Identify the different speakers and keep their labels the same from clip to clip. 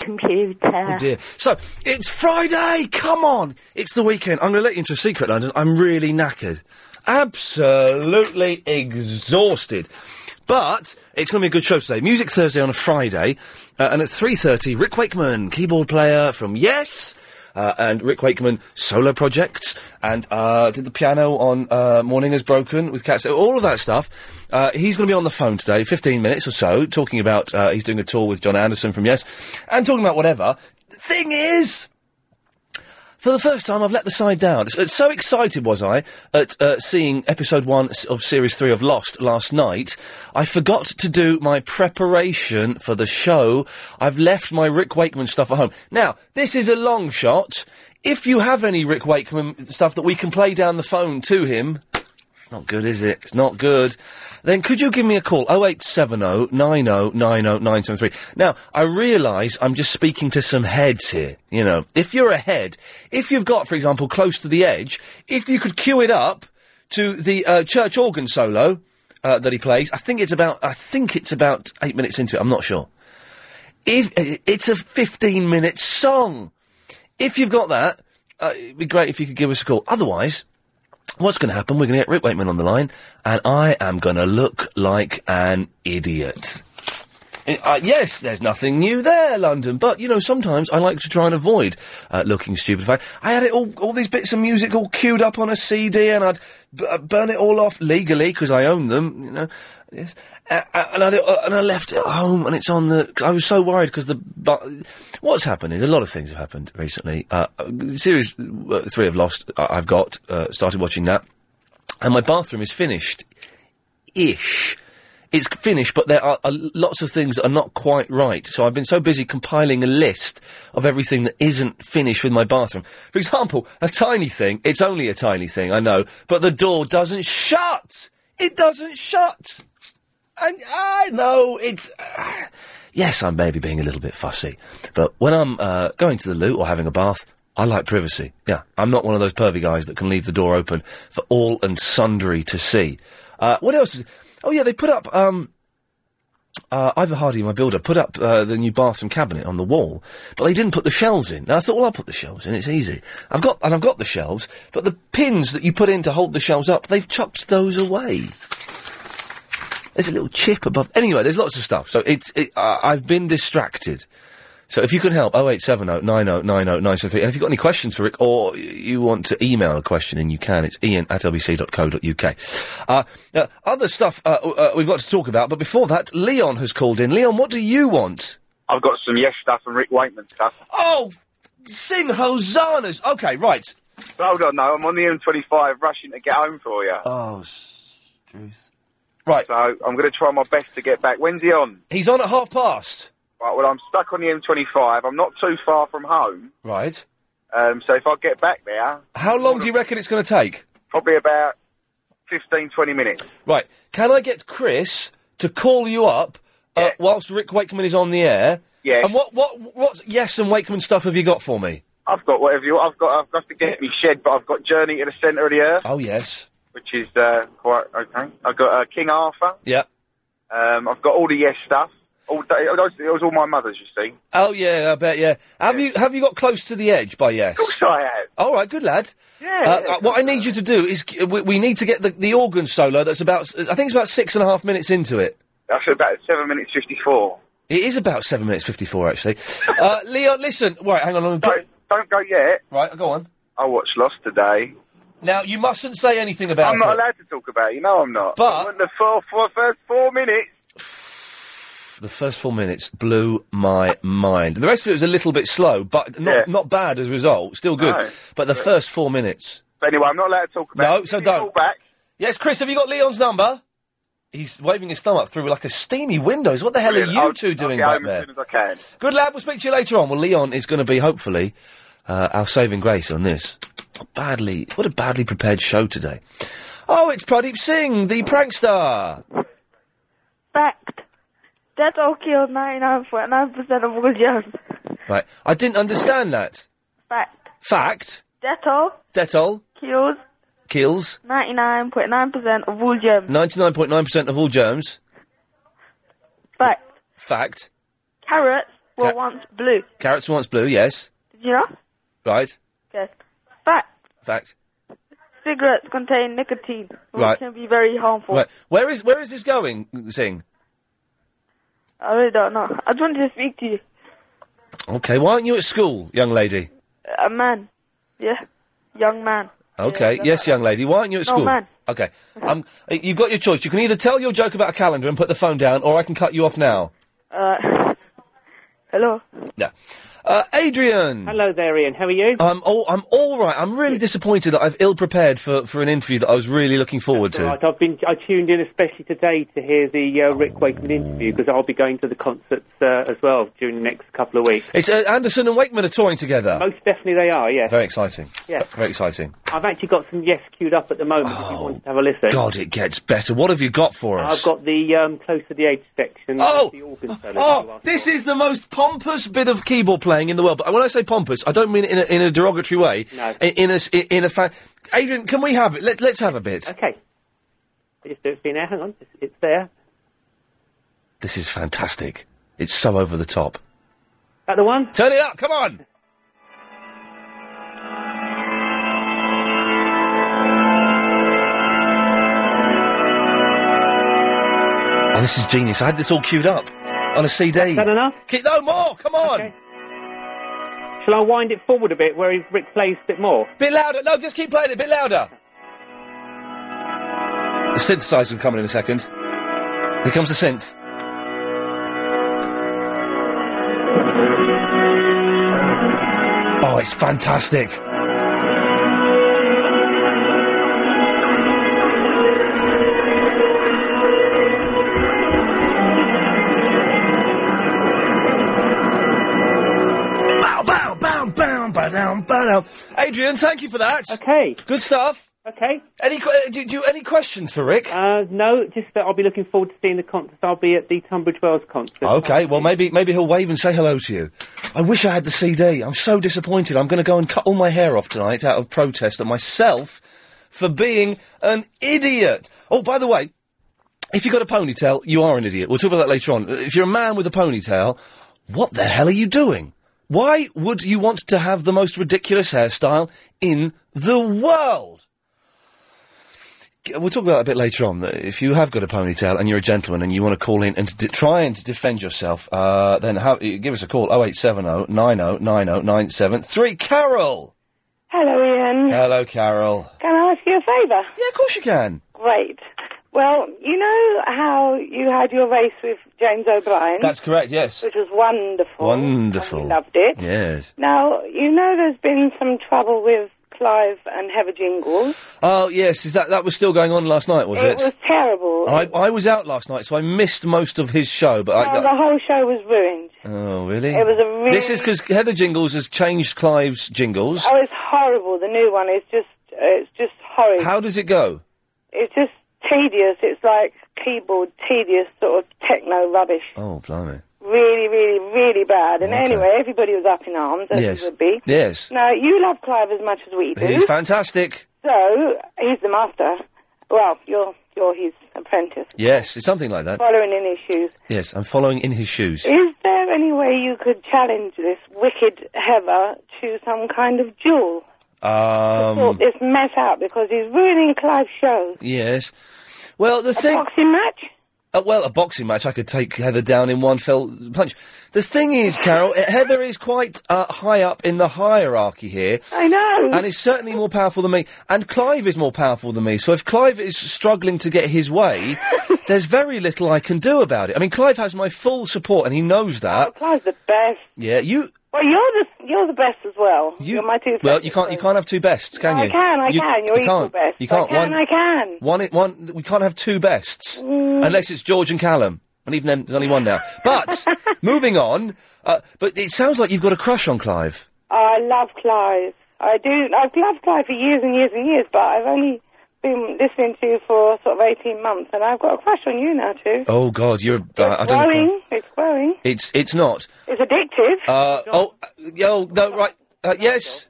Speaker 1: computer.
Speaker 2: Oh dear. So it's Friday. Come on, it's the weekend. I'm going to let you into a secret, London. I'm really knackered, absolutely exhausted. But it's going to be a good show today. Music Thursday on a Friday, uh, and at three thirty, Rick Wakeman, keyboard player from Yes. Uh, and Rick Wakeman solo projects, and uh, did the piano on uh, Morning Is Broken with Cats, all of that stuff. Uh, he's going to be on the phone today, 15 minutes or so, talking about uh, he's doing a tour with John Anderson from Yes, and talking about whatever. The thing is, for the first time, I've let the side down. So, so excited was I at uh, seeing episode one s- of series three of Lost last night. I forgot to do my preparation for the show. I've left my Rick Wakeman stuff at home. Now, this is a long shot. If you have any Rick Wakeman stuff that we can play down the phone to him, not good, is it? It's not good. Then could you give me a call? 0870 90 90 973. Now, I realise I'm just speaking to some heads here. You know, if you're a head, if you've got, for example, Close to the Edge, if you could cue it up to the uh, church organ solo uh, that he plays, I think it's about, I think it's about eight minutes into it, I'm not sure. If i- It's a 15 minute song. If you've got that, uh, it'd be great if you could give us a call. Otherwise, What's going to happen? We're going to get Rick Wakeman on the line, and I am going to look like an idiot. I- I- yes, there's nothing new there, London. But you know, sometimes I like to try and avoid uh, looking stupid. I, I had it all, all these bits of music all queued up on a CD, and I'd b- uh, burn it all off legally because I own them. You know, yes. Uh, uh, and, I, uh, and I left it at home, and it's on the. 'cause I was so worried because the. But what's happened is a lot of things have happened recently. Uh, uh, series uh, three of Lost, I, I've got uh, started watching that, and my bathroom is finished ish. It's finished, but there are uh, lots of things that are not quite right. So I've been so busy compiling a list of everything that isn't finished with my bathroom. For example, a tiny thing. It's only a tiny thing, I know, but the door doesn't shut. It doesn't shut. And I know it's. Yes, I'm maybe being a little bit fussy, but when I'm uh, going to the loo or having a bath, I like privacy. Yeah, I'm not one of those pervy guys that can leave the door open for all and sundry to see. Uh, what else? Is, oh yeah, they put up. Um, uh, Ivor Hardy, my builder, put up uh, the new bathroom cabinet on the wall, but they didn't put the shelves in. And I thought, well, I'll put the shelves in. It's easy. I've got and I've got the shelves, but the pins that you put in to hold the shelves up, they've chucked those away. There's a little chip above. Anyway, there's lots of stuff. So it's it, uh, I've been distracted. So if you can help, 0870 90 90 973. And if you've got any questions for Rick or y- you want to email a question, then you can. It's ian at lbc.co.uk. Uh, now, other stuff uh, w- uh, we've got to talk about, but before that, Leon has called in. Leon, what do you want?
Speaker 3: I've got some Yes stuff and Rick Wakeman stuff.
Speaker 2: Oh, sing hosannas. Okay, right.
Speaker 3: Hold on, no, I'm on the M25 rushing to get home for you.
Speaker 2: Oh, truth. Right.
Speaker 3: So I'm going to try my best to get back. When's he on?
Speaker 2: He's on at half past.
Speaker 3: Right, well, I'm stuck on the M25. I'm not too far from home.
Speaker 2: Right.
Speaker 3: Um, so if I get back there,
Speaker 2: How long do you reckon it's going to take?
Speaker 3: probably about 15, 20 minutes.
Speaker 2: Right. Can I get Chris to call you up uh, whilst Rick Wakeman is on the air?
Speaker 3: Yeah.
Speaker 2: And what what what yes and Wakeman stuff have you got for me?
Speaker 3: I've got whatever you I've got, I've got to get me shed, but I've got Journey to the Centre of the Earth,
Speaker 2: Oh yes.
Speaker 3: which is uh, quite okay. I've got uh, King Arthur.
Speaker 2: Yeah.
Speaker 3: Um, I've got all the Yes stuff. All day, it was it was all my mother's, you see.
Speaker 2: Oh yeah, I bet yeah. Have you have you got close to the edge by yes?
Speaker 3: So I had.
Speaker 2: All right, good lad.
Speaker 3: Yeah.
Speaker 2: Uh, uh, what I need you to do is g- we, we need to get the, the organ solo. That's about I think it's about six and a half minutes into it.
Speaker 3: That's about 7 minutes 54.
Speaker 2: It is about seven minutes fifty four actually. uh, Leon, listen. Right, hang on. I'm gonna put-
Speaker 3: Don't go yet.
Speaker 2: Right, go on.
Speaker 3: I watched Lost today.
Speaker 2: Now you mustn't say anything about
Speaker 3: I'm not
Speaker 2: it.
Speaker 3: allowed to talk about it. You know I'm not.
Speaker 2: But-
Speaker 3: in the four, four, first four minutes.
Speaker 2: The first four minutes blew my mind. The rest of it was a little bit slow, but not
Speaker 3: Yeah.
Speaker 2: not bad as a result. Still good.
Speaker 3: No.
Speaker 2: But the first four minutes.
Speaker 3: But anyway, I'm not allowed to talk about
Speaker 2: No,
Speaker 3: it.
Speaker 2: so
Speaker 3: Give me a
Speaker 2: don't.
Speaker 3: call back.
Speaker 2: Yes, Chris, have you got Leon's number? He's waving his thumb up through like a steamy windows. What the hell
Speaker 3: Brilliant.
Speaker 2: are you
Speaker 3: I'll-
Speaker 2: two doing back
Speaker 3: I'll get home
Speaker 2: there?
Speaker 3: As soon as I can.
Speaker 2: Good lad, we'll speak to you later on. Well, Leon is going to be, hopefully, uh, our saving grace on this. What badly, what a badly prepared show today. Oh, it's Pradeep Singh, the prank star.
Speaker 1: Fact. Dead or killed 99.9% of all young.
Speaker 2: Right, I didn't understand that.
Speaker 1: Fact.
Speaker 2: Fact,
Speaker 1: Dead or
Speaker 2: Detol
Speaker 1: killed
Speaker 2: kills
Speaker 1: 99.9% of all young.
Speaker 2: 99.9% of all germs.
Speaker 1: Fact.
Speaker 2: Fact.
Speaker 1: Carrots Well,
Speaker 2: Ca-
Speaker 1: once blue.
Speaker 2: Carrots were once blue, yes.
Speaker 1: Did you know?
Speaker 2: Right.
Speaker 1: Yes. Fact.
Speaker 2: Fact.
Speaker 1: Cigarettes contain nicotine, which
Speaker 2: Right.
Speaker 1: can be very harmful.
Speaker 2: Right. Where is where is this going, Singh?
Speaker 1: I really don't know. I just wanted to speak to you.
Speaker 2: Okay, why aren't you at school, young lady?
Speaker 1: A man. Yeah. Young man.
Speaker 2: Okay,
Speaker 1: Yeah,
Speaker 2: yes, young lady, why aren't you at
Speaker 1: No,
Speaker 2: school?
Speaker 1: man.
Speaker 2: Okay, um, you've got your choice. You can either tell your joke about a calendar and put the phone down, or I can cut you off now.
Speaker 1: Uh, hello.
Speaker 2: Yeah. Uh, Adrian.
Speaker 4: Hello there, Ian. How are you?
Speaker 2: I'm all, I'm all right. I'm really disappointed that I've ill prepared for, for an interview that I was really looking forward to.
Speaker 4: Right, I've been I tuned in especially today to hear the uh, Rick Wakeman interview because I'll be going to the concerts uh, as well during the next couple of weeks.
Speaker 2: It's uh, Anderson and Wakeman are touring together.
Speaker 4: Most definitely they are. Yes,
Speaker 2: Very exciting.
Speaker 4: Oh, Yeah.
Speaker 2: Very exciting.
Speaker 4: I've actually got some yes queued up at the moment. if you want to have a listen.
Speaker 2: Oh, God, it gets better. What have you got for us?
Speaker 4: I've got the um, close to the edge section.
Speaker 2: Oh!
Speaker 4: of the organ solo.
Speaker 2: Oh, this is the most pompous bit of keyboard playing in the world. But when I say pompous, I don't mean it in a, in a derogatory way. No. In, in a s- in, in a fa- Adrian, can we have it? Let, let's have a bit.
Speaker 4: Okay. I just do it for you now. Hang on, it's, it's there.
Speaker 2: This is fantastic. It's so over the top.
Speaker 4: That the one?
Speaker 2: Turn it up. Come on. Oh, this is genius. I had this all queued up on a CD.
Speaker 4: Is that enough?
Speaker 2: Keep, no more. Come on.
Speaker 4: Shall I wind it forward a bit where he- Rick plays a bit more?
Speaker 2: Bit louder. No, just keep playing it. Bit louder. The synthesizer will come in in a second. Here comes the synth. Oh, it's fantastic. Bow, bow, bow, bow, bow, down, bow, down. Adrian, thank you for that.
Speaker 4: Okay.
Speaker 2: Good stuff.
Speaker 4: Okay.
Speaker 2: Any que- uh, do, do you- any questions for Rick?
Speaker 4: Uh, no, just that I'll be looking forward to seeing the concerts. I'll be at the Tunbridge Wells concert.
Speaker 2: Okay, well maybe maybe he'll wave and say hello to you. I wish I had the CD. I'm so disappointed. I'm going to go and cut all my hair off tonight out of protest at myself for being an idiot. Oh, by the way, if you've got a ponytail, you are an idiot. We'll talk about that later on. If you're a man with a ponytail, what the hell are you doing? Why would you want to have the most ridiculous hairstyle in the world? G- We'll talk about that a bit later on. that If you have got a ponytail and you're a gentleman and you want to call in and to de- try and to defend yourself, uh, then ha- uh, give us a call 0870 90 90 973. Carol!
Speaker 5: Hello, Ian.
Speaker 2: Hello, Carol.
Speaker 5: Can I ask you a favour?
Speaker 2: Uh, Yeah, of course you can.
Speaker 5: Great. Well, you know how you had your race with James O'Brien?
Speaker 2: That's correct, yes.
Speaker 5: Which was wonderful.
Speaker 2: Wonderful.
Speaker 5: Loved it.
Speaker 2: Yes.
Speaker 5: Now, you know there's been some trouble with Clive and Heather Jingles.
Speaker 2: Oh, yes, is that, that was still going on last night, was it?
Speaker 5: was terrible.
Speaker 2: I, I was out last night, so I missed most of his show, but I
Speaker 5: Now, the
Speaker 2: got.
Speaker 5: whole show was ruined.
Speaker 2: Oh, really?
Speaker 5: It was a really-
Speaker 2: This is because Heather Jingles has changed Clive's jingles.
Speaker 5: Oh, it's horrible. The new one is just, uh, it's just horrid.
Speaker 2: How does it go?
Speaker 5: It's just tedious. It's like keyboard tedious sort of techno rubbish.
Speaker 2: Oh, blimey.
Speaker 5: Really, really, really bad. And
Speaker 2: Okay.
Speaker 5: anyway, everybody was up in arms, as
Speaker 2: Yes.
Speaker 5: you would be.
Speaker 2: Yes.
Speaker 5: Now, you love Clive as much as we do.
Speaker 2: He's fantastic.
Speaker 5: so, he's the master. Well, you're, you're his apprentice,
Speaker 2: Yes, it's something like that.
Speaker 5: following in his shoes.
Speaker 2: Yes, I'm following in his shoes.
Speaker 5: Is there any way you could challenge this wicked Heather to some kind of duel? sort
Speaker 2: Um,
Speaker 5: this mess out because he's ruining Clive's show.
Speaker 2: yes. Well, the thing.
Speaker 5: Boxing match?
Speaker 2: Uh, well, a boxing match, I could take Heather down in one fell punch. The thing is, Carol, uh, Heather is quite uh, high up in the hierarchy here.
Speaker 5: I know.
Speaker 2: And is certainly more powerful than me. And Clive is more powerful than me. So if Clive is struggling to get his way, there's very little I can do about it. I mean, Clive has my full support, and he knows that.
Speaker 5: Clive's the best.
Speaker 2: Yeah, you.
Speaker 5: Well, you're the, you're the best as well. You, are my two
Speaker 2: Well, you can't. You can't have two bests, can
Speaker 5: I
Speaker 2: you?
Speaker 5: can, I
Speaker 2: You-
Speaker 5: can. You're
Speaker 2: you
Speaker 5: equal
Speaker 2: can't.
Speaker 5: best.
Speaker 2: You can't.
Speaker 5: I can,
Speaker 2: one,
Speaker 5: I can. Mm.
Speaker 2: One, one. We can't have two bests unless it's George and Callum. And even then, there's only one now. But moving on. Uh, but it sounds like you've got a crush on Clive.
Speaker 5: I love Clive. I do. I've loved Clive for years and years and years, but I've only been listening to you for sort of 18 months, and I've got a crush on you now, too.
Speaker 2: Oh God, you're. Uh, I don't. know.
Speaker 5: growing. It's growing.
Speaker 2: It's it's not.
Speaker 5: It's addictive.
Speaker 2: Uh, oh, uh, yo, no, right. Uh, yes.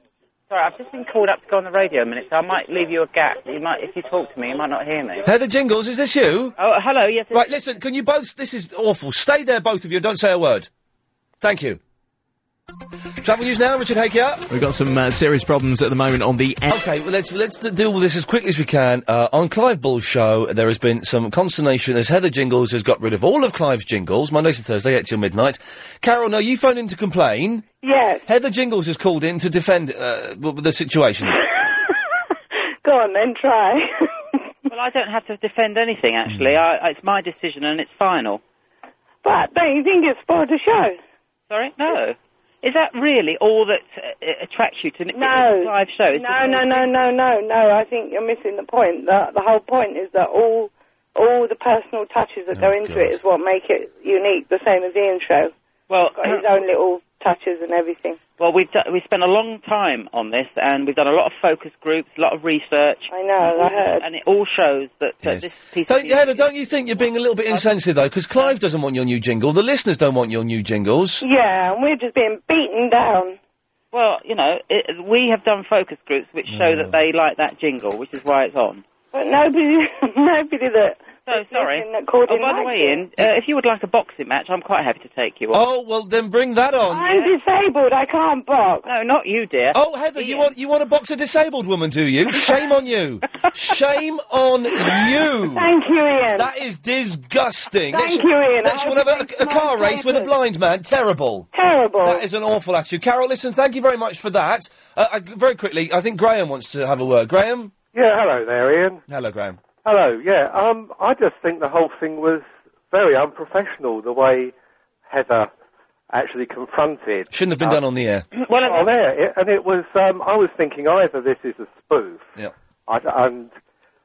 Speaker 6: Sorry, I've just been called up to go on the radio a minute, so I might leave you a gap. You might, if you talk to me, you might not hear me.
Speaker 2: Heather Jingles, is this you?
Speaker 6: Oh, hello. Yes.
Speaker 2: Right, listen. Can you both? This is awful. Stay there, both of you. Don't say a word. Thank you. Travel news now, Richard Hakey.
Speaker 7: We've got some uh, serious problems at the moment on the. air.
Speaker 2: Okay, well, let's let's deal with this as quickly as we can. Uh, on Clive Bull's show, there has been some consternation as Heather Jingles has got rid of all of Clive's jingles, Monday to Thursday, 8 till midnight. Carol, no, you phoned in to complain.
Speaker 5: Yes.
Speaker 2: Heather Jingles has called in to defend uh, w- w- the situation.
Speaker 5: Go on then, try.
Speaker 8: well, I don't have to defend anything, actually. I, I- it's my decision and it's final.
Speaker 5: But don't you think it's spoiled the show?
Speaker 8: Sorry? No. Is that really all that uh, attracts you to n-
Speaker 5: No.
Speaker 8: live show? Is
Speaker 5: No,
Speaker 8: this-
Speaker 5: no, no, no, no, no. I think you're missing the point. The, the whole point is that all all the personal touches that go into it is what make it unique, the same as Ian's show.
Speaker 8: Well, uh,
Speaker 5: got his own little touches and everything.
Speaker 8: Well, we've do- we spent a long time on this, and we've done a lot of focus groups, a lot of research.
Speaker 5: I know, I heard.
Speaker 8: And it all shows that, that
Speaker 2: Yes.
Speaker 8: this piece
Speaker 2: Don't,
Speaker 8: of
Speaker 2: Heather, don't you think you're being a little bit insensitive, though? Because Clive doesn't want your new jingle. The listeners don't want your new jingles.
Speaker 5: Yeah, and we're just being beaten down.
Speaker 8: Well, you know, it, we have done focus groups which show that they like that jingle, which is why it's on.
Speaker 5: But nobody, nobody that. So
Speaker 8: sorry.
Speaker 5: That called
Speaker 8: Oh,
Speaker 5: in
Speaker 8: by the
Speaker 5: liked
Speaker 8: way,
Speaker 5: it.
Speaker 8: Ian, uh, if you would like a boxing match, I'm quite happy to take you on.
Speaker 2: Oh, well, then bring that on.
Speaker 5: I'm disabled. I can't box.
Speaker 8: No, not you, dear.
Speaker 2: Oh, Heather, you want you want to box a disabled woman, do you? Shame on you! Shame on you!
Speaker 5: Thank you, Ian.
Speaker 2: That is disgusting.
Speaker 5: Thank
Speaker 2: next,
Speaker 5: you, Ian.
Speaker 2: Next,
Speaker 5: I
Speaker 2: we'll have a, a
Speaker 5: my
Speaker 2: car race with a blind man. Terrible.
Speaker 5: Terrible.
Speaker 2: That is an awful attitude. Carol, listen, thank you very much for that. Uh, I, very quickly, I think Graham wants to have a word. Graham?
Speaker 9: Yeah, hello there, Ian.
Speaker 2: Hello, Graham.
Speaker 9: Hello, yeah. Um, I just think the whole thing was very unprofessional, the way Heather actually confronted. uh,
Speaker 2: Shouldn't have been done on the air.
Speaker 8: Well,
Speaker 9: on there, it, and it was. Um, I was thinking either this is a spoof,
Speaker 2: Yeah.
Speaker 9: I, and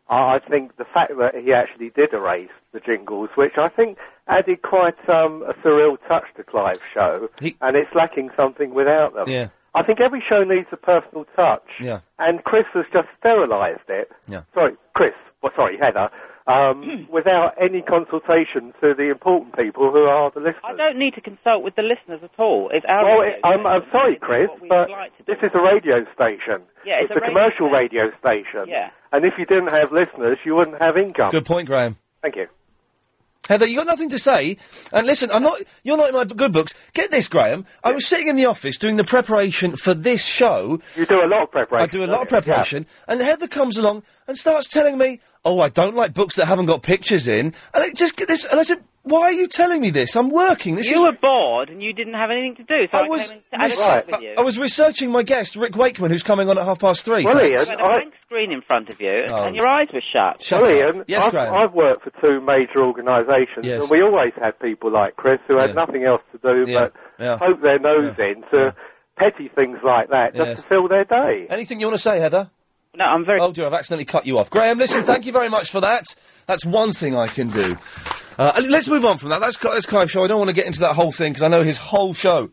Speaker 9: I I think the fact that he actually did erase the jingles, which I think added quite um, a surreal touch to Clive's show, and it's lacking something without them.
Speaker 2: Yeah.
Speaker 9: I think every show needs a personal touch,
Speaker 2: Yeah.
Speaker 9: and Chris has just sterilised it.
Speaker 2: Yeah.
Speaker 9: Sorry, Chris. Well, sorry, Heather.
Speaker 8: Hmm.
Speaker 9: Um, without any consultation to the important people who are the listeners.
Speaker 8: I don't need to consult with the listeners at all. It's our
Speaker 9: Well,
Speaker 8: radio.
Speaker 9: it, I'm, I'm sorry, Chris, but this is a radio station.
Speaker 8: Yeah, it's a radio
Speaker 9: commercial radio station.
Speaker 8: Yeah.
Speaker 9: And if you didn't have listeners, you wouldn't have income.
Speaker 2: Good point, Graham.
Speaker 9: Thank you.
Speaker 2: Heather, you got nothing to say. And listen, I'm not. You're not in my b- good books. Get this, Graham. I was sitting in the office doing the preparation for this show.
Speaker 9: You do a lot of preparation.
Speaker 2: I do a lot of
Speaker 9: don't you?
Speaker 2: preparation, and Heather comes along and starts telling me, "Oh, I don't like books that haven't got pictures in." And it just get this. And I said, "Why are you telling me this? I'm working. This
Speaker 8: You were
Speaker 2: is."
Speaker 8: bored and you didn't have anything to do, so I,
Speaker 2: was
Speaker 8: came and had a
Speaker 2: res-
Speaker 8: chat with you.
Speaker 2: I was researching my guest, Rick Wakeman, who's coming on at half past three.
Speaker 9: Well,
Speaker 2: Thanks.
Speaker 9: Ian,
Speaker 8: You had a blank screen in front of you,
Speaker 2: Oh.
Speaker 8: and your eyes were shut.
Speaker 2: Shut
Speaker 9: well,
Speaker 2: up.
Speaker 9: Ian,
Speaker 2: Yes,
Speaker 9: I've,
Speaker 2: Graham.
Speaker 9: I've worked for two major organisations,
Speaker 2: Yes.
Speaker 9: and we always had people like Chris who had
Speaker 2: Yeah.
Speaker 9: nothing else to do
Speaker 2: Yeah.
Speaker 9: but
Speaker 2: Yeah.
Speaker 9: poke their nose in to petty things like that just
Speaker 2: Yes.
Speaker 9: to fill their day.
Speaker 2: Anything you want to say, Heather?
Speaker 8: No, I'm very.
Speaker 2: Oh, dear, I've accidentally cut you off. Graham, listen, thank you very much for that. That's one thing I can do. Uh, and let's move on from that. That's, Cl- that's Clive's show. I don't want to get into that whole thing because I know his whole show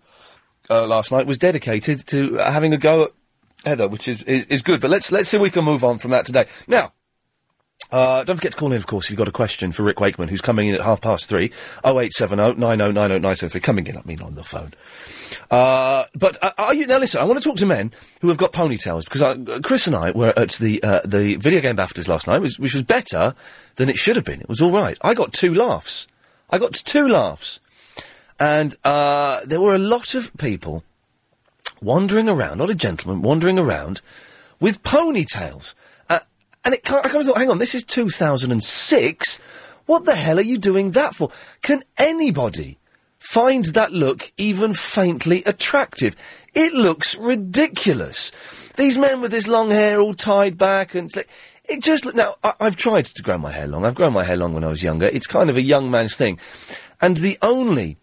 Speaker 2: uh, last night was dedicated to uh, having a go at Heather, which is, is, is good. But let's, let's see if we can move on from that today. Now, uh, don't forget to call in, of course, if you've got a question for Rick Wakeman, who's coming in at half past three. 0870 9090973. Coming in, I mean, on the phone. Uh, but uh, are you now? Listen, I want to talk to men who have got ponytails because I, uh, Chris and I were at the uh, the video game Baftas last night, which, which was better than it should have been. It was all right. I got two laughs. I got two laughs, and uh, there were a lot of people wandering around, not a gentleman wandering around with ponytails. Uh, and it, co- I kind of thought, hang on, this is 2006. What the hell are you doing that for? Can anybody find that look even faintly attractive? It looks ridiculous. These men with this long hair all tied back and. it's like- It just look now. I, I've tried to grow my hair long. I've grown my hair long when I was younger. It's kind of a young man's thing, and the only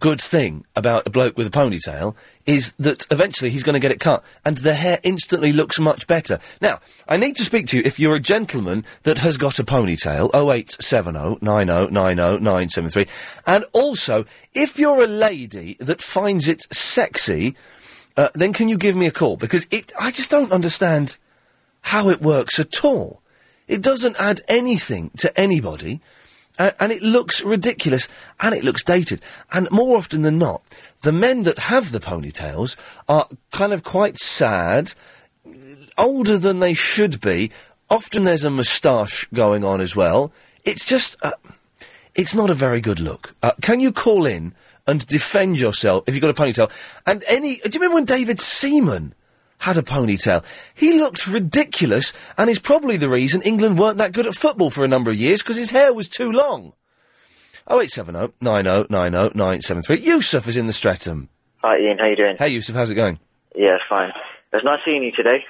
Speaker 2: good thing about a bloke with a ponytail is that eventually he's going to get it cut and the hair instantly looks much better. Now, I need to speak to you if you're a gentleman that has got a ponytail, 0870 90 90 973. And also, if you're a lady that finds it sexy, uh, then can you give me a call? Because it, I just don't understand how it works at all. It doesn't add anything to anybody, and, and it looks ridiculous, and it looks dated. And more often than not, the men that have the ponytails are kind of quite sad, older than they should be. Often there's a moustache going on as well. It's just, uh, it's not a very good look. Uh, can you call in and defend yourself if you've got a ponytail. And any, do you remember when David Seaman had a ponytail? He looked ridiculous and is probably the reason England weren't that good at football for a number of years because his hair was too long. Oh, 0870 90 90 973. Yusuf is in the Streatham.
Speaker 10: Hi Ian, how you doing?
Speaker 2: Hey Yusuf, how's it going?
Speaker 10: Yeah, fine. It was nice seeing you today.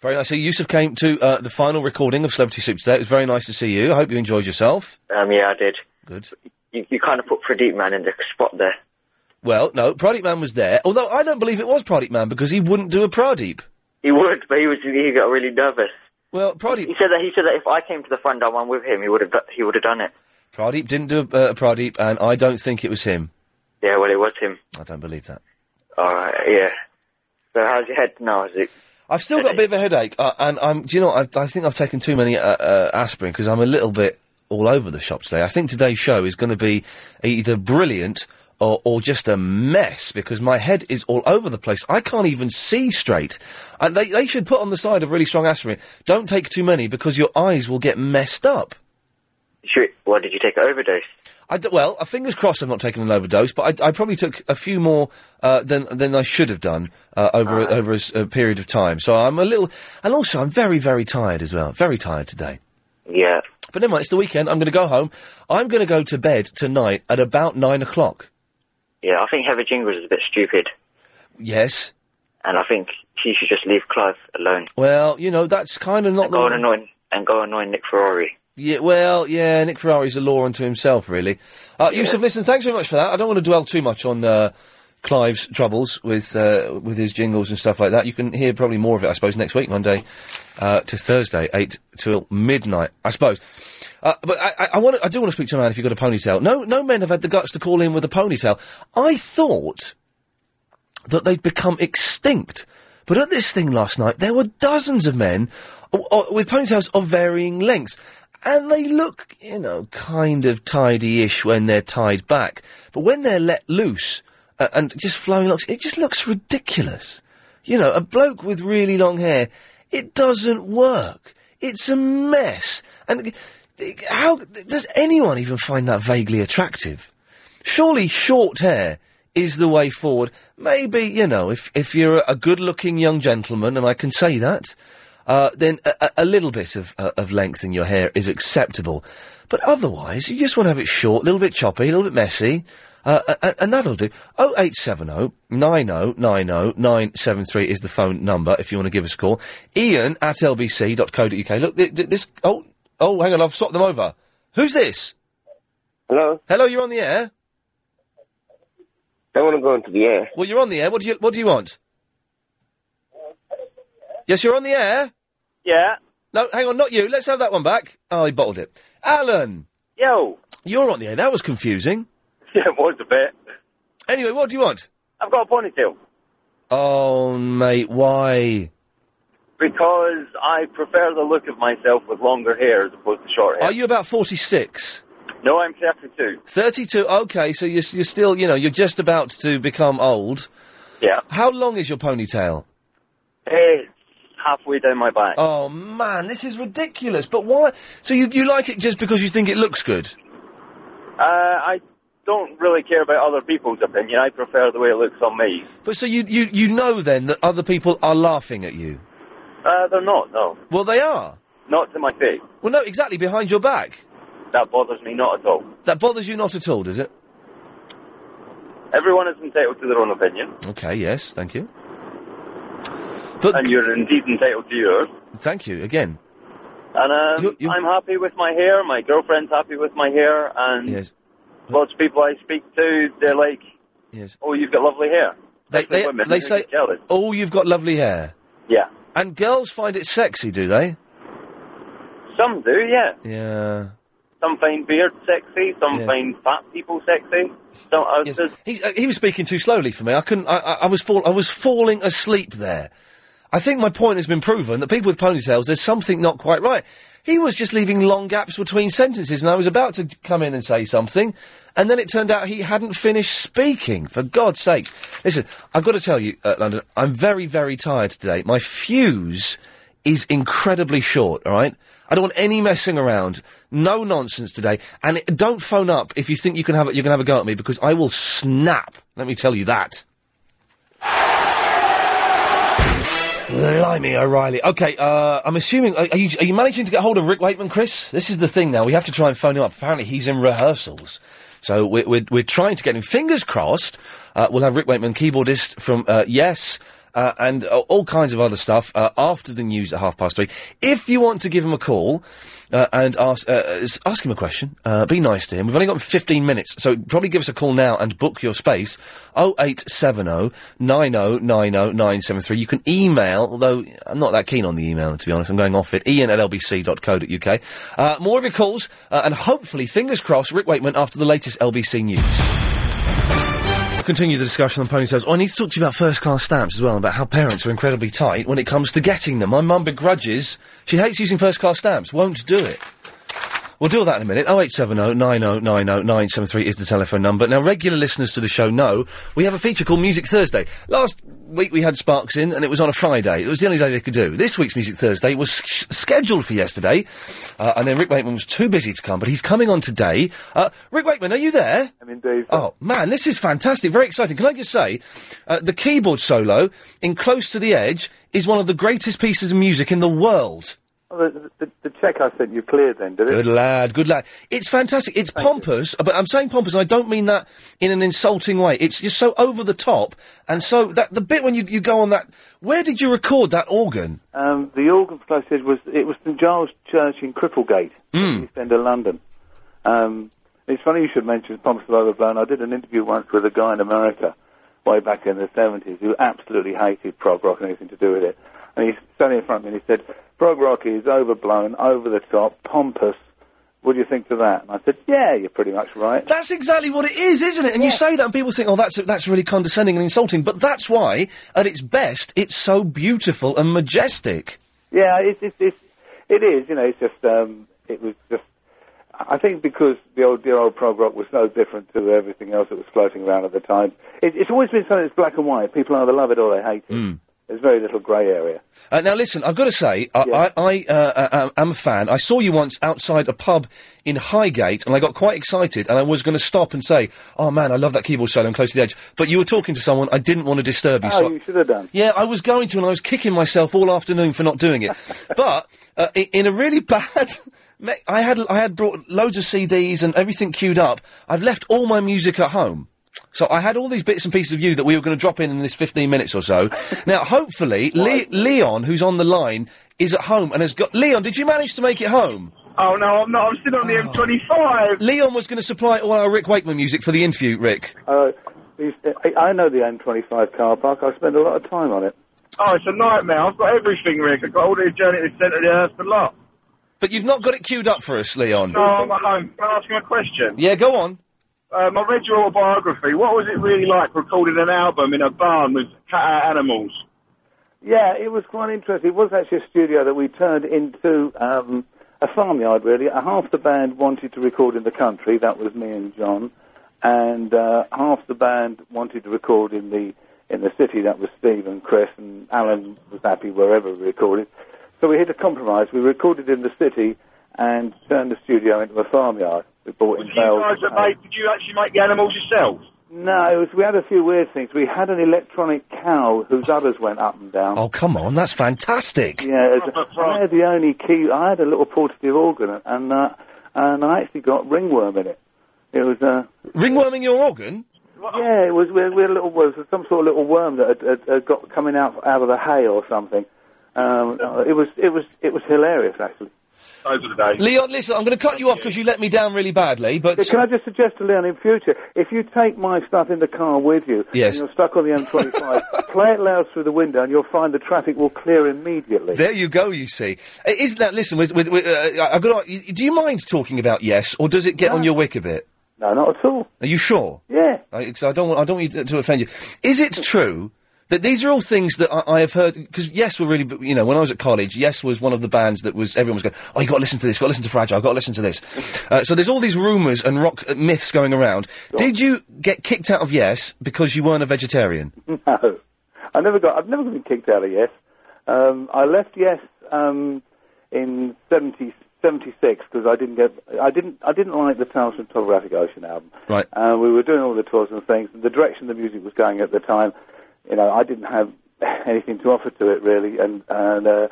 Speaker 2: Very nice. So Yusuf came to uh, the final recording of Celebrity Superstar. It was very nice to see you. I hope you enjoyed yourself.
Speaker 10: Um, yeah, I did.
Speaker 2: Good.
Speaker 10: You, you kind of put Pradeep Man in the spot there.
Speaker 2: Well, no, Pradeep Man was there, although I don't believe it was Pradeep Man because he wouldn't do a Pradeep.
Speaker 10: He would, but he was he got really nervous.
Speaker 2: Well, Pradeep.
Speaker 10: He said that he said that if I came to the fun down one with him, he would have he would have done it.
Speaker 2: Pradeep didn't do a, uh, a Pradeep, and I don't think it was him.
Speaker 10: Yeah, well, it was him.
Speaker 2: I don't believe that.
Speaker 10: All right, yeah. So how's your head now? Is it?
Speaker 2: I've still got a bit of a headache, uh, and I'm. Do you know? I, I think I've taken too many uh, uh, aspirin because I'm a little bit all over the shop today. I think today's show is going to be either brilliant or, or just a mess because my head is all over the place. I can't even see straight. And they they should put on the side of really strong aspirin. Don't take too many because your eyes will get messed up.
Speaker 10: Shoot, why did you take an overdose?
Speaker 2: I d- well, uh, fingers crossed I've not taken an overdose, but I, I probably took a few more uh, than than I should have done uh, over a over a, s- a period of time. So I'm a little, and also I'm very very tired as well. Very tired today.
Speaker 10: Yeah.
Speaker 2: But never mind, it's the weekend. I'm going to go home. I'm going to go to bed tonight at about nine o'clock.
Speaker 10: Yeah, I think Heather Jingles is a bit stupid,
Speaker 2: Yes.
Speaker 10: and I think she should just leave Clive alone.
Speaker 2: Well, you know that's kind of not
Speaker 10: Go and
Speaker 2: the
Speaker 10: annoy and go annoy Nick Ferrari.
Speaker 2: yeah. Well, yeah. Nick Ferrari's a law unto himself, really. Uh, Yusuf, listen, thanks very much for that. I don't want to dwell too much on uh, Clive's troubles with uh, with his jingles and stuff like that. You can hear probably more of it, I suppose, next week, Monday uh, to Thursday, eight till midnight, I suppose. Uh, but I, I- I want I do want to speak to a man if you've got a ponytail. No, no men have had the guts to call in with a ponytail. I thought that they'd become extinct. But at this thing last night, there were dozens of men o- o- with ponytails of varying lengths. And they look, you know, kind of tidy ish when they're tied back. But when they're let loose uh, and just flowing locks, it just looks ridiculous. You know, a bloke with really long hair, it doesn't work. It's a mess. And how does anyone even find that vaguely attractive? Surely short hair is the way forward. Maybe, you know, if, if you're a good looking young gentleman, and I can say that, uh, then a, a- a little bit of, uh, of length in your hair is acceptable. But otherwise, you just want to have it short, a little bit choppy, a little bit messy. Uh, and, and that'll do. Oh, 0870 90 90 973 is the phone number if you want to give us a call. Ian at lbc.co.uk. Look, th- th- this. Oh, oh, hang on, I've swapped them over. Who's this?
Speaker 11: Hello.
Speaker 2: Hello, you're on the air.
Speaker 11: Don't want to go into the air.
Speaker 2: Well, you're on the air. What do you What do you want? Yes, you're on the air.
Speaker 12: Yeah.
Speaker 2: No, hang on, not you. Let's have that one back. Oh, he bottled it. Alan.
Speaker 12: Yo.
Speaker 2: You're on the air. That was confusing.
Speaker 12: Yeah, it was a bit.
Speaker 2: Anyway, what do you want?
Speaker 12: I've got a ponytail
Speaker 2: Oh, mate, why?
Speaker 12: because I prefer the look of myself with longer hair as opposed to short hair.
Speaker 2: Are you about 46?
Speaker 12: No, I'm 32.
Speaker 2: 32, okay, so you're, you're still, you know, you're just about to become old.
Speaker 12: Yeah.
Speaker 2: How long is your ponytail?
Speaker 12: Hey, halfway down my back.
Speaker 2: Oh, man, this is ridiculous. But why? So you, you like it just because you think it looks good?
Speaker 12: Uh, I don't really care about other people's opinion. I prefer the way it looks on me.
Speaker 2: But so you, you, you know then that other people are laughing at you?
Speaker 12: Uh, they're not, no.
Speaker 2: Well, they are.
Speaker 12: Not to my face.
Speaker 2: Well, no, exactly, behind your back.
Speaker 12: That bothers me not at all.
Speaker 2: That bothers you not at all, does it?
Speaker 12: Everyone is entitled to their own opinion,
Speaker 2: Okay, yes, thank you. But
Speaker 12: and you're indeed entitled to yours.
Speaker 2: Thank you, again.
Speaker 12: And um, I'm happy with my hair. My girlfriend's happy with my hair, and
Speaker 2: Yes.
Speaker 12: lots of people I speak to, they're like,
Speaker 2: Yes.
Speaker 12: "Oh, you've got lovely hair."
Speaker 2: They,
Speaker 12: Especially
Speaker 2: they,
Speaker 12: women,
Speaker 2: they
Speaker 12: get
Speaker 2: say,
Speaker 12: jealous.
Speaker 2: oh, you've got lovely hair.
Speaker 12: Yeah.
Speaker 2: And girls find it sexy, do they?
Speaker 12: Some do, yeah.
Speaker 2: Yeah.
Speaker 12: Some find beard sexy. Some find fat people sexy. Some others.
Speaker 2: He's, uh, he was speaking too slowly for me. I couldn't. I, I, I was fall. I was falling asleep there. I think my point has been proven that people with ponytails, there's something not quite right. He was just leaving long gaps between sentences, and I was about to come in and say something, and then it turned out he hadn't finished speaking. For God's sake! Listen, I've got to tell you, uh, London, I'm very, very tired today. My fuse is incredibly short, all right? I don't want any messing around. No nonsense today. And it- don't phone up if you think you can have, a- you can have a go at me because I will snap. Let me tell you that. Blimey, O'Reilly. Okay, uh, I'm assuming. Are, are, you, are you managing to get hold of Rick Wakeman, Chris? This is the thing now. We have to try and phone him up. Apparently, he's in rehearsals. So we're, we're, we're trying to get him. Fingers crossed, uh, we'll have Rick Wakeman, keyboardist from uh, Yes. Uh, and uh, all kinds of other stuff uh, after the news at half past three. If you want to give him a call uh, and ask uh, uh, s- ask him a question, uh, be nice to him. We've only got 15 minutes, so probably give us a call now and book your space. 0870 9090973. You can email, although I'm not that keen on the email, to be honest. I'm going off it. Ian at lbc.co.uk. Uh, more of your calls, uh, and hopefully, fingers crossed, Rick Wakeman after the latest LBC news. We'll Continue the discussion on ponytails. Oh, I need to talk to you about first class stamps as well, and about how parents are incredibly tight when it comes to getting them. My mum begrudges, she hates using first class stamps, won't do it. We'll do all that in a minute. 0870 9090 973 is the telephone number. Now, regular listeners to the show know we have a feature called Music Thursday. Last week we had Sparks in, and it was on a Friday. It was the only day they could do. This week's Music Thursday was sch- scheduled for yesterday, uh, and then Rick Wakeman was too busy to come, but he's coming on today. Uh, Rick Wakeman, are you there?
Speaker 13: I'm indeed.
Speaker 2: Oh, man, this is fantastic. Very exciting. Can I just say, uh, the keyboard solo in Close to the Edge is one of the greatest pieces of music in the world.
Speaker 13: Well, the, the, the check I sent you cleared then, did it?
Speaker 2: Good lad, good lad. It's fantastic. It's pompous, but I'm saying pompous, and I don't mean that in an insulting way. It's just so over the top, and so that the bit when you, you go on that. Where did you record that organ?
Speaker 13: Um, the organ place is- was it was St Giles Church in Cripplegate,
Speaker 2: Mm.
Speaker 1: Hmm.
Speaker 13: East End of London. Um, it's funny you should mention Pomps of Overblown. I did an interview once with a guy in America way back in the 70s who absolutely hated prog rock and anything to do with it. And he standing in front of me and he said, prog rock is overblown, over the top, pompous. What do you think to that? And I said, yeah, you're pretty much right.
Speaker 2: That's exactly what it is, isn't it? And you say that, and people think, "Oh, that's that's really condescending and insulting." But that's why, at its best, it's so beautiful and majestic.
Speaker 13: Yeah, it's it's it's it is. You know, it's just um, it was just. I think because the old dear old prog rock was so different to everything else that was floating around at the time. It, it's always been something that's black and white. People either love it or they hate it. There's very little grey area.
Speaker 2: Uh, now, listen, I've got to say, I, I, I uh, uh, am a fan. I saw you once outside a pub in Highgate, and I got quite excited, and I was going to stop and say, oh man, I love that keyboard solo and close to the edge. But you were talking to someone, I didn't want to disturb you.
Speaker 13: Oh,
Speaker 2: so
Speaker 13: you should have done.
Speaker 2: yeah, I was going to, and I was kicking myself all afternoon for not doing it. but uh, in, in a really bad, me- I had I had brought loads of CDs and everything queued up. I've left all my music at home. So I had all these bits and pieces of you that we were going to drop in in this 15 minutes or so. now, hopefully, Le- Leon, who's on the line, is at home and has got. Leon, did you manage to make it home? Oh.
Speaker 14: Oh no, I'm not. I'm still on the M25.
Speaker 2: Leon was going to supply all our Rick Wakeman music for the interview, Rick.
Speaker 13: Uh, these- I I know the M25 car park. I spend a lot of time on it.
Speaker 14: Oh, it's a nightmare. I've got everything, Rick. I've got all the journey to the centre of the earth, the lot.
Speaker 2: But you've not got it queued up for us, Leon.
Speaker 14: No, I'm at home. Can I ask you a question?
Speaker 2: Yeah, go on.
Speaker 14: Um, I read your autobiography. What was it really like recording an album in a barn with cat-out animals?
Speaker 13: Yeah, it was quite interesting. It was actually a studio that we turned into um, a farmyard, really. Uh, Half the band wanted to record in the country. That was me and John. And uh, half the band wanted to record in the in the city. That was Steve and Chris and Alan was happy wherever we recorded. So we hit a compromise. We recorded in the city and turned the studio into a farmyard. We bought in
Speaker 14: Did you
Speaker 13: bells.
Speaker 14: guys
Speaker 15: uh,
Speaker 14: that made, did you actually make the animals yourself?
Speaker 13: No, it was, we had a few weird things. We had an electronic cow whose udders went up and down.
Speaker 2: Oh, come on, that's fantastic.
Speaker 13: Yeah, it was- I had the only key. I had a little portative organ, and uh, and I actually got ringworm in it. It was uh,
Speaker 2: ringworm in your organ.
Speaker 13: Yeah, it was. We we had a little was some sort of little worm that had, had, had got coming out out of the hay or something. Um, uh, it was it was it was hilarious actually.
Speaker 14: Those are the days.
Speaker 2: Leon, listen, I'm going to cut you off because you let me down really badly. But
Speaker 13: Can I just suggest to Leon in future, if you take my stuff in the car with you,
Speaker 2: Yes.
Speaker 13: and you're stuck on the M25, play it loud through the window, and you'll find the traffic will clear immediately.
Speaker 2: there you go. You see, Uh, isn't that? Listen, with, with, with, uh, I- I've got. To, do you mind talking about yes, or does it get on your wick a bit?
Speaker 13: No, not at all.
Speaker 2: Are you sure?
Speaker 13: Yeah.
Speaker 2: Because I, don't. Want, I don't want you to, to offend you. Is it true? That these are all things that I, I have heard because Yes were really, b- you know, when I was at college, Yes was one of the bands that was everyone was going, oh, you got to listen to this, got to listen to Fragile, got to listen to this. uh, so there's all these rumours and rock uh, myths going around. Did you get kicked out of Yes because you weren't a vegetarian?
Speaker 13: No, I never got. I've never been kicked out of Yes. Um, I left Yes um, in 70, 76 because I didn't get I didn't I didn't like the Tales from Topographic Ocean album.
Speaker 2: Right.
Speaker 13: Uh, we were doing all the tours and things. The direction the music was going at the time, you know, I didn't have anything to offer to it really, and and uh,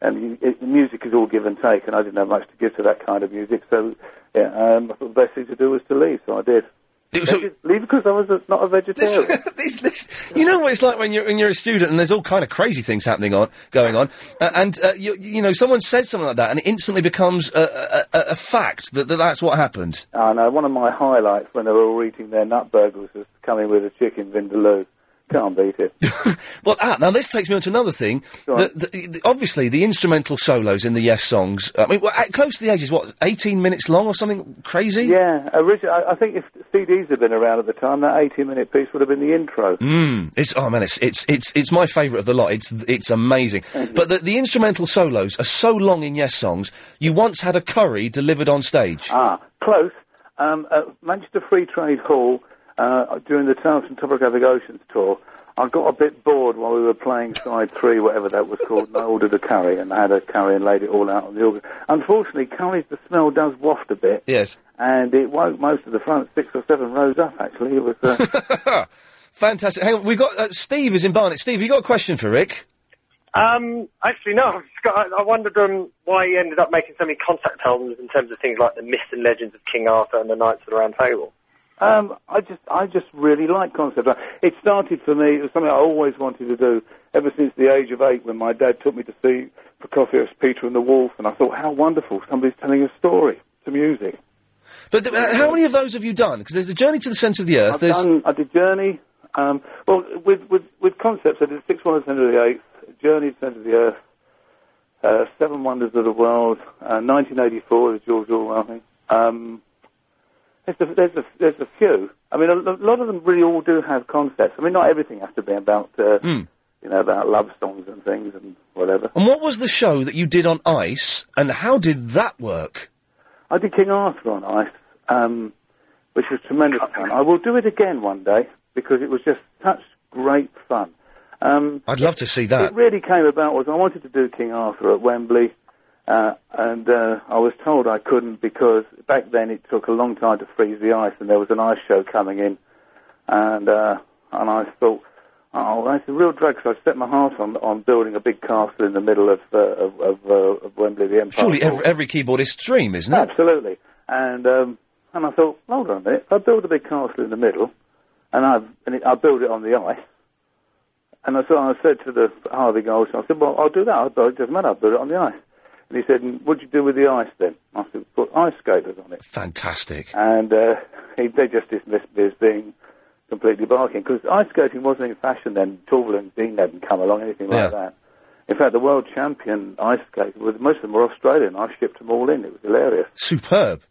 Speaker 13: and you, it, the music is all give and take, and I didn't have much to give to that kind of music. So yeah, um, I thought the best thing to do was to leave, so I did. leave because I was a, not a vegetarian.
Speaker 2: You know what it's like when you're when you're a student and there's all kind of crazy things happening on going on, uh, and uh, you, you know someone says something like that and it instantly becomes a, a, a, a fact that, that that's what happened.
Speaker 13: and uh, one of my highlights when they were all eating their nut burgers was coming with a chicken vindaloo. Can't beat it.
Speaker 2: Well, ah, now this takes me on to another thing. The, the, the- obviously, the instrumental solos in the Yes songs. I mean, well, at- close to the ages, what eighteen minutes long or something crazy?
Speaker 13: Yeah, originally, I, I think if CDs had been around at the time, that 18-minute piece would have been the intro.
Speaker 2: Mm, it's oh man, it's it's it's, it's my favourite of the lot. It's it's amazing. But the, the instrumental solos are so long in Yes songs. You once had a curry delivered on stage.
Speaker 13: Ah, close. Um, at Manchester Free Trade Hall, uh, during the Tales from Topographic Oceans tour, I got a bit bored while we were playing side three, whatever that was called, and I ordered a curry, and I had a curry and laid it all out on the organ. Unfortunately, curries, the smell does waft a bit,
Speaker 2: Yes.
Speaker 13: and it woke most of the front six or seven rows up, actually. It was, uh,
Speaker 2: Fantastic. Hang on, we've got uh, Steve is in Barnet. Steve, you got a question for Rick?
Speaker 15: Um, actually, no. I've just got, I wondered um, why he ended up making so many concept albums in terms of things like the myths and legends of King Arthur and the Knights of the Round Table.
Speaker 13: Um, I just, I just really like concept art. It started for me. It was something I always wanted to do ever since the age of eight, when my dad took me to see Prokofiev's Peter and the Wolf, and I thought, how wonderful! Somebody's telling a story to music.
Speaker 2: But th- uh, how many of those have you done? Because there's the Journey to the Centre of the Earth.
Speaker 13: I've
Speaker 2: there's
Speaker 13: done, I did Journey. Um, well, with, with with concepts, I did Six Wonders of the Eighth, Journey to the Centre of the Earth, uh, Seven Wonders of the World, uh, 1984 with George Orwell. I think. Um, there's a, there's a there's a few. I mean, a, lo- lot of them really all do have concepts. I mean, not everything has to be about uh, you know about love songs and things and whatever.
Speaker 2: and what was the show that you did on ice? And how did that work?
Speaker 13: I did King Arthur on ice, um, which was tremendous fun. I will do it again one day because it was just such great fun. Um,
Speaker 2: I'd love to see that.
Speaker 13: It really came about was I wanted to do King Arthur at Wembley, uh, and uh, I was told I couldn't because back then it took a long time to freeze the ice, and there was an ice show coming in, and uh, and I thought, oh, that's a real drag. So I set my heart on on building a big castle in the middle of uh, of, of, uh, of Wembley, the Empire.
Speaker 2: Surely
Speaker 13: Hall.
Speaker 2: every, every keyboardist's dream, isn't it?
Speaker 13: Absolutely. And um, and I thought, hold on a minute. I build a big castle in the middle, and I and it, I build it on the ice. And I, so I said to the Harvey Goldstein, I said, well, I'll do that. I'll build, it doesn't matter. I'll build it on the ice. And he said, "And what'd you do with the ice then? I said, put ice skaters on it.
Speaker 2: Fantastic.
Speaker 13: And uh, he, they just dismissed me as being completely barking because ice skating wasn't in fashion then. Torval and Dean hadn't come along, anything like
Speaker 2: Yeah.
Speaker 13: that. In fact, the world champion ice skater, most of them were Australian. I shipped them all in. It was hilarious.
Speaker 2: Superb.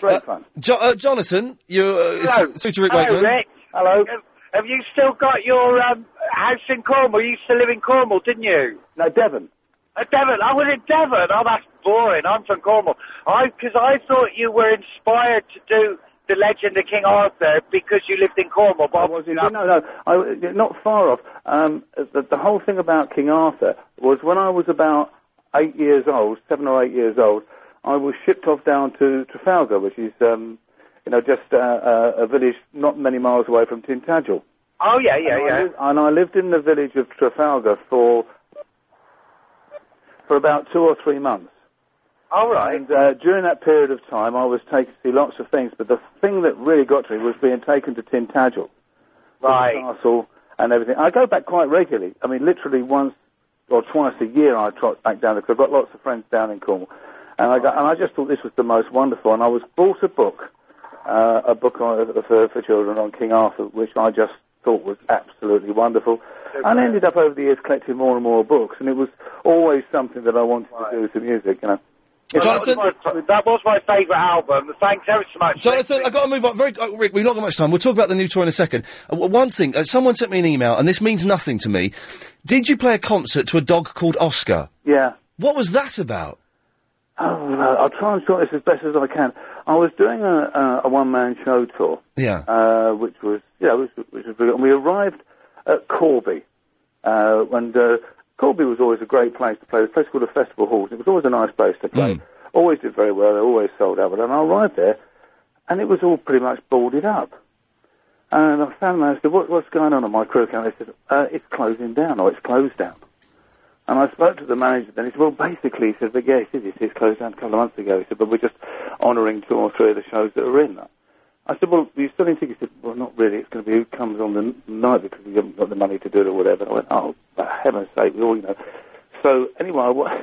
Speaker 13: Great fun.
Speaker 2: Jo- uh, Jonathan, you're uh,
Speaker 16: Hello.
Speaker 2: it's through to Rick
Speaker 16: Hello,
Speaker 2: Wakeman.
Speaker 16: Rick.
Speaker 13: Hello.
Speaker 16: Have, have you still got your um, house in Cornwall? You used to live in Cornwall, didn't you?
Speaker 13: No, Devon.
Speaker 16: Uh, Devon. I was in Devon. Oh, that's boring. I'm from Cornwall. I because I thought you were inspired to do the legend of King Arthur because you lived in Cornwall. But I was
Speaker 13: No, no, no. I, not far off. Um, the, the whole thing about King Arthur was when I was about eight years old, seven or eight years old, I was shipped off down to Trafalgar, which is, um, you know, just uh, uh, a village not many miles away from Tintagel.
Speaker 16: Oh yeah, yeah,
Speaker 13: and I
Speaker 16: yeah.
Speaker 13: lived- and I lived in the village of Trafalgar for for about two or three months.
Speaker 16: All right.
Speaker 13: And uh, during that period of time, I was taken to see lots of things, but the thing that really got to me was being taken to Tintagel,
Speaker 16: Right.
Speaker 13: the castle, and everything. I go back quite regularly. I mean, literally once or twice a year, I trot back down there 'cause I've got lots of friends down in Cornwall, and I go, and I just thought this was the most wonderful. And I was bought a book, uh, a book on, for, for children on King Arthur, which I just thought was absolutely wonderful. And I ended up over the years collecting more and more books, and it was always something that I wanted to do with the music, you know.
Speaker 16: Well, that, was my, that was my favourite album. Thanks ever so much.
Speaker 2: Jonathan, I've got to move on. Very, uh, Rick, we've not got much time. We'll talk about the new tour in a second. Uh, w- one thing, uh, someone sent me an email, and this means nothing to me. Did you play a concert to a dog called Oscar?
Speaker 13: Yeah.
Speaker 2: What was that about?
Speaker 13: Oh, no, I'll try and sort this as best as I can. I was doing a, uh, a, a one-man show tour,
Speaker 2: Yeah.
Speaker 13: uh, which was yeah, which, which was brilliant. And we arrived at Corby, uh, and uh, Corby was always a great place to play. It was a place called the Festival Halls. It was always a nice place to play. Always did very well. They always sold out. But then I arrived there, and it was all pretty much boarded up. And I found them. I said, what, "What's going on on my crew account?" They said, uh, "It's closing down, or it's closed down." And I spoke to the manager then. He said, well, basically, he said, but yeah, he said, it's closed down a couple of months ago. He said, but we're just honouring two or three of the shows that are in that. I said, well, you still in tickets? He said, well, not really. It's going to be who comes on the n- night because we haven't got the money to do it or whatever. And I went, oh, for heaven's sake, we all, you know. So anyway, I wa-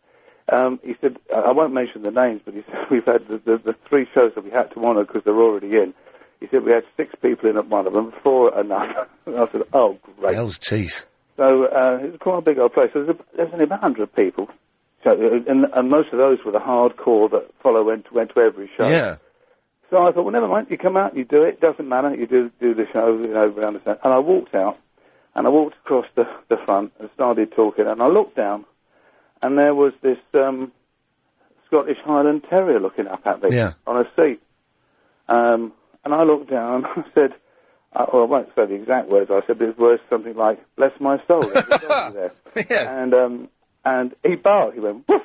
Speaker 13: um, he said, I I won't mention the names, but he said, we've had the, the, the three shows that we had to honour because they're already in. He said, we had six people in at one of them, four at another. And I said, oh, great.
Speaker 2: Hell's teeth.
Speaker 13: So uh, it was quite a big old place. There was, a, there was only about 100 people. So, uh, and, and most of those were the hardcore that follow went to, went to every show.
Speaker 2: Yeah.
Speaker 13: So I thought, well, never mind. You come out, you do it. Doesn't matter. You do do the show. You know, we understand. And I walked out, and I walked across the the front and started talking. And I looked down, and there was this um, Scottish Highland Terrier looking up at me
Speaker 2: Yeah.
Speaker 13: on a seat. Um, and I looked down. and I said, I, well, I won't say the exact words. I said, but it was something like, "Bless my soul." There's a dog there. And um, and he barked. He went woof,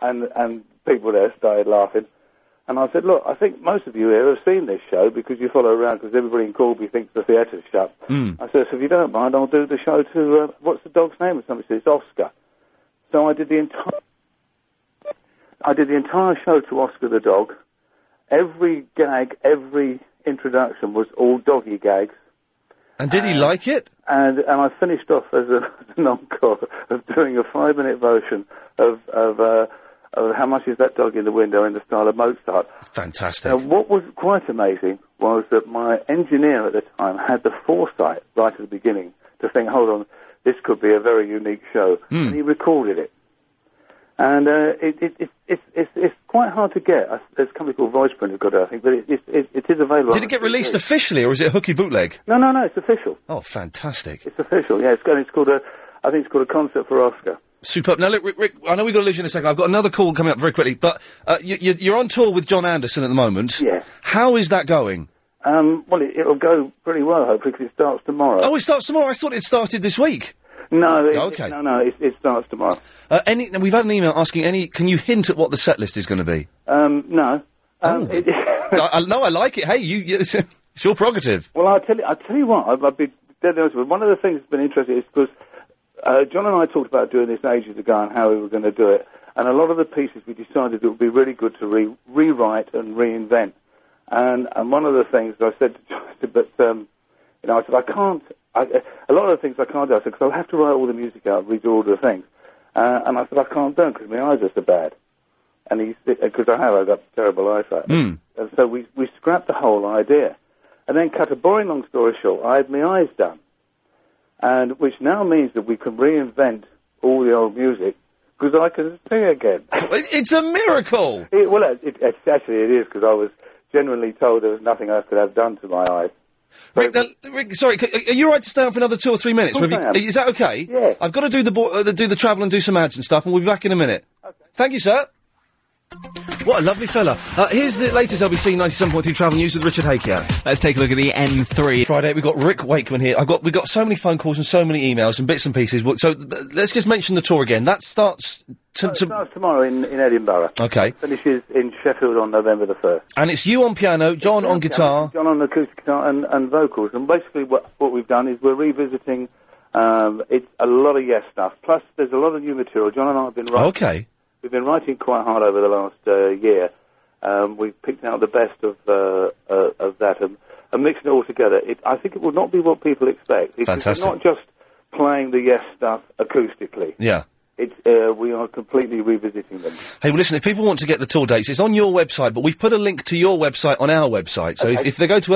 Speaker 13: and and people there started laughing. And I said, look, I think most of you here have seen this show because you follow around because everybody in Corby thinks the theatre's shut.
Speaker 17: Mm.
Speaker 13: I said, so if you don't mind, I'll do the show to, uh, what's the dog's name? And somebody said, it's Oscar. So I did the entire, I did the entire show to Oscar the dog. Every gag, every introduction was all doggy gags.
Speaker 2: And did he
Speaker 13: Uh,
Speaker 2: like it?
Speaker 13: And, and I finished off as, a, as an encore of doing a five-minute version of, of, uh, of How Much Is That Dog in the Window in the style of Mozart.
Speaker 2: Fantastic.
Speaker 13: Now, what was quite amazing was that my engineer at the time had the foresight right at the beginning to think, hold on, this could be a very unique show.
Speaker 2: Hmm.
Speaker 13: And he recorded it. And uh, it, it, it, it's it's, it's quite hard to get. I, there's a company called Voiceprint who've got it, I think, but it, it, it, it is available.
Speaker 2: Did it get released officially, or is it hooky bootleg?
Speaker 13: No, no, no, it's official.
Speaker 2: Oh, fantastic.
Speaker 13: It's official, yeah. It's, got- it's called a, I think it's called a concert for Oscar.
Speaker 2: Superb. Now, look, Rick, Rick I know we've got to lose you in a second. I've got another call coming up very quickly, but uh, you, you, you're on tour with John Anderson at the moment. Yeah. How is that going?
Speaker 13: Um, well, it, it'll go pretty well, hopefully, because it starts tomorrow.
Speaker 2: Oh, it starts tomorrow. I thought it started this week.
Speaker 13: No, it,
Speaker 2: okay.
Speaker 13: no, no, it, it starts tomorrow.
Speaker 2: Uh, any, now, we've had an email asking any. Can you hint at what the set list is going to be?
Speaker 13: Um, no. Um,
Speaker 2: Oh.
Speaker 13: it,
Speaker 2: I, I, no, I like it. Hey, you, you it's your prerogative.
Speaker 13: Well, I'll tell you, I'll tell you what, I've, I've been dead honest with you. One of the things that's been interesting is because uh, John and I talked about doing this ages ago and how we were going to do it. And a lot of the pieces we decided it would be really good to re- rewrite and reinvent. And, and one of the things I said to John, I said, but, um, you know, I said, I can't, I, a lot of the things I can't do, I said, because I'll have to write all the music out, redo all the things. Uh, and I said, I can't do it because my eyes are so bad. And he said, because I have, I've got terrible eyesight.
Speaker 2: Hmm.
Speaker 17: Mm.
Speaker 13: And so we, we scrapped the whole idea. And then cut a boring long story short, I had my eyes done. And which now means that we can reinvent all the old music because I can sing again.
Speaker 2: it's a miracle!
Speaker 13: It, well, it, it, actually it is because I was genuinely told there was nothing I could have done to my eyes.
Speaker 2: Rick, now, Rick, sorry, c- are you all right to stay on for another two or three minutes?
Speaker 13: Of course
Speaker 2: Or have you-
Speaker 13: I am.
Speaker 2: Is that okay? Yeah. I've got to do the, bo- uh, the do the travel and do some ads and stuff, and we'll be back in a minute. Thank you, sir. What a lovely fella. Uh, here's the latest LBC 97.3 travel news with Richard Hakey.
Speaker 18: Let's take a look at the N3.
Speaker 2: Friday, we've got Rick Wakeman here. I've got, we've got so many phone calls and so many emails and bits and pieces. Well, So th- let's just mention the tour again. That starts... To,
Speaker 13: It starts Oh, tomorrow in, in Edinburgh.
Speaker 2: Okay.
Speaker 13: Finishes in Sheffield on November the 1st.
Speaker 2: And it's you on piano, John on guitar.
Speaker 13: John on acoustic guitar and, and vocals. And basically, what, what we've done is we're revisiting. Um, it's a lot of yes stuff. Plus, there's a lot of new material. John and I have been writing.
Speaker 2: Okay.
Speaker 13: We've been writing quite hard over the last uh, year. Um, we've picked out the best of uh, uh, of that and, and mixing it all together. It, I think it will not be what people expect. It's it's
Speaker 2: Fantastic.
Speaker 13: not just playing the yes stuff acoustically.
Speaker 2: Yeah.
Speaker 13: It's uh, we are completely revisiting them.
Speaker 2: Hey, well, listen, if people want to get the tour dates, it's on your website, but we've put a link to your website on our website. So if,
Speaker 13: Okay.
Speaker 2: if they go to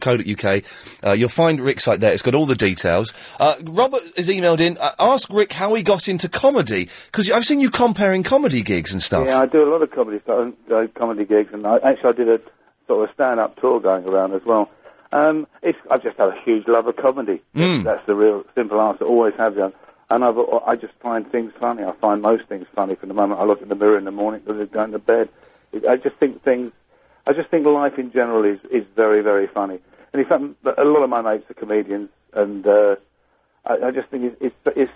Speaker 2: lbc.co.uk, uh, you'll find Rick's site there. It's got all the details. Uh, Robert has emailed in, uh, ask Rick how he got into comedy, because I've seen you comparing comedy gigs and stuff.
Speaker 13: Yeah, I do a lot of comedy stuff, uh, comedy gigs, and I, actually I did a sort of stand-up tour going around as well. Um, it's, I've just had a huge love of comedy.
Speaker 5: Hmm.
Speaker 17: Mm.
Speaker 13: That's the real simple answer. Always have done. And I've, I just find things funny. I find most things funny from the moment I look in the mirror in the morning because I'm going to bed. It- I just think things. I just think life in general is is very very funny. And in fact, m- a lot of my mates are comedians, and uh, I, I just think it's, it's it's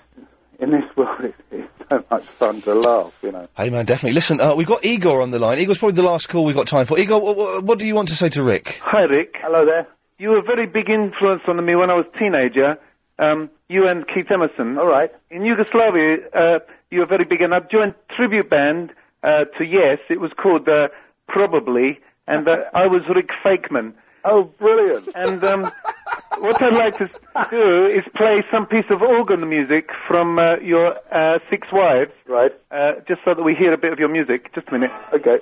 Speaker 13: in this world, it's, it's so much fun to laugh, you know.
Speaker 2: Hey man, definitely. Listen, uh, we've got Igor on the line. Igor's probably the last call we've got time for. Igor, wh- wh- what do you want to say to Rick?
Speaker 17: Hi, Rick.
Speaker 13: Hello there.
Speaker 17: You were a very big influence on me when I was a teenager. Um, you and Keith Emerson. All
Speaker 13: right.
Speaker 17: In Yugoslavia, uh, you were very big, and I joined tribute band uh, to Yes. It was called uh, Probably, and uh, I was Rick Fakeman.
Speaker 13: Oh, brilliant!
Speaker 17: And um, what I'd like to do is play some piece of organ music from uh, your uh, Six Wives.
Speaker 13: Right.
Speaker 17: Uh, just so that we hear a bit of your music. Just a minute.
Speaker 13: Okay.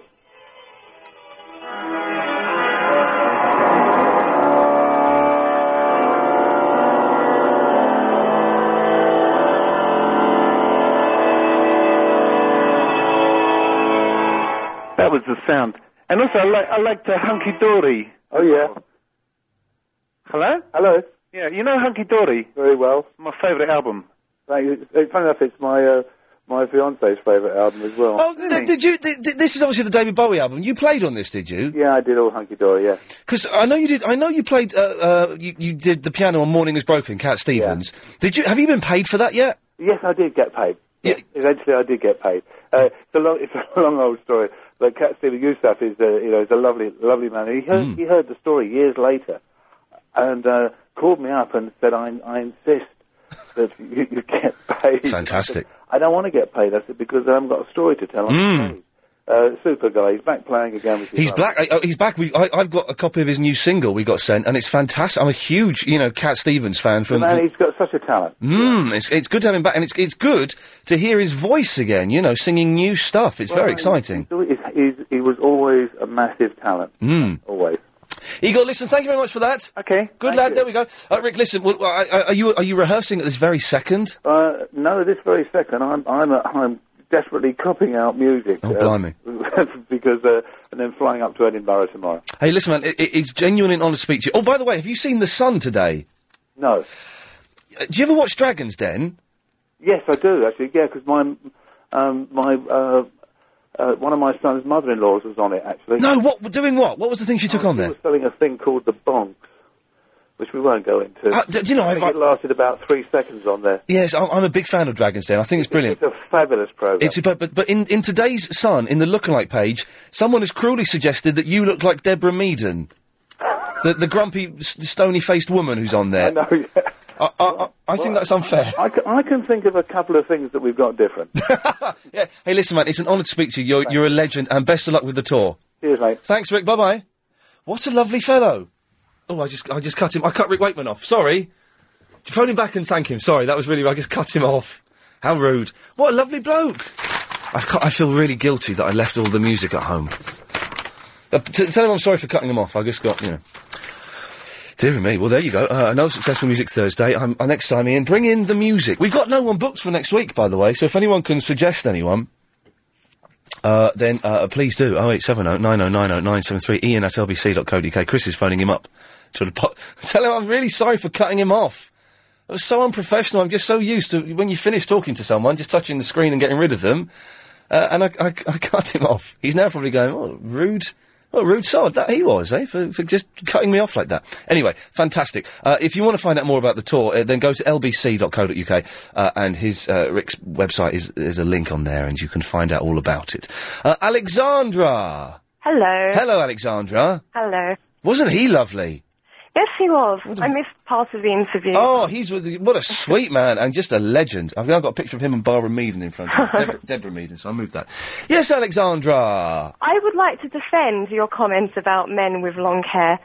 Speaker 17: That was the sound. And also, I like I liked uh, Hunky Dory.
Speaker 13: Oh yeah.
Speaker 17: Hello.
Speaker 13: Hello.
Speaker 17: Yeah, you know Hunky Dory.
Speaker 13: Very well.
Speaker 17: My favourite album.
Speaker 13: Thank you. It's funny enough, it's my uh, my fiance's favourite album as well.
Speaker 2: Oh, th- did you? Th- th- this is obviously the David Bowie album. You played on this, did you?
Speaker 13: Yeah, I did all hunky dory. Yeah.
Speaker 2: Because I know you did. I know you played. Uh, uh, you, you did the piano on "Morning Is Broken." Cat Stevens. Did you? Have you been paid for that yet?
Speaker 13: Yes, I did get paid. Yes, eventually I did get paid. Uh, it's a long, it's a long old story. But Cat Steven Youssef is, a, you know, is a lovely, lovely man. He heard,
Speaker 2: Mm.
Speaker 13: he heard the story years later, and uh, called me up and said, "I, I insist that you, you get paid."
Speaker 2: Fantastic.
Speaker 13: I don't want to get paid. I said because I haven't got a story to tell. on
Speaker 2: Mm.
Speaker 13: stage." Uh, super guy. He's back playing again. Which is
Speaker 2: He's
Speaker 13: lovely.
Speaker 2: black. I, oh, he's back. We, I, I've got a copy of his new single we got sent, and it's fantastic. I'm a huge, you know, Cat Stevens fan.
Speaker 13: The
Speaker 2: From
Speaker 13: man, he's got such a talent.
Speaker 2: Mm, it's it's good to have him back, and it's it's good to hear his voice again. You know, singing new stuff. It's
Speaker 13: Well,
Speaker 2: very exciting.
Speaker 13: He's, he's, he was always a massive talent.
Speaker 2: Mm.
Speaker 13: Always.
Speaker 2: Igor, listen, thank you very much for that.
Speaker 17: Okay.
Speaker 2: Good lad. There we go. Uh, Rick, listen. Well, I, I, are you are you rehearsing at this very second?
Speaker 13: Uh, no, this very second, I'm I'm at home desperately copying out music.
Speaker 2: Oh,
Speaker 13: uh,
Speaker 2: blimey.
Speaker 13: because uh, and then flying up to Edinburgh tomorrow.
Speaker 2: Hey, listen, man. It, it- it's genuine and honest to speak to you. Oh, by the way, have you seen the sun today?
Speaker 13: No.
Speaker 2: Uh, do you ever watch Dragons Den?
Speaker 13: Yes, I do actually. Yeah, because my um, my uh, uh, one of my son's mother-in-laws was on it actually.
Speaker 2: No. What doing? What? What was the thing she took on
Speaker 13: She
Speaker 2: there?
Speaker 13: was selling a thing called the bonks, which we won't go into.
Speaker 2: Uh, d- do you know,
Speaker 13: I
Speaker 2: I've-
Speaker 13: think it lasted about three seconds on there.
Speaker 2: Yes, I'm, I'm a big fan of Dragons Den. I think it's brilliant.
Speaker 13: It's a fabulous program.
Speaker 2: It's superb, but but in, in today's Sun, in the lookalike page, someone has cruelly suggested that you look like Deborah Meaden, the the grumpy, s- stony faced woman who's on there. I
Speaker 13: know. Yeah.
Speaker 2: I, I, I think that's unfair.
Speaker 13: I, c- I can think of a couple of things that we've got different.
Speaker 2: Hey, listen, man, it's an honour to speak to you. You're you're a legend, and best of luck with the tour.
Speaker 13: Cheers, mate.
Speaker 2: Thanks, Rick. Bye bye. What a lovely fellow. Oh, I just I just cut him. I cut Rick Wakeman off. Sorry. Phone him back and thank him. Sorry, that was really. I just cut him off. How rude. What a lovely bloke. I, ca- I feel really guilty that I left all the music at home. Uh, t- tell him I'm sorry for cutting him off. I just got, you know. Dear me. Well, there you go. Uh, another successful music Thursday. I'm, uh, next time, Ian, bring in the music. We've got no one booked for next week, by the way. So if anyone can suggest anyone, uh, then uh, please do. Oh eight seven oh nine oh nine oh nine seven three. Ian at lbc.co.uk. Chris is phoning him up. To po- tell him I'm really sorry for cutting him off. It was so unprofessional. I'm just so used to when you finish talking to someone, just touching the screen and getting rid of them. Uh, and I, I, I cut him off. He's now probably going, oh, rude. What a rude sod that he was, eh, for, for just cutting me off like that. Anyway, fantastic. Uh, if you want to find out more about the tour, uh, then go to lbc.co.uk, uh, and his, uh, Rick's website is, there's a link on there, and you can find out all about it. Uh, Alexandra!
Speaker 19: Hello.
Speaker 2: Hello, Alexandra.
Speaker 19: Hello.
Speaker 2: Wasn't he lovely?
Speaker 19: Yes, he was. I missed part of the interview.
Speaker 2: Oh, he's with the- what a sweet man and just a legend. I've now got a picture of him and Barbara Meaden in front of me. Deborah, Deborah Meaden, so I moved that. Yes, Alexandra.
Speaker 19: I would like to defend your comment about men with long hair.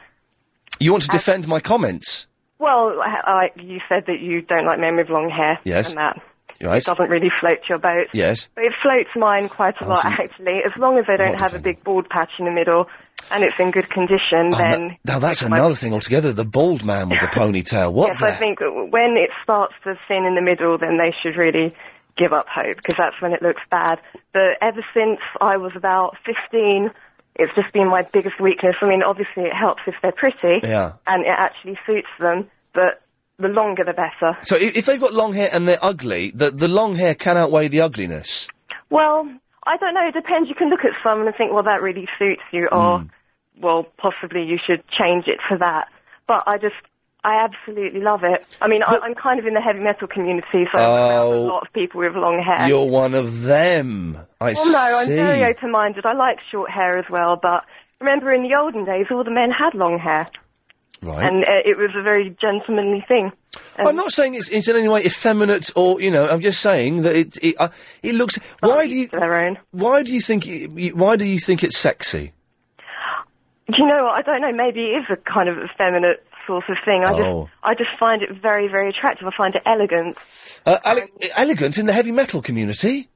Speaker 2: You want to defend my comments?
Speaker 19: Well, I, I, you said that you don't like men with long hair.
Speaker 2: Yes.
Speaker 19: And that
Speaker 2: Right.
Speaker 19: doesn't really float your boat.
Speaker 2: Yes.
Speaker 19: But it floats mine quite
Speaker 2: Oh,
Speaker 19: a lot, actually. As long as they don't have a big bald patch in the middle and it's in good condition,
Speaker 2: Oh,
Speaker 19: then
Speaker 2: no- now that's another thing altogether. The bald man with the ponytail. What
Speaker 19: yes,
Speaker 2: the?
Speaker 19: I think that when it starts to thin in the middle, then they should really give up hope because that's when it looks bad. But ever since I was about 15, it's just been my biggest weakness. I mean, obviously it helps if they're pretty
Speaker 2: Yeah.
Speaker 19: and it actually suits them, but the longer the better.
Speaker 2: So i- if they've got long hair and they're ugly, the the long hair can outweigh the ugliness.
Speaker 19: Well, I don't know. It depends. You can look at someone and think, well, that really
Speaker 2: Hmm.
Speaker 19: suits you, or well, possibly you should change it for that. But I just, I absolutely love it. I mean, I, I'm kind of in the heavy metal community, so I'm around a
Speaker 2: Oh,
Speaker 19: lot of people with long hair.
Speaker 2: you're one of them. I
Speaker 19: well, Oh, no,
Speaker 2: see.
Speaker 19: I'm very open-minded. I like short hair as well, but remember in the olden days, all the men had long hair,
Speaker 2: right.
Speaker 19: and uh, it was a very gentlemanly thing.
Speaker 2: I'm not saying it's, it's in any way effeminate or you know. I'm just saying that it it, uh, it looks. Why do you? Why do you think? You, you- why do you think it's sexy?
Speaker 19: Do you know what? I don't know. Maybe it is a kind of effeminate sort of thing. I
Speaker 2: Oh.
Speaker 19: just, I just find it very, very attractive. I find it elegant.
Speaker 2: Uh, ele-
Speaker 19: Um,
Speaker 2: elegant in the heavy metal community.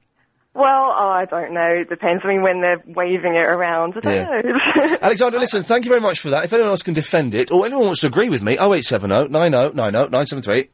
Speaker 19: Well, oh, I don't know. It depends. I mean, when they're waving it around, I don't
Speaker 2: Yeah.
Speaker 19: know.
Speaker 2: Alexander, listen, thank you very much for that. If anyone else can defend it, or anyone wants to agree with me, 0870 90 90 973.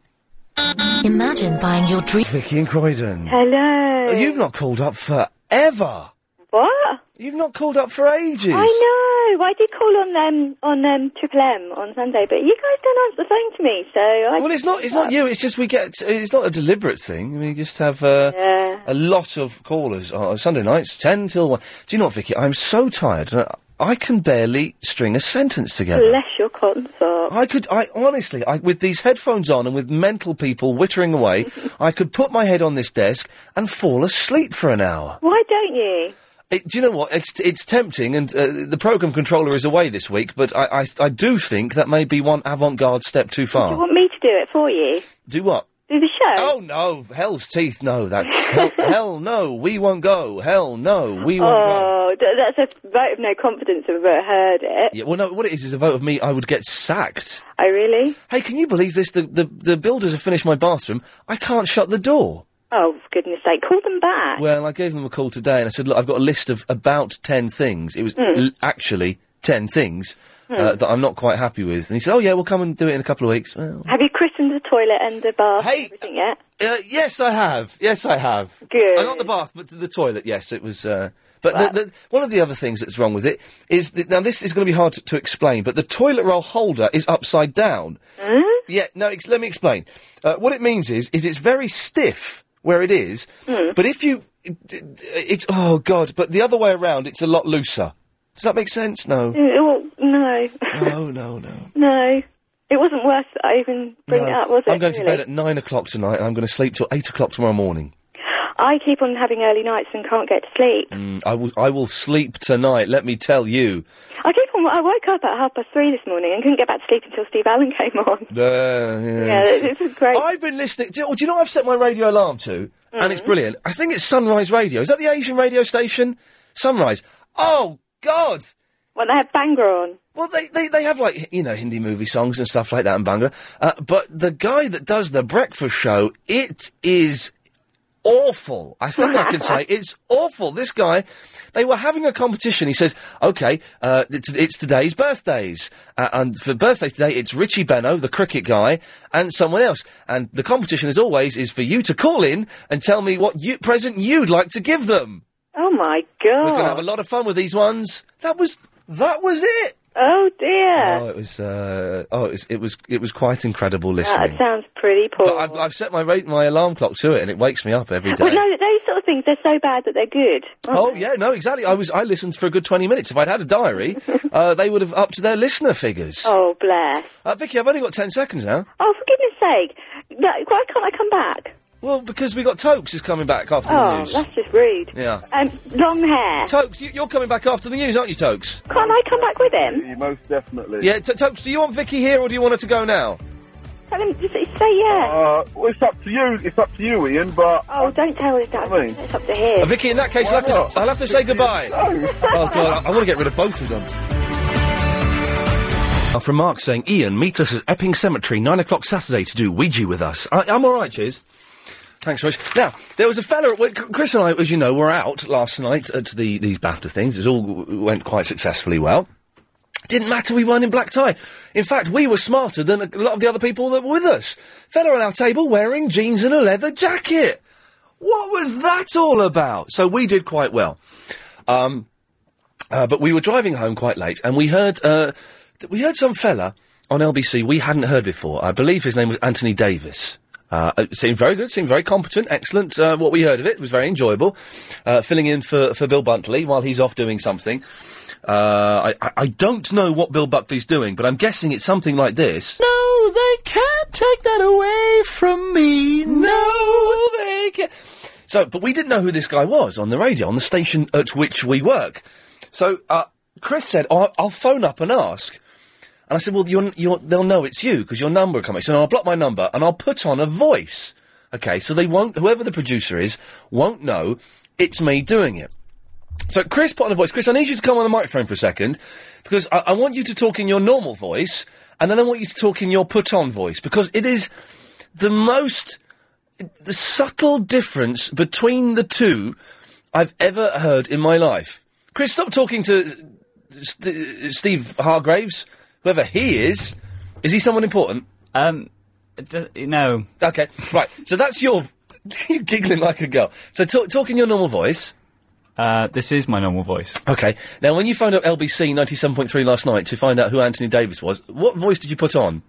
Speaker 20: Imagine buying your dream.
Speaker 2: Vicky and Croydon.
Speaker 20: Hello.
Speaker 2: Oh, You've not called up forever.
Speaker 20: What?
Speaker 2: You've not called up for ages.
Speaker 20: I know. I did call on um, on um, Triple M on Sunday, but you guys don't answer the phone to me, so I. Uh,
Speaker 2: Well, it's not. It's not you. It's just we get. It's not a deliberate thing. We just have uh,
Speaker 20: Yeah.
Speaker 2: a lot of callers on Sunday nights, ten till one. Do you know what, Vicky? I'm so tired. uh, I can barely string a sentence together.
Speaker 20: Bless your cotton sock.
Speaker 2: I could, I honestly, I, with these headphones on and with mental people wittering away, I could put my head on this desk and fall asleep for an hour.
Speaker 20: Why don't you?
Speaker 2: It, do you know what? It's it's tempting, and uh, the program controller is away this week. But I, I I do think that may be one avant-garde step too
Speaker 20: Do you
Speaker 2: far.
Speaker 20: want me to do it for you?
Speaker 2: Do what?
Speaker 20: Do the show?
Speaker 2: Oh no, hell's teeth, no. That's hell, hell no. We won't go. Hell no, we won't go.
Speaker 20: oh, th- that's a vote of no confidence. I've ever heard it.
Speaker 2: Yeah, well, no. What it is is a vote of me. I would get sacked.
Speaker 20: I Oh, really.
Speaker 2: Hey, can you believe this? The the, the builders have finished my bathroom. I can't shut the door.
Speaker 20: Oh, for goodness sake, call them back.
Speaker 2: Well, I gave them a call today and I said, look, I've got a list of about 10 things. It was
Speaker 20: Hmm.
Speaker 2: l- actually 10 things uh,
Speaker 20: Hmm.
Speaker 2: that I'm not quite happy with. And he said, oh, yeah, we'll come and do it in a couple of weeks. Well,
Speaker 20: Have you christened the toilet and the bath and everything yet?
Speaker 2: uh, yes, I have. Yes, I have.
Speaker 20: Good.
Speaker 2: Uh, not the bath, but the toilet, yes, it was. Uh, but the, the, one of the other things that's wrong with it is that, now this is going to be hard to, to explain, but the toilet roll holder is upside down.
Speaker 20: Hmm?
Speaker 2: Yeah, no, ex- let me explain. Uh, what it means is, is it's very stiff where it is,
Speaker 20: Hmm.
Speaker 2: but if you, it, it's oh god, but the other way around, it's a lot looser. Does that make sense? No.
Speaker 20: Mm, oh, no,
Speaker 2: No, no, no.
Speaker 20: no. It wasn't worth that I even bring
Speaker 2: no.
Speaker 20: it up, was it?
Speaker 2: I'm going to
Speaker 20: really?
Speaker 2: bed at nine o'clock tonight, and I'm going to sleep till eight o'clock tomorrow morning.
Speaker 20: I keep on having early nights and can't get to sleep.
Speaker 2: Mm, I will. I will sleep tonight. Let me tell you.
Speaker 20: I keep on. I woke up at half past three this morning and couldn't get back to sleep until Steve Allen came on.
Speaker 2: Uh, yeah.
Speaker 20: Yeah, this is great.
Speaker 2: I've been listening. Do, you- do you know what I've set my radio alarm to? And it's
Speaker 20: Mm.
Speaker 2: brilliant. I think it's Sunrise Radio. Is that the Asian radio station? Sunrise. Oh, God!
Speaker 20: Well, they have Bangor on.
Speaker 2: Well, they, they, they have, like, you know, Hindi movie songs and stuff like that in Bangor. Uh, but the guy that does the breakfast show, it is awful. I think I can say it's awful. This guy, they were having a competition. He says, "Okay, uh, it's, it's today's birthdays, uh, and for birthday today, it's Richie Benno, the cricket guy, and someone else. And the competition, as always, is for you to call in and tell me what you, present you'd like to give them.
Speaker 20: Oh my
Speaker 2: We're going to have
Speaker 20: god!
Speaker 2: a lot of fun with these ones. That was that was it.
Speaker 20: oh dear!
Speaker 2: Oh, it was. Uh, oh, it was, it was. It was quite incredible listening.
Speaker 20: that sounds pretty poor.
Speaker 2: But I've, I've set my rate, my alarm clock to it, and it wakes me up every day.
Speaker 20: Well, no, those sort of things—they're so bad that they're good. aren't
Speaker 2: Oh yeah, no, exactly. I was I listened for a good twenty minutes. If I'd had a diary, uh, they would have upped their listener figures.
Speaker 20: they? Oh, bless.
Speaker 2: Uh, Vicky, I've only got ten seconds now.
Speaker 20: Oh, for goodness sake! No, why can't I come back?
Speaker 2: Well, because we got Tokes is coming back after the
Speaker 20: Oh,
Speaker 2: news.
Speaker 20: that's just rude.
Speaker 2: Yeah,
Speaker 20: Um, long hair.
Speaker 2: Tokes, you, you're coming back after the news, aren't you, Tokes?
Speaker 20: Can't I come back with him?
Speaker 14: You most definitely.
Speaker 2: Yeah, T- Tokes, do you want Vicky here or do you want her to go now?
Speaker 20: Tell him just say yeah.
Speaker 14: Uh, well, it's up to you. It's up to you, Ian. But
Speaker 20: oh, don't tell his dad.
Speaker 14: I mean,
Speaker 20: It's up to him.
Speaker 2: Uh, Vicky, in that case, I'll
Speaker 14: Why
Speaker 2: have, to,
Speaker 14: not?
Speaker 2: I'll have to say goodbye.
Speaker 14: No.
Speaker 2: oh God, I, I want to get rid of both of them. Uh, From Mark saying, Ian, meet us at Epping Cemetery, nine o'clock Saturday to do Ouija with us. I, I'm all right, cheers. Thanks very much. Now, there was a fella, well, C- Chris and I, as you know, were out last night at the these BAFTA things. It all w- went quite successfully well. Didn't matter, we weren't in black tie. In fact, we were smarter than a lot of the other people that were with us. Fella on our table wearing jeans and a leather jacket. What was that all about? So we did quite well. Um, uh, but we were driving home quite late, and we heard uh, th- we heard some fella on LBC we hadn't heard before. I believe his name was Anthony Davis. Uh, it seemed very good, seemed very competent, excellent. Uh, what we heard of it was very enjoyable. Uh, filling in for, for Bill Buntley while he's off doing something. Uh, I, I, I don't know what Bill Buckley's doing, but I'm guessing it's something like this. No! No, they can't take that away from me. No, they can't. So, but we didn't know who this guy was on the radio, on the station at which we work. So, uh, Chris said, oh, I'll phone up and ask. And I said, well, you're, you're, they'll know it's you because your number will come. He said, I'll block my number and I'll put on a voice. Okay, so they won't, whoever the producer is, won't know it's me doing it. So Chris put on a voice. Chris, I need you to come on the microphone for a second because I, I want you to talk in your normal voice and then I want you to talk in your put on voice because it is the most, the subtle difference between the two I've ever heard in my life. Chris, stop talking to St- Steve Hargraves, whoever he is. Is he someone important? Um, no. Okay, right. So that's your. You're giggling like a girl. So talk, talk in your normal voice. Uh, this is my normal voice. Okay. Now, when you found out LBC 97.3 last night to find out who Anthony Davis was, what voice did you put on?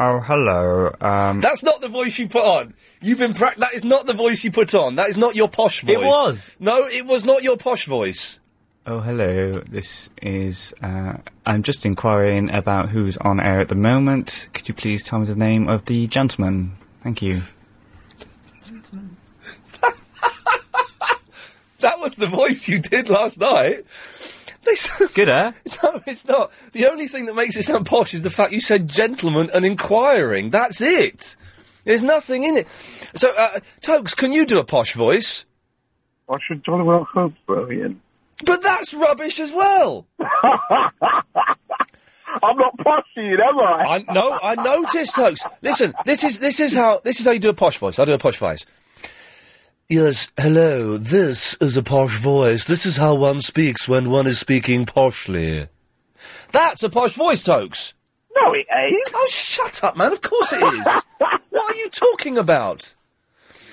Speaker 21: Oh, hello. Um,
Speaker 2: That's not the voice you put on. You've been prac That is not the voice you put on. That is not your posh voice.
Speaker 21: It was.
Speaker 2: No, it was not your posh voice.
Speaker 21: oh, hello. This is. Uh, I'm just inquiring about who's on air at the moment. Could you please tell me the name of the gentleman? Thank you.
Speaker 2: That was the voice you did last night. They sound
Speaker 21: good, eh?
Speaker 2: No, it's not. The only thing that makes it sound posh is the fact you said gentleman and inquiring. That's it. There's nothing in it. So, uh, Tokes, can you do a posh voice?
Speaker 7: I should jolly well hope, brilliant.
Speaker 2: But that's rubbish as well.
Speaker 7: I'm not poshy, am I?
Speaker 2: I no, I noticed, folks. Listen, this is this is how this is how you do a posh voice. I do a posh voice. Yes, hello. This is a posh voice. This is how one speaks when one is speaking poshly. That's a posh voice, Tokes.
Speaker 7: No, it ain't.
Speaker 2: Oh, shut up, man. Of course it is. what are you talking about?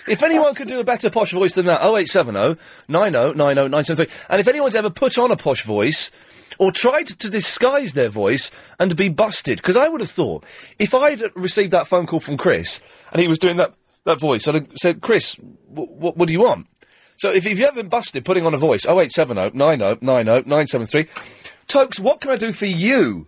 Speaker 2: If anyone could do a better posh voice than that, 0870 90 90 973. And if anyone's ever put on a posh voice or tried to disguise their voice and be busted, because I would have thought if I'd received that phone call from Chris and he was doing that, that voice, I'd have said, Chris, w- what do you want? So if, if you've ever been busted putting on a voice, 0870 90 90 973, Tokes, what can I do for you?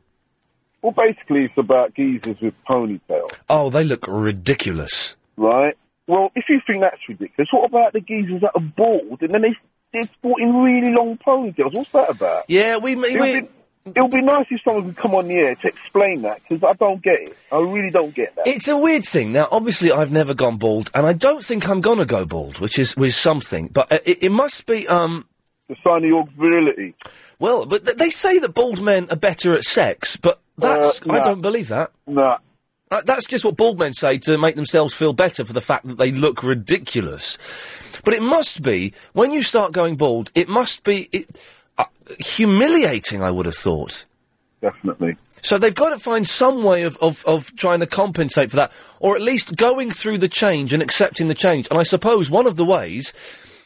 Speaker 7: Well, basically, it's about geezers with ponytails,
Speaker 2: Oh, they look ridiculous.
Speaker 7: right? Well, if you think that's ridiculous, what about the geezers that are bald and then they they're sporting really long ponytails? What's that about?
Speaker 2: Yeah, we. we,
Speaker 7: it'll, Be, it'll be nice if someone could come on the air to explain that because I don't get it. I really don't get that.
Speaker 2: It's a weird thing. Now, obviously, I've never gone bald, and I don't think I'm gonna go bald, which is was something. But uh, it, it must be um
Speaker 7: the sign of your virility.
Speaker 2: Well, but th- they say that bald men are better at sex, but that's I
Speaker 7: Uh, nah.
Speaker 2: don't believe that. Uh,
Speaker 7: No.
Speaker 2: that's just what bald men say to make themselves feel better for the fact that they look ridiculous. But it must be when you start going bald, it must be it, uh, humiliating. I would have thought.
Speaker 7: Definitely.
Speaker 2: So they've got to find some way of, of, of trying to compensate for that, or at least going through the change and accepting the change. And I suppose one of the ways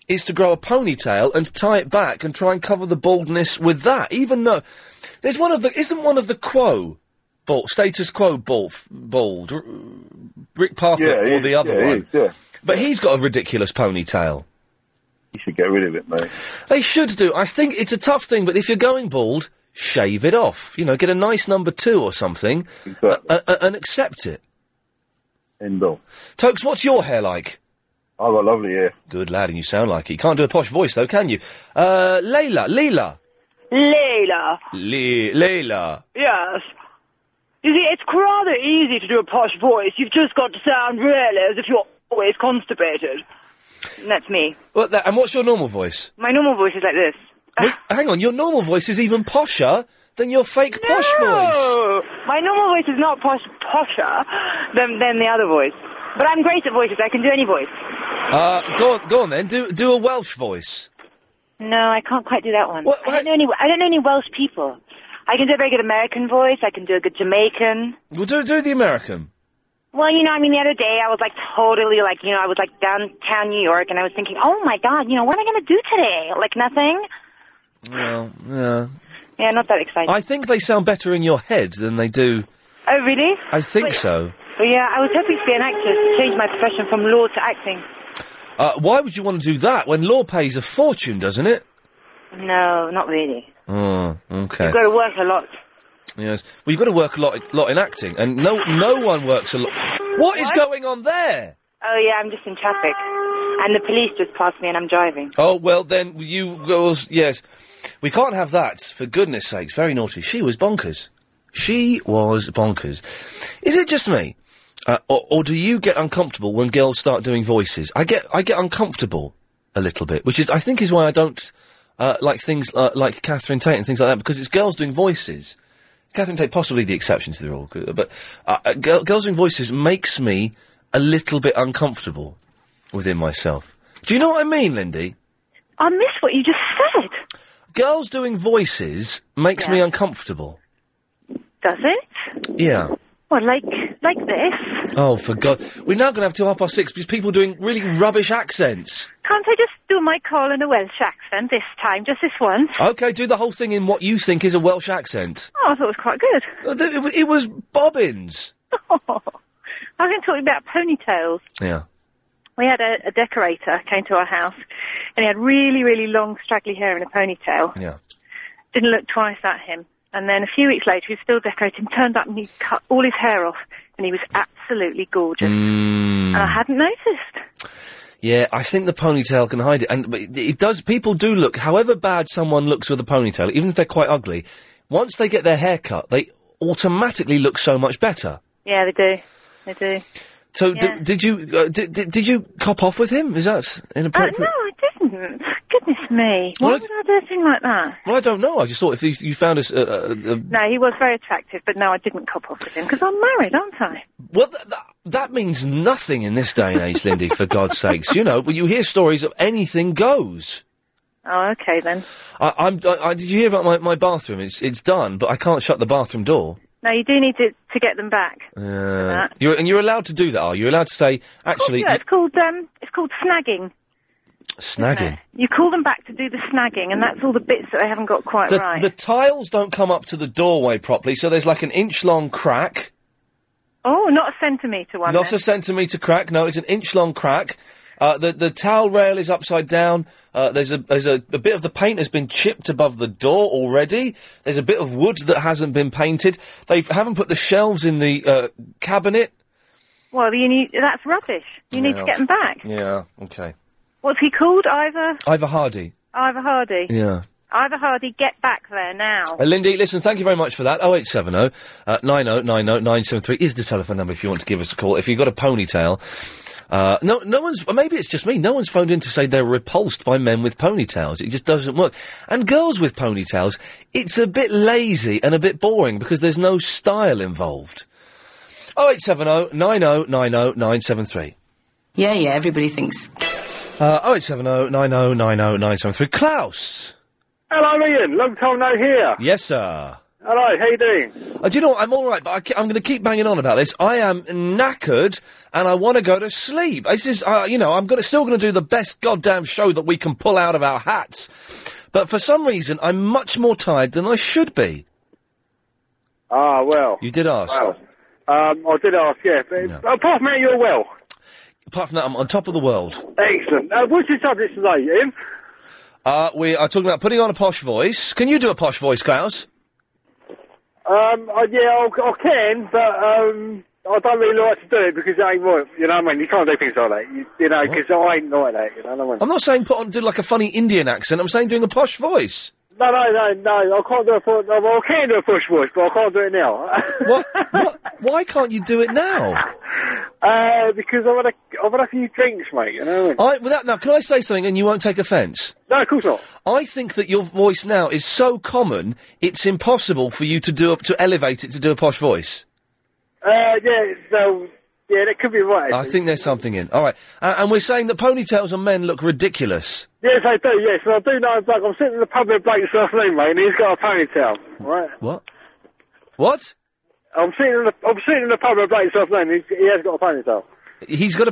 Speaker 2: is to grow a ponytail and tie it back and try and cover the baldness with that. Even though there's one of the isn't one of the quo bald status quo bald bald R- Rick Parfitt
Speaker 7: Yeah, he
Speaker 2: or
Speaker 7: is,
Speaker 2: the other
Speaker 7: yeah, he
Speaker 2: one.
Speaker 7: is, yeah.
Speaker 2: But he's got a ridiculous ponytail.
Speaker 7: You should get rid of it, mate.
Speaker 2: They should do. I think it's a tough thing, but if you're going bald, shave it off. You know, get a nice number two or something, a- a- and accept it.
Speaker 7: End of.
Speaker 2: Tokes, what's your hair like?
Speaker 7: I've got lovely hair.
Speaker 2: Good lad, and you sound like it. You can't do a posh voice though, can you? Uh, Layla, Leela,
Speaker 5: Leila.
Speaker 2: Le- Layla.
Speaker 5: Yes. You see, it's rather easy to do a posh voice. You've just got to sound really as if you're always constipated. And that's me.
Speaker 2: What that, and what's your normal voice?
Speaker 5: My normal voice is like this.
Speaker 2: Wait, hang on, your normal voice is even posher than your fake posh voice.
Speaker 5: No! My normal voice is not posh, posher than, than the other voice. But I'm great at voices. I can do any voice.
Speaker 2: Uh, go on, go on then. Do do a Welsh voice.
Speaker 5: No, I can't quite do that one. I don't know any. I don't know any Welsh people. I can do a very good American voice. I can do a good Jamaican.
Speaker 2: Well, do do the American.
Speaker 5: Well, you know, I mean, the other day I was like totally like, you know, I was like downtown New York, and I was thinking, oh my god, you know, what am I going to do today? Like nothing.
Speaker 2: Well, yeah.
Speaker 5: Yeah, not that exciting.
Speaker 2: I think they sound better in your head than they do.
Speaker 5: oh, really?
Speaker 2: I think
Speaker 5: Wait.
Speaker 2: so.
Speaker 5: Well, yeah, I was hoping to be an actress, to change my profession from law to acting.
Speaker 2: Uh, why would you want to do that when law pays a fortune, doesn't it?
Speaker 5: No, not really.
Speaker 2: Oh, okay.
Speaker 5: You've got to work a lot.
Speaker 2: Yes. Well, you've got to work a lot, lot in acting, and no, no one works a lot. what is going on there?
Speaker 22: Oh yeah, I'm just in traffic, and the police just passed me, and I'm driving.
Speaker 2: Oh well, then you girls, yes, we can't have that. For goodness' sakes, very naughty. She was bonkers. She was bonkers. Is it just me, uh, or, or do you get uncomfortable when girls start doing voices? I get, I get uncomfortable a little bit, which is, I think, is why I don't uh, like things uh, like Catherine Tate and things like that because it's girls doing voices. Catherine Tate, possibly the exception to the rule, c- but uh, uh, girl, girls doing voices makes me a little bit uncomfortable within myself. Do you know what I mean, Lindy?
Speaker 5: I miss what you just said.
Speaker 2: Girls doing voices makes me uncomfortable.
Speaker 5: Does it?
Speaker 2: Yeah.
Speaker 5: Well, like like this.
Speaker 2: Oh, for God. We're now going to have till half past six because people doing really rubbish accents.
Speaker 5: Can't I just do my call in a Welsh accent this time, just this once?
Speaker 2: Okay, do the whole thing in what you think is a Welsh accent.
Speaker 5: Oh, I thought it was quite good.
Speaker 2: Uh, th- It, wa- it was bobbins.
Speaker 5: I was going to talk about ponytails.
Speaker 2: Yeah.
Speaker 5: We had a, a decorator came to our house, and he had really, really long, straggly hair in a ponytail.
Speaker 2: Yeah.
Speaker 5: Didn't look twice at him. And then a few weeks later, he was still decorating, turned up and he cut all his hair off, and he was absolutely gorgeous.
Speaker 2: Mm.
Speaker 5: And I hadn't noticed.
Speaker 2: Yeah, I think the ponytail can hide it, and but it, it does. People do look, however bad someone looks with a ponytail, even if they're quite ugly. Once they get their hair cut, they automatically look so much better.
Speaker 5: Yeah, they do. They do.
Speaker 2: So,
Speaker 5: Yeah.
Speaker 2: d- did you uh, d- d- did you cop off with him? Is that
Speaker 5: Uh,
Speaker 2: inappropriate?
Speaker 5: no, I didn't. Goodness me. Why
Speaker 2: What?
Speaker 5: would I do a thing like that?
Speaker 2: Well, I don't know. I just thought if you, you found us. Uh, uh, uh,
Speaker 5: No, he was very attractive, but no, I didn't cop off with him because I'm married, aren't I?
Speaker 2: well, th- th- that means nothing in this day and age, Lindy. For God's sakes, you know. Well, you hear stories of anything goes.
Speaker 5: Oh, okay then.
Speaker 2: I, I'm. I, I, did you hear about my, my bathroom? It's it's done, but I can't shut the bathroom door.
Speaker 5: No, you do need to, to get them back.
Speaker 2: Uh, you're, and you're allowed to do that, are you? You're allowed to say, actually,
Speaker 5: yeah, it's called um, it's called snagging.
Speaker 2: snagging.
Speaker 5: You call them back to do the snagging, and that's all the bits that they haven't got quite
Speaker 2: The,
Speaker 5: right.
Speaker 2: the tiles don't come up to the doorway properly, so there's like an inch long crack.
Speaker 5: Oh, not a centimetre one.
Speaker 2: Not
Speaker 5: then.
Speaker 2: a centimetre crack, no, it's an inch long crack. Uh, the, the towel rail is upside down. Uh, there's a, there's a, a bit of the paint has been chipped above the door already. There's a bit of wood that hasn't been painted. They haven't put the shelves in the uh, cabinet.
Speaker 5: Well, you need that's rubbish. You need
Speaker 2: Yeah.
Speaker 5: to get them back.
Speaker 2: Yeah, okay.
Speaker 5: What's he called? Ivor
Speaker 2: Ivor Hardy.
Speaker 5: Ivor Hardy.
Speaker 2: Yeah.
Speaker 5: Ivor Hardy, get back there now.
Speaker 2: Uh, Lindy, listen, thank you very much for that. Oh, 0870 uh, 9090973 is the telephone number if you want to give us a call. If you've got a ponytail, uh, no, no one's, or maybe it's just me, no one's phoned in to say they're repulsed by men with ponytails. It just doesn't work. And girls with ponytails, it's a bit lazy and a bit boring because there's no style involved. Oh, 0870 oh, 9090973.
Speaker 23: Yeah, yeah, everybody thinks.
Speaker 2: Uh, 0870 oh, 9090973. Klaus!
Speaker 7: Hello, Ian. Long time no hear.
Speaker 2: Yes, sir.
Speaker 7: Hello, how you doing?
Speaker 2: Uh, do you know what? I'm all right, but I ke- I'm going to keep banging on about this. I am knackered, and I want to go to sleep. This is, uh, you know, I'm gonna, still going to do the best goddamn show that we can pull out of our hats. But for some reason, I'm much more tired than I should be.
Speaker 7: Ah, well.
Speaker 2: You did ask.
Speaker 7: Well, um, I did ask, yeah. But Apart from that, you're well.
Speaker 2: Apart from that, I'm on top of the world.
Speaker 7: Excellent. Uh, what's your subject today, Ian?
Speaker 2: Uh, we are talking about putting on a posh voice. Can you do a posh voice, Klaus?
Speaker 7: Um, uh, yeah, I'll, I can, but um, I don't really like to do it because it ain't right. You know what I mean? You can't do things like that. You, you know, because I ain't like that. You know what I mean?
Speaker 2: I'm not saying put on, do like a funny Indian accent. I'm saying doing a posh voice.
Speaker 7: No, no, no, no. I can't do a push. Well, I can do a push voice, but I can't do it now.
Speaker 2: what? what? Why can't you do it now?
Speaker 7: Uh, because I've had a, I've had a few drinks, mate. You know.
Speaker 2: I, without, now, can I say something and you won't take offence?
Speaker 7: No, of course not.
Speaker 2: I think that your voice now is so common, it's impossible for you to do up to elevate it to do a posh voice.
Speaker 7: Uh, yeah. So, yeah, that could be right.
Speaker 2: I think there's something in. All right, uh, and we're saying that ponytails on men look ridiculous.
Speaker 7: Yes, I do. Yes, and I do know a bloke. I'm sitting in the pub with Blake this afternoon, mate, and he's got a ponytail. Right.
Speaker 2: What? What?
Speaker 7: I'm sitting in the I'm sitting in the pub with Blake this afternoon. And he's, he has got a ponytail.
Speaker 2: He's got a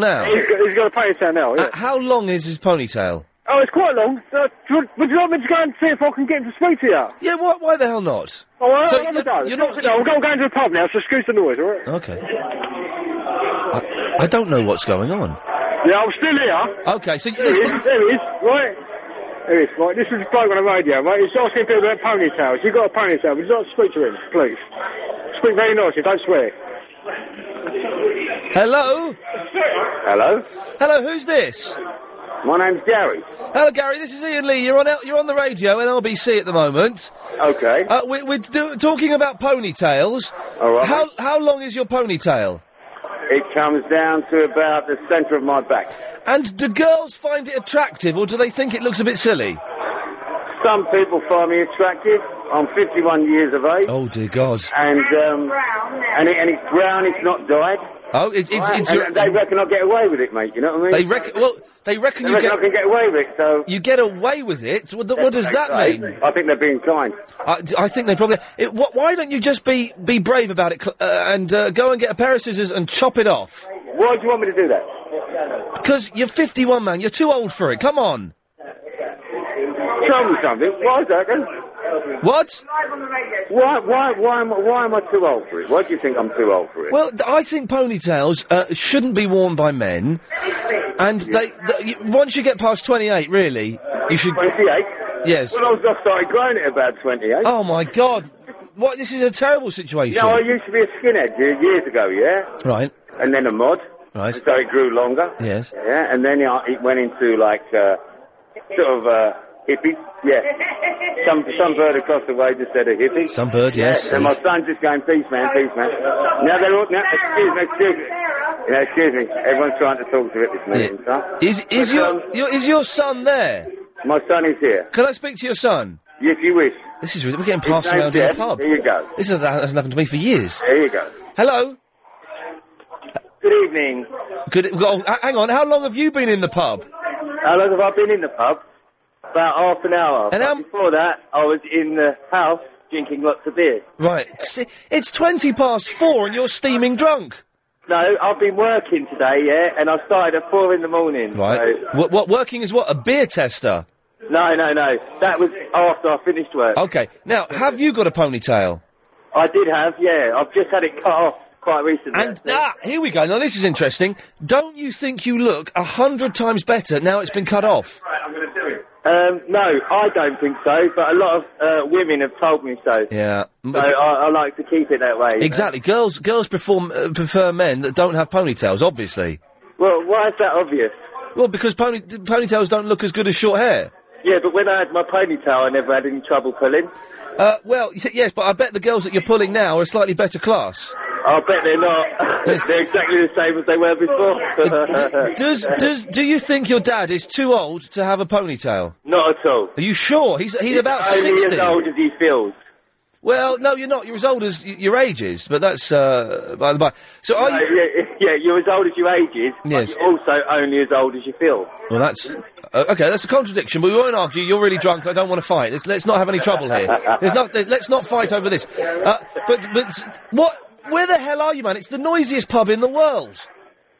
Speaker 2: now.
Speaker 7: He's got, he's got a ponytail now. Yeah.
Speaker 2: Oh. Uh, how long is his ponytail?
Speaker 7: oh, it's quite long. Uh, do you- would you like me to go and see if I can get him to speak to you?
Speaker 2: Yeah. Why? Why the hell not?
Speaker 7: Oh, well,
Speaker 2: So
Speaker 7: I'll have a
Speaker 2: you're-
Speaker 7: go.
Speaker 2: you're Uh.
Speaker 7: Let's have a go. I'm going, going to the pub now, so excuse the noise, all right?
Speaker 2: Okay. I, I don't know what's going on.
Speaker 7: Yeah, I'm still here.
Speaker 2: Okay, so
Speaker 7: there it is, there it is, right?
Speaker 24: It is, right? This is a bloke on the radio, right? He's asking people about ponytails. You've got a ponytail, would you like to speak to him, please? Speak very nicely, don't swear.
Speaker 2: Hello?
Speaker 7: Hello?
Speaker 2: Hello, who's this?
Speaker 7: My name's Gary.
Speaker 2: Hello, Gary. This is Ian Lee. You're on L- you're on the radio and LBC at the moment.
Speaker 7: Okay.
Speaker 2: Uh, we, we're do- talking about ponytails.
Speaker 7: All right.
Speaker 2: How how long is your ponytail?
Speaker 7: It comes down to about the centre of my back.
Speaker 2: And do girls find it attractive, or do they think it looks a bit silly?
Speaker 7: Some people find me attractive. I'm 51 years of age.
Speaker 2: Oh dear God.
Speaker 7: And, um, and, it, and it's brown, it's not dyed.
Speaker 2: Oh, it's it's,
Speaker 7: Right?
Speaker 2: it's
Speaker 7: and
Speaker 2: your,
Speaker 7: They reckon I get away with it, mate, you know what I mean?
Speaker 2: They reckon- well, they reckon you
Speaker 7: reckon
Speaker 2: get-
Speaker 7: I can get away with it, so...
Speaker 2: you get away with it. What, the-
Speaker 7: That's
Speaker 2: what does
Speaker 7: they
Speaker 2: that
Speaker 7: say.
Speaker 2: mean?
Speaker 7: I think they're being kind.
Speaker 2: I, I think they probably. It, wh- why don't you just be be brave about it cl- uh, and uh, go and get a pair of scissors and chop it off?
Speaker 7: Why do you want me to do that?
Speaker 2: Because you're 51, man. You're too old for it. Come on.
Speaker 7: Tell me something. Why is that then?
Speaker 2: What?
Speaker 7: Why, why, why, am, I- why am I too old for it? Why do you think I'm too old for it?
Speaker 2: Well, th- I think ponytails uh, shouldn't be worn by men, and they th- y once you get past 28, really, you should.
Speaker 7: 28?
Speaker 2: Yes.
Speaker 7: Well, I was I started growing at about 28.
Speaker 2: Oh my God! What? This is a terrible situation.
Speaker 7: You know, I used to be a skinhead ye- years ago, yeah?
Speaker 2: Right.
Speaker 7: And then a mod.
Speaker 2: Right.
Speaker 7: So it grew longer.
Speaker 2: Yes.
Speaker 7: Yeah, and then uh, it went into, like, uh, sort of, uh, hippie. Yeah. Some some bird across the way just said a hippie.
Speaker 2: Some bird, yes.
Speaker 7: Yeah. And my son just going, peace, man, peace, man. Now they're all, now, excuse me, excuse me. You know, excuse me. Everyone's trying to talk to me at this minute in time.
Speaker 2: Is is
Speaker 7: But, um,
Speaker 2: your, your is your son there?
Speaker 7: My son is here.
Speaker 2: Can I speak to your son?
Speaker 7: If you wish.
Speaker 2: This is we're getting
Speaker 7: His
Speaker 2: passed
Speaker 7: name's
Speaker 2: around in the
Speaker 7: Jeff.
Speaker 2: pub.
Speaker 7: There you go.
Speaker 2: This has, that hasn't happened to me for years.
Speaker 7: There you go.
Speaker 2: Hello.
Speaker 7: Good evening.
Speaker 2: Good. oh, h- hang on. How long have you been in the pub?
Speaker 7: How long have I Uh, been in the pub? About half an hour.
Speaker 2: And
Speaker 7: But before that, I was in the house drinking lots of beer.
Speaker 2: Right. See, it's twenty past four, and you're steaming drunk.
Speaker 7: No, I've been working today, yeah, and I started at four in the morning.
Speaker 2: Right.
Speaker 7: so-
Speaker 2: What, what working is what a beer tester.
Speaker 7: No, no, no. That was after I finished work.
Speaker 2: Okay. Now, have you got a ponytail?
Speaker 7: I did have, yeah. I've just had it cut off quite recently.
Speaker 2: And ah, here we go. Now this is interesting. Don't you think you look a hundred times better now it's been cut off?
Speaker 7: I'm going to do it. Um, no, I don't think so, but a lot of uh, women have told me so.
Speaker 2: Yeah. M-
Speaker 7: So I, I like to keep it that way. you know.
Speaker 2: Exactly. Girls, girls perform, uh, prefer men that don't have ponytails. Obviously.
Speaker 7: Well, why is that obvious?
Speaker 2: Well, because pony, d- ponytails don't look as good as short hair.
Speaker 7: Yeah, but when I had my ponytail, I never had any trouble pulling.
Speaker 2: Uh, well, y- yes, but I bet the girls that you're pulling now are a slightly better class.
Speaker 7: I bet they're not. they're exactly the same as they were before.
Speaker 2: Does, does, do you think your dad is too old to have a ponytail?
Speaker 7: Not at all.
Speaker 2: Are you sure? He's, he's, about
Speaker 7: only
Speaker 2: 60.
Speaker 7: as old as he feels.
Speaker 2: Well, no, you're not. You're as old as y- your age is, but that's, uh, by the by. So are
Speaker 7: No,
Speaker 2: you...
Speaker 7: yeah, yeah, you're as old as your age is, but
Speaker 2: Yes.
Speaker 7: you're also only as old as you feel.
Speaker 2: Well, that's... Uh, okay, that's a contradiction, but we won't argue. You're really drunk. I don't want to fight. Let's, let's not have any trouble here. There's not, th- let's not fight over this. Uh, but, but, what... Where the hell are you, man? It's the noisiest pub in the world.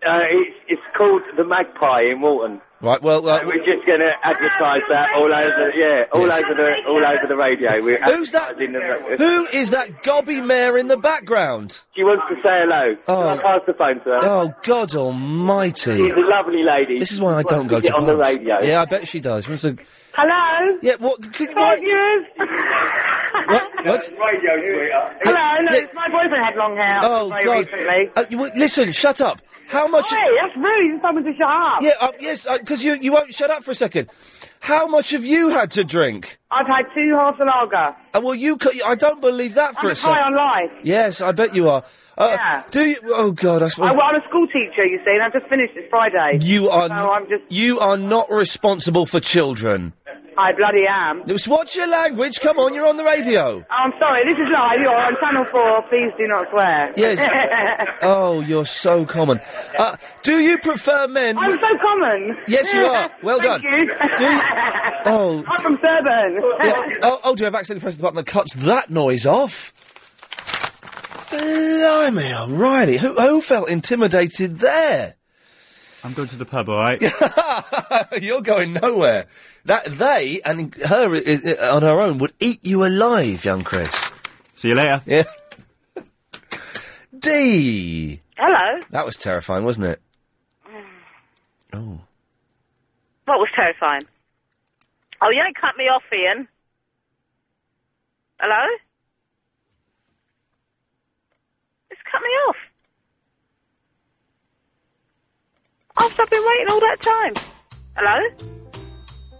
Speaker 7: Uh, it's, it's called the Magpie in Walton.
Speaker 2: Right, well... Uh,
Speaker 7: We're just going to advertise that all over, yeah, all
Speaker 2: Yes.
Speaker 7: over the all over the radio. We're
Speaker 2: Who's that?
Speaker 7: advertising The,
Speaker 2: Who is that gobby mare in the background?
Speaker 7: She wants to say hello.
Speaker 2: Oh.
Speaker 7: Can I pass the phone to her?
Speaker 2: Oh, God almighty.
Speaker 7: She's a lovely lady.
Speaker 2: This is why I don't go
Speaker 7: She
Speaker 2: to
Speaker 7: on the
Speaker 2: pubs.
Speaker 7: radio.
Speaker 2: Yeah, I bet she does. What's the-
Speaker 5: Hello?
Speaker 2: Yeah, what? Could,
Speaker 5: Five years?
Speaker 2: what? What?
Speaker 7: Radio sweetheart.
Speaker 5: Hello, Oh, no,
Speaker 2: Yeah.
Speaker 5: it's my boyfriend had long hair
Speaker 2: Oh,
Speaker 5: very
Speaker 2: God.
Speaker 5: recently.
Speaker 2: Uh, you- listen, shut up. How much...
Speaker 5: Hey, that's rude, someone to shut up.
Speaker 2: Yeah, uh, yes, because you, you won't shut up for a second. How much have you had to drink?
Speaker 5: I've had two halves of lager.
Speaker 2: And well, you... cou- I don't believe that for
Speaker 5: I'm
Speaker 2: a second.
Speaker 5: high on life.
Speaker 2: Yes, I bet you are. Uh,
Speaker 5: Yeah.
Speaker 2: Do you... Oh, God, I suppose...
Speaker 5: I, well, I'm a school teacher, you see, and I've just finished this Friday.
Speaker 2: You are.
Speaker 5: So I'm just.
Speaker 2: You are not responsible for children.
Speaker 5: I bloody am. Oh,
Speaker 2: Just Watch your language. Come on, you're on the radio.
Speaker 5: I'm sorry, this is live. You're on Channel 4. Please do not swear.
Speaker 2: Yes. oh, you're so common. Uh, do you prefer men?
Speaker 5: I'm
Speaker 2: with-
Speaker 5: so common.
Speaker 2: Yes, you are. Well
Speaker 5: Thank
Speaker 2: done.
Speaker 5: You.
Speaker 2: Do you- oh,
Speaker 5: I'm from Durban.
Speaker 2: yeah. oh, oh, do I've accidentally pressed the button that cuts that noise off? Blimey, O'Reilly. Who, who felt intimidated there?
Speaker 25: I'm going to the pub, all right?
Speaker 2: You're going nowhere. That they and her i- i- on her own would eat you alive, young Chris.
Speaker 25: See you later.
Speaker 2: Yeah. D.
Speaker 26: Hello.
Speaker 2: That was terrifying, wasn't it? Oh.
Speaker 26: What was terrifying?
Speaker 5: Oh, you ain't cut me off, Ian. Hello? It's cut me off. After I've been waiting all that time. Hello?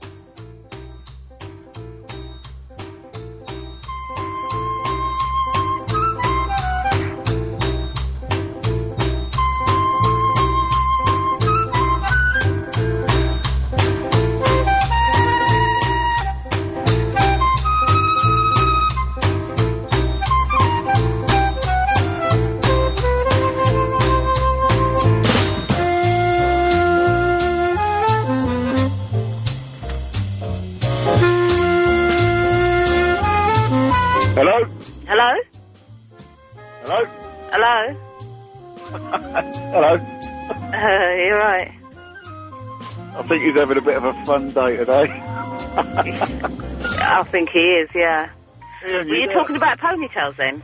Speaker 15: Hello?
Speaker 5: Hello?
Speaker 15: Hello?
Speaker 5: Hello?
Speaker 15: Hello?
Speaker 5: Uh, you're right.
Speaker 15: I think he's having a bit of a fun day today.
Speaker 5: I think he is, yeah.
Speaker 15: Ian,
Speaker 5: Were
Speaker 15: you
Speaker 5: you
Speaker 15: there?
Speaker 5: talking about ponytails then?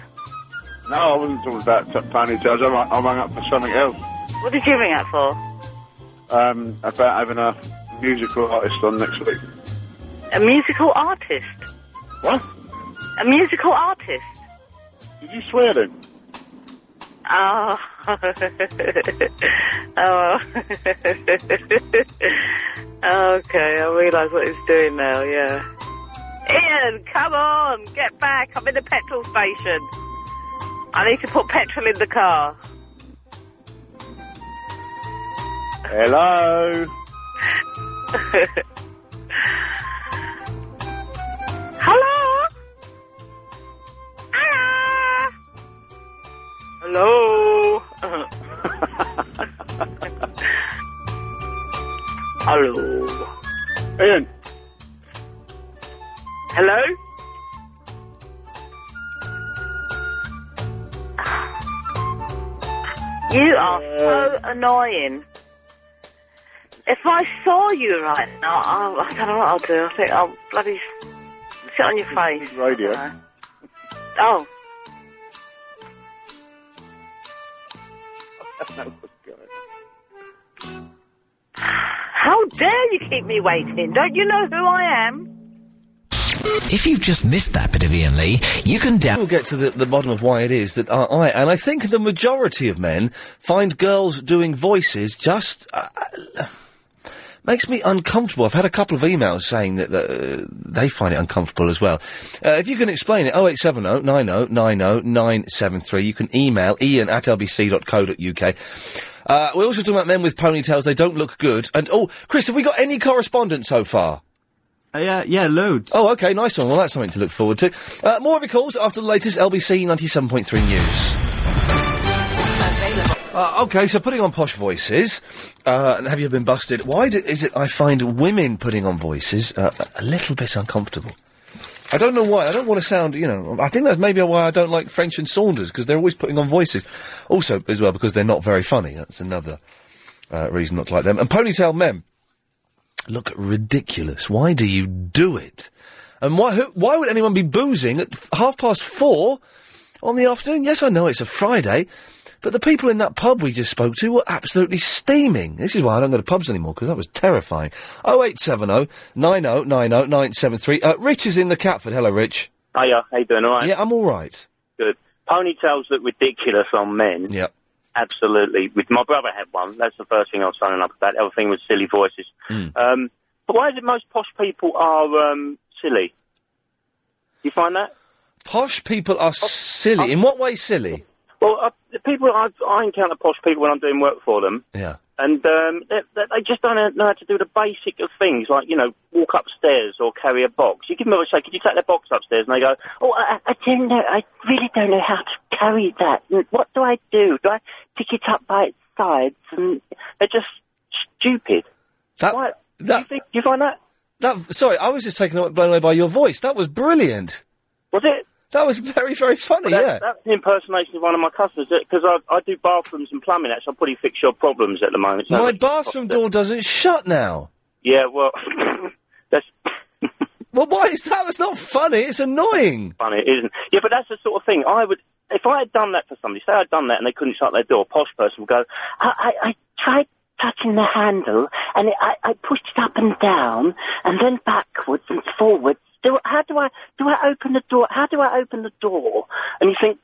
Speaker 15: No, I wasn't talking about t- ponytails. I rang, I rang up for something else.
Speaker 5: What did you ring up for?
Speaker 15: Um, about having a musical artist on next week.
Speaker 5: A musical artist.
Speaker 15: What?
Speaker 5: A musical artist.
Speaker 15: Did you swear then?
Speaker 5: Oh. oh. okay, I realise what he's doing now, yeah. Ian, come on, get back. I'm in the petrol station. I need to put petrol in the car.
Speaker 15: Hello?
Speaker 5: Hello? Hello? Hello? Hello?
Speaker 15: Ian?
Speaker 5: Hello? You are so annoying. If I saw you right now, I, I don't know what I'll do. I think I'll bloody s- sit on your face. Uh,
Speaker 15: Radio.
Speaker 5: Oh, how dare you keep me waiting? Don't you know who I am?
Speaker 2: If you've just missed that bit of Ian Lee, you can down. We'll get to the, the bottom of why it is that uh, I, I, and I think the majority of men find girls doing voices just. Uh, uh, Makes me uncomfortable. I've had a couple of emails saying that uh, they find it uncomfortable as well. Uh, if you can explain it, 0870 90 90 973, you can email ian at lbc.co.uk. Uh, we're also talking about men with ponytails. They don't look good. And, oh, Chris, have we got any correspondence so far?
Speaker 27: Uh, yeah, yeah, loads.
Speaker 2: Oh, okay, nice one. Well, that's something to look forward to. Uh, more of your calls after the latest LBC 97.3 news. Uh, okay, so putting on posh voices, uh, and have you been busted? Why do, is it I find women putting on voices uh, a a little bit uncomfortable? I don't know why. I don't want to sound, you know. I think that's maybe why I don't like French and Saunders because they're always putting on voices. Also, as well, because they're not very funny. That's another uh, reason not to like them. And ponytail men look ridiculous. Why do you do it? And why, who, why would anyone be boozing at f- half past four on the afternoon? Yes, I know it's a Friday, but the people in that pub we just spoke to were absolutely steaming. This is why I don't go to pubs anymore, because that was terrifying. Oh, 0870 90 90 973. Uh, Rich is in the Catford. Hello, Rich.
Speaker 4: Hiya, how you doing? All right?
Speaker 2: Yeah, I'm all right.
Speaker 4: Good. Ponytails look ridiculous on men.
Speaker 2: Yep.
Speaker 4: Absolutely. With my brother had one. That's the first thing I was signing up about. The other thing was silly voices. Um, but why is it most posh people are um, silly? You find that?
Speaker 2: Posh people are
Speaker 4: Oh,
Speaker 2: silly. In what way silly?
Speaker 4: Well, uh, the people I, I encounter posh people when I'm doing work for them,
Speaker 2: Yeah.
Speaker 4: and um, they, they they just don't know how to do the basic of things, like you know, walk upstairs or carry a box. You give them a say, "Could you take that box upstairs?" And they go, "Oh, I, I don't know. I really don't know how to carry that. What do I do? Do I pick it up by its sides?" And they're just stupid.
Speaker 2: That,
Speaker 4: Why-
Speaker 2: that,
Speaker 4: you, think, you find that?
Speaker 2: That sorry, I was just taken away, blown away by your voice. That was brilliant.
Speaker 4: Was it?
Speaker 2: That was very, very funny.
Speaker 4: Well,
Speaker 2: yeah.
Speaker 4: that, That's an impersonation of one of my customers because I, I do bathrooms and plumbing. Actually, I'll probably fix your problems at the moment. So
Speaker 2: My
Speaker 4: that's-
Speaker 2: bathroom door doesn't shut now.
Speaker 4: Yeah, well, that's
Speaker 2: Well, why is that? That's not funny. It's annoying.
Speaker 4: funny, isn't? Yeah, but that's the sort of thing I would. If I had done that for somebody, say I'd done that and they couldn't shut their door, a posh person would go, I, I, I tried touching the handle, and it, I, I pushed it up and down, and then backwards and forwards. Do, how do I do I open the door? How do I open the door? And you think,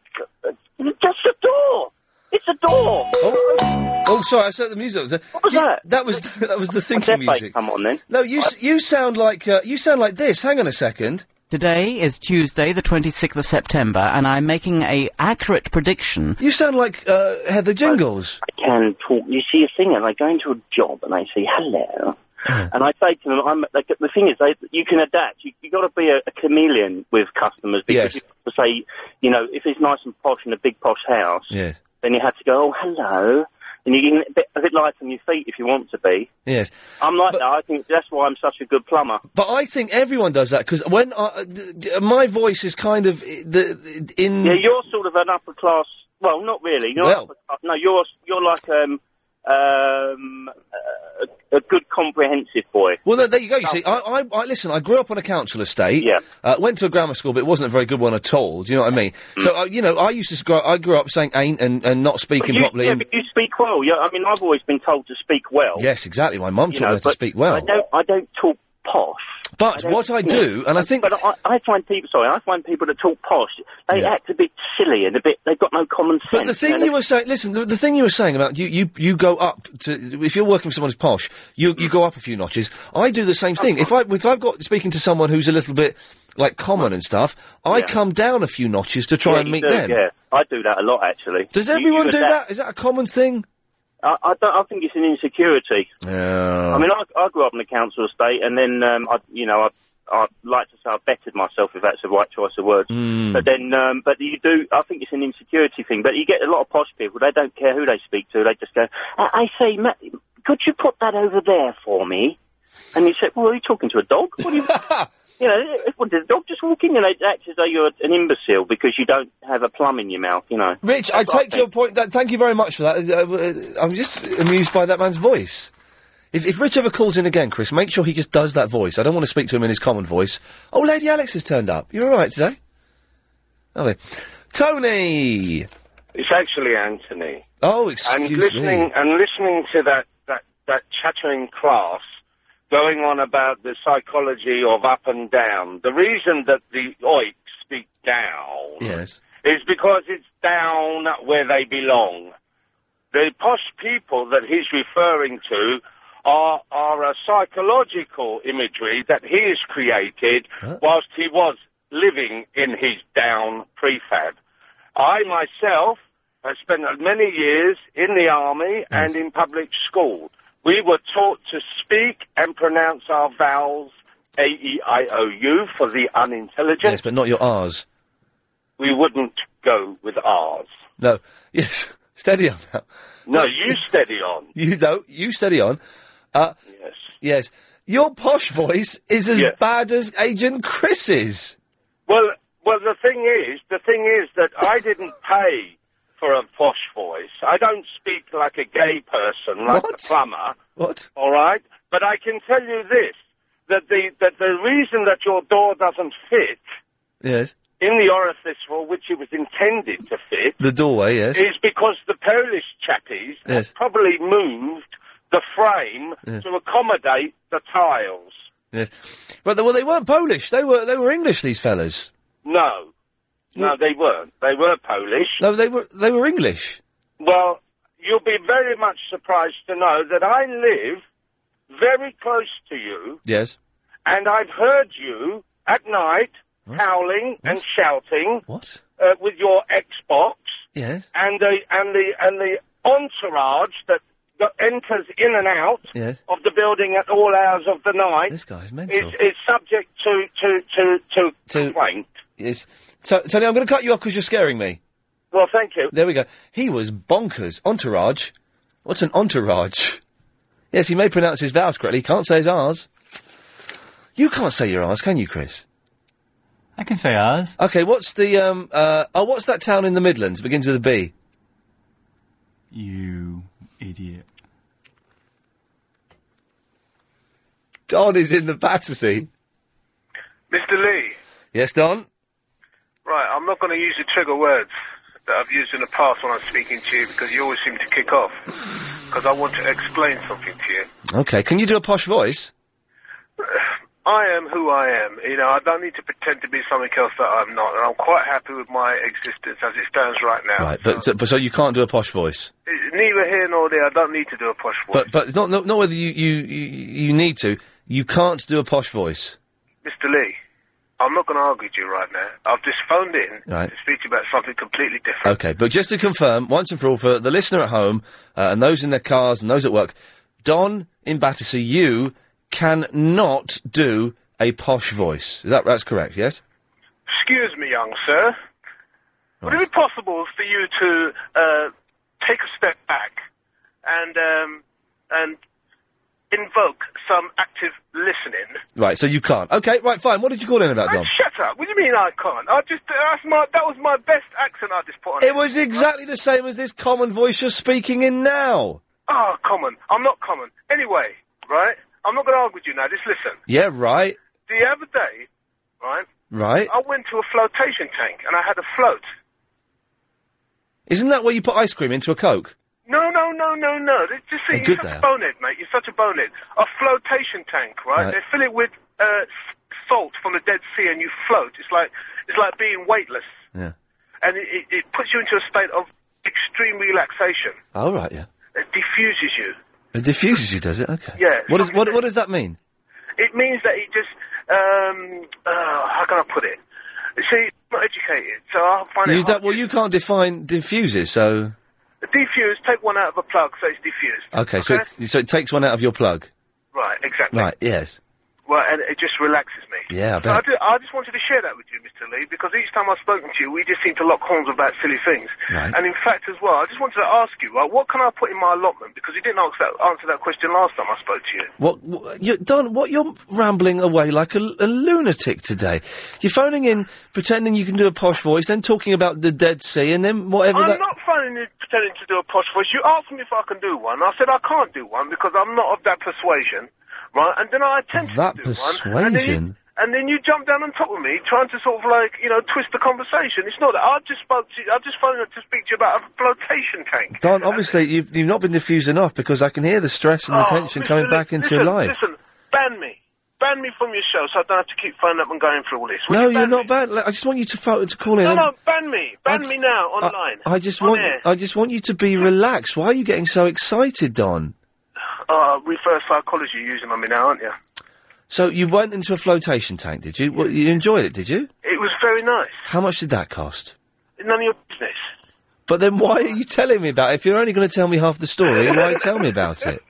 Speaker 4: just the door. It's a door.
Speaker 2: Oh, sorry, I set the music. up. What was that? That was that was the thinking music. Come on, then. No, you s- you sound like uh, you sound like this. Hang on a second.
Speaker 5: Today is Tuesday, the 26th of September, and I'm making a accurate prediction.
Speaker 2: You sound like uh, Heather Jingles.
Speaker 4: I can talk. You see a thing, and I go into a job, and I say hello,
Speaker 2: Hmm.
Speaker 4: and I say to them, "I'm." Like, the thing is, they, you can adapt. You you got to be a, a chameleon with customers because
Speaker 2: Yes.
Speaker 4: you have to say, you know, if it's nice and posh in a big posh house,
Speaker 2: Yeah.
Speaker 4: then you have to go, "Oh, hello," and you can a bit, a bit light on your feet if you want to be.
Speaker 2: Yes.
Speaker 4: I'm like that. I think that's why I'm such a good plumber.
Speaker 2: But I think everyone does that because when I, d- d- my voice is kind of i- the the- in.
Speaker 4: Yeah, you're sort of an upper class. Well, not really. You're
Speaker 2: Well-
Speaker 4: upper class. No, you're you're like um um uh, a, a good comprehensive boy.
Speaker 2: Well, there, there you go. You see, I, I, I listen. I grew up on a council estate. Yeah. Uh, went to a grammar school, but it wasn't a very good one at all. Do you know what I mean? So, uh, you know, I used to. Grow, I grew up saying "ain't" and, and not speaking
Speaker 4: you,
Speaker 2: properly.
Speaker 4: yeah,
Speaker 2: and-
Speaker 4: but you speak well. Yeah, I mean, I've always been told to speak well.
Speaker 2: yes, exactly. My mum
Speaker 4: Oh. You
Speaker 2: taught
Speaker 4: know,
Speaker 2: me how to
Speaker 4: but
Speaker 2: speak well.
Speaker 4: I don't. I don't talk posh.
Speaker 2: But
Speaker 4: don't-
Speaker 2: what I do, and I think-
Speaker 4: but I, I find people. Sorry, I find people that talk posh. They
Speaker 2: Yeah.
Speaker 4: act a bit silly and a bit. They've got no common sense.
Speaker 2: But the thing you were saying, listen, the, the thing you were saying about you, you, you go up to if you're working with someone who's posh, you you go up a few notches. I do the same thing. If I if I've got speaking to someone who's a little bit like common and stuff, I
Speaker 4: Yeah.
Speaker 2: come down a few notches to try
Speaker 4: Yeah,
Speaker 2: and
Speaker 4: you
Speaker 2: meet
Speaker 4: do,
Speaker 2: them.
Speaker 4: Yeah, I do that a lot actually.
Speaker 2: Does
Speaker 4: You- you
Speaker 2: everyone do
Speaker 4: adapt.
Speaker 2: that? Is that a common thing?
Speaker 4: I, I, don't, I think it's an insecurity.
Speaker 2: Yeah.
Speaker 4: I mean, I, I grew up in a council estate, and then um, I, you know, I, I like to say I bettered myself, if that's the right choice of words.
Speaker 2: Mm.
Speaker 4: But then, um, but you do. I think it's an insecurity thing. But you get a lot of posh people; they don't care who they speak to. They just go, "I, I say, Ma- could you put that over there for me?" And you say, "Well, are you talking to a dog? What do you?" You know, if- what, did the dog just walk in and they act as though you're an imbecile because you don't have a plum in your mouth, you know.
Speaker 2: Rich, I
Speaker 4: That's what
Speaker 2: take your point. That, thank you very much for that. Uh, uh, I'm just amused by that man's voice. If, if Rich ever calls in again, Chris, make sure he just does that voice. I don't want to speak to him in his common voice. Oh, Lady Alex has turned up. You're all right today? Lovely. Tony!
Speaker 6: It's actually Anthony.
Speaker 2: Oh, excuse
Speaker 6: and listening
Speaker 2: me.
Speaker 6: and listening to that, that, that chattering class going on about the psychology of up and down. The reason that the oiks speak down
Speaker 2: Yes.
Speaker 6: is because it's down where they belong. The posh people that he's referring to are are a psychological imagery that he has created whilst he was living in his down prefab. I myself have spent many years in the army and in public school. We were taught to speak and pronounce our vowels A E I O U for the unintelligent.
Speaker 2: Yes, but not your R's.
Speaker 6: We wouldn't go with R's.
Speaker 2: No. Yes. Steady on now.
Speaker 6: No, you steady on.
Speaker 2: You know, you steady on. Uh,
Speaker 6: yes.
Speaker 2: Yes. Your posh voice is as
Speaker 6: Yes.
Speaker 2: bad as Agent Chris's.
Speaker 6: Well, well, the thing is, the thing is that I didn't pay for a posh voice. I don't speak like a gay person, like the plumber.
Speaker 2: What?
Speaker 6: All right, but I can tell you this: that the that the reason that your door doesn't fit
Speaker 2: Yes.
Speaker 6: in the orifice for which it was intended to fit
Speaker 2: The doorway, yes.
Speaker 6: is because the Polish chappies
Speaker 2: Yes.
Speaker 6: have probably moved the frame
Speaker 2: Yes.
Speaker 6: to accommodate the tiles.
Speaker 2: Yes. But they, well, they weren't Polish. They were they were English. These fellas.
Speaker 6: No, no, they weren't. They were Polish.
Speaker 2: No, they were they were English.
Speaker 6: Well, you'll be very much surprised to know that I live very close to you,
Speaker 2: Yes.
Speaker 6: and I've heard you at night howling and shouting.
Speaker 2: What?
Speaker 6: Uh, with your Xbox
Speaker 2: Yes.
Speaker 6: and the and the and the entourage that, that enters in and out
Speaker 2: Yes.
Speaker 6: of the building at all hours of the night. This
Speaker 2: guy's
Speaker 6: mental. Is, is subject to to to to, complaint.
Speaker 2: Yes. So Tony, I'm going to cut you off because you're scaring me.
Speaker 6: Well, thank you.
Speaker 2: There we go. He was bonkers. Entourage. What's an entourage? Yes, he may pronounce his vowels correctly. He can't say his R's. You can't say your R's, can you, Chris?
Speaker 21: I can say ours.
Speaker 2: Okay, what's the um uh oh what's that town in the Midlands? Begins with a B.
Speaker 21: You idiot.
Speaker 2: Don is in the Battersea.
Speaker 28: Mr. Lee,
Speaker 2: Yes, Don?
Speaker 28: right, I'm not going to use the trigger words that I've used in the past when I'm speaking to you because you always seem to kick off. because I want to explain something to you.
Speaker 2: Okay, can you do a posh voice?
Speaker 28: I am who I am. You know, I don't need to pretend to be something else that I'm not, and I'm quite happy with my existence as it stands right now.
Speaker 2: Right, but so, but so you can't do a posh voice.
Speaker 28: It's neither here nor there. I don't need to do a posh voice.
Speaker 2: But but it's not not not whether you you you, you need to. You can't do a posh voice.
Speaker 28: Mr. Lee, I'm not going to argue with you right now. I've just phoned in
Speaker 2: Right.
Speaker 28: to speak to you about something completely different.
Speaker 2: Okay, but just to confirm, once and for all, for the listener at home uh, and those in their cars and those at work, Don in Battersea, you cannot do a posh voice. Is that that's correct? Yes.
Speaker 28: Excuse me, young sir. Would it be possible for you to uh, take a step back and um, and invoke some active listening?
Speaker 2: Right. So you can't. Okay. Right. Fine. What did you call in about, Don?
Speaker 28: Shut up! What do you mean I can't? I just that's my that was my best accent I just put on.
Speaker 2: It was exactly the same as this common voice you're speaking in now.
Speaker 28: Ah, common. I'm not common. Anyway, right? I'm not going to argue with you now. Just listen.
Speaker 2: Yeah. Right.
Speaker 28: The other day, right?
Speaker 2: Right.
Speaker 28: I went to a flotation tank and I had a float.
Speaker 2: Isn't that where you put ice cream into a coke?
Speaker 28: No, no, no, no, no. They- Just see,
Speaker 2: They're
Speaker 28: you're
Speaker 2: Oh, good,
Speaker 28: such
Speaker 2: they
Speaker 28: a
Speaker 2: are.
Speaker 28: bonehead, mate. You're such a bonehead. A flotation tank, right?
Speaker 2: Right.
Speaker 28: They fill it with uh, s- salt from the Dead Sea, and you float. It's like it's like being weightless,
Speaker 2: Yeah.
Speaker 28: and it, it, it puts you into a state of extreme relaxation.
Speaker 2: All right. Yeah.
Speaker 28: It diffuses you.
Speaker 2: It diffuses you, does it? Okay.
Speaker 28: Yeah,
Speaker 2: What does what what does that mean?
Speaker 28: It means that it just um, uh, how can I put it? You See, I'm not educated, so I find
Speaker 2: You
Speaker 28: it hard.
Speaker 2: don't, well, you can't define diffuses, so
Speaker 28: Defuse. Take one out of a plug, so it's diffused.
Speaker 2: okay, so it, so it takes one out of your plug,
Speaker 28: Right, exactly.
Speaker 2: right? Yes,
Speaker 28: Well, and it just relaxes me.
Speaker 2: yeah, I
Speaker 28: So I,
Speaker 2: bet.
Speaker 28: ju- I just wanted to share that with you, Mr. Lee, because each time I've spoken to you, we just seem to lock horns about silly things.
Speaker 2: Right.
Speaker 28: And in fact, as well, I just wanted to ask you, right, what can I put in my allotment? Because you didn't answer that, answer that question last time I spoke to you.
Speaker 2: What, what you, Don? What you're rambling away like a, a lunatic today? You're phoning in, pretending you can do a posh voice, then talking about the Dead Sea, and then whatever
Speaker 28: I'm
Speaker 2: that.
Speaker 28: not phoning you pretending to do a posh voice. You asked me if I can do one. I said I can't do one because I'm not of that persuasion, right? And then I attempted
Speaker 2: that
Speaker 28: to do one. And then you-
Speaker 2: persuasion.
Speaker 28: And then you jump down on top of me, trying to sort of like, you know, twist the conversation. It's not that. I just spoke to you, I just phoned up to speak to you about a flotation tank.
Speaker 2: Don, obviously you've you've not been diffused enough because I can hear the stress and the
Speaker 28: Oh, listen,
Speaker 2: tension coming back into your
Speaker 28: listen,
Speaker 2: life.
Speaker 28: Listen, ban me. Ban me from your show so I don't have to keep phoning up and going through all this. Will
Speaker 2: no,
Speaker 28: you
Speaker 2: you're not bad. Like, I just want you to pho- to call in.
Speaker 28: No,
Speaker 2: and-
Speaker 28: no, ban me. Ban
Speaker 2: I-
Speaker 28: me now,
Speaker 2: I-
Speaker 28: online.
Speaker 2: I, just
Speaker 28: On
Speaker 2: want
Speaker 28: air.
Speaker 2: I just want you to be relaxed. Why are you getting so excited, Don?
Speaker 28: Uh, reverse psychology you're using on me now, aren't you?
Speaker 2: So you went into a flotation tank, did you? Well, you enjoyed it, did you?
Speaker 28: It was very nice.
Speaker 2: How much did that cost?
Speaker 28: None of your business.
Speaker 2: But then why are you telling me about it? If you're only going to tell me half the story, why tell me about it?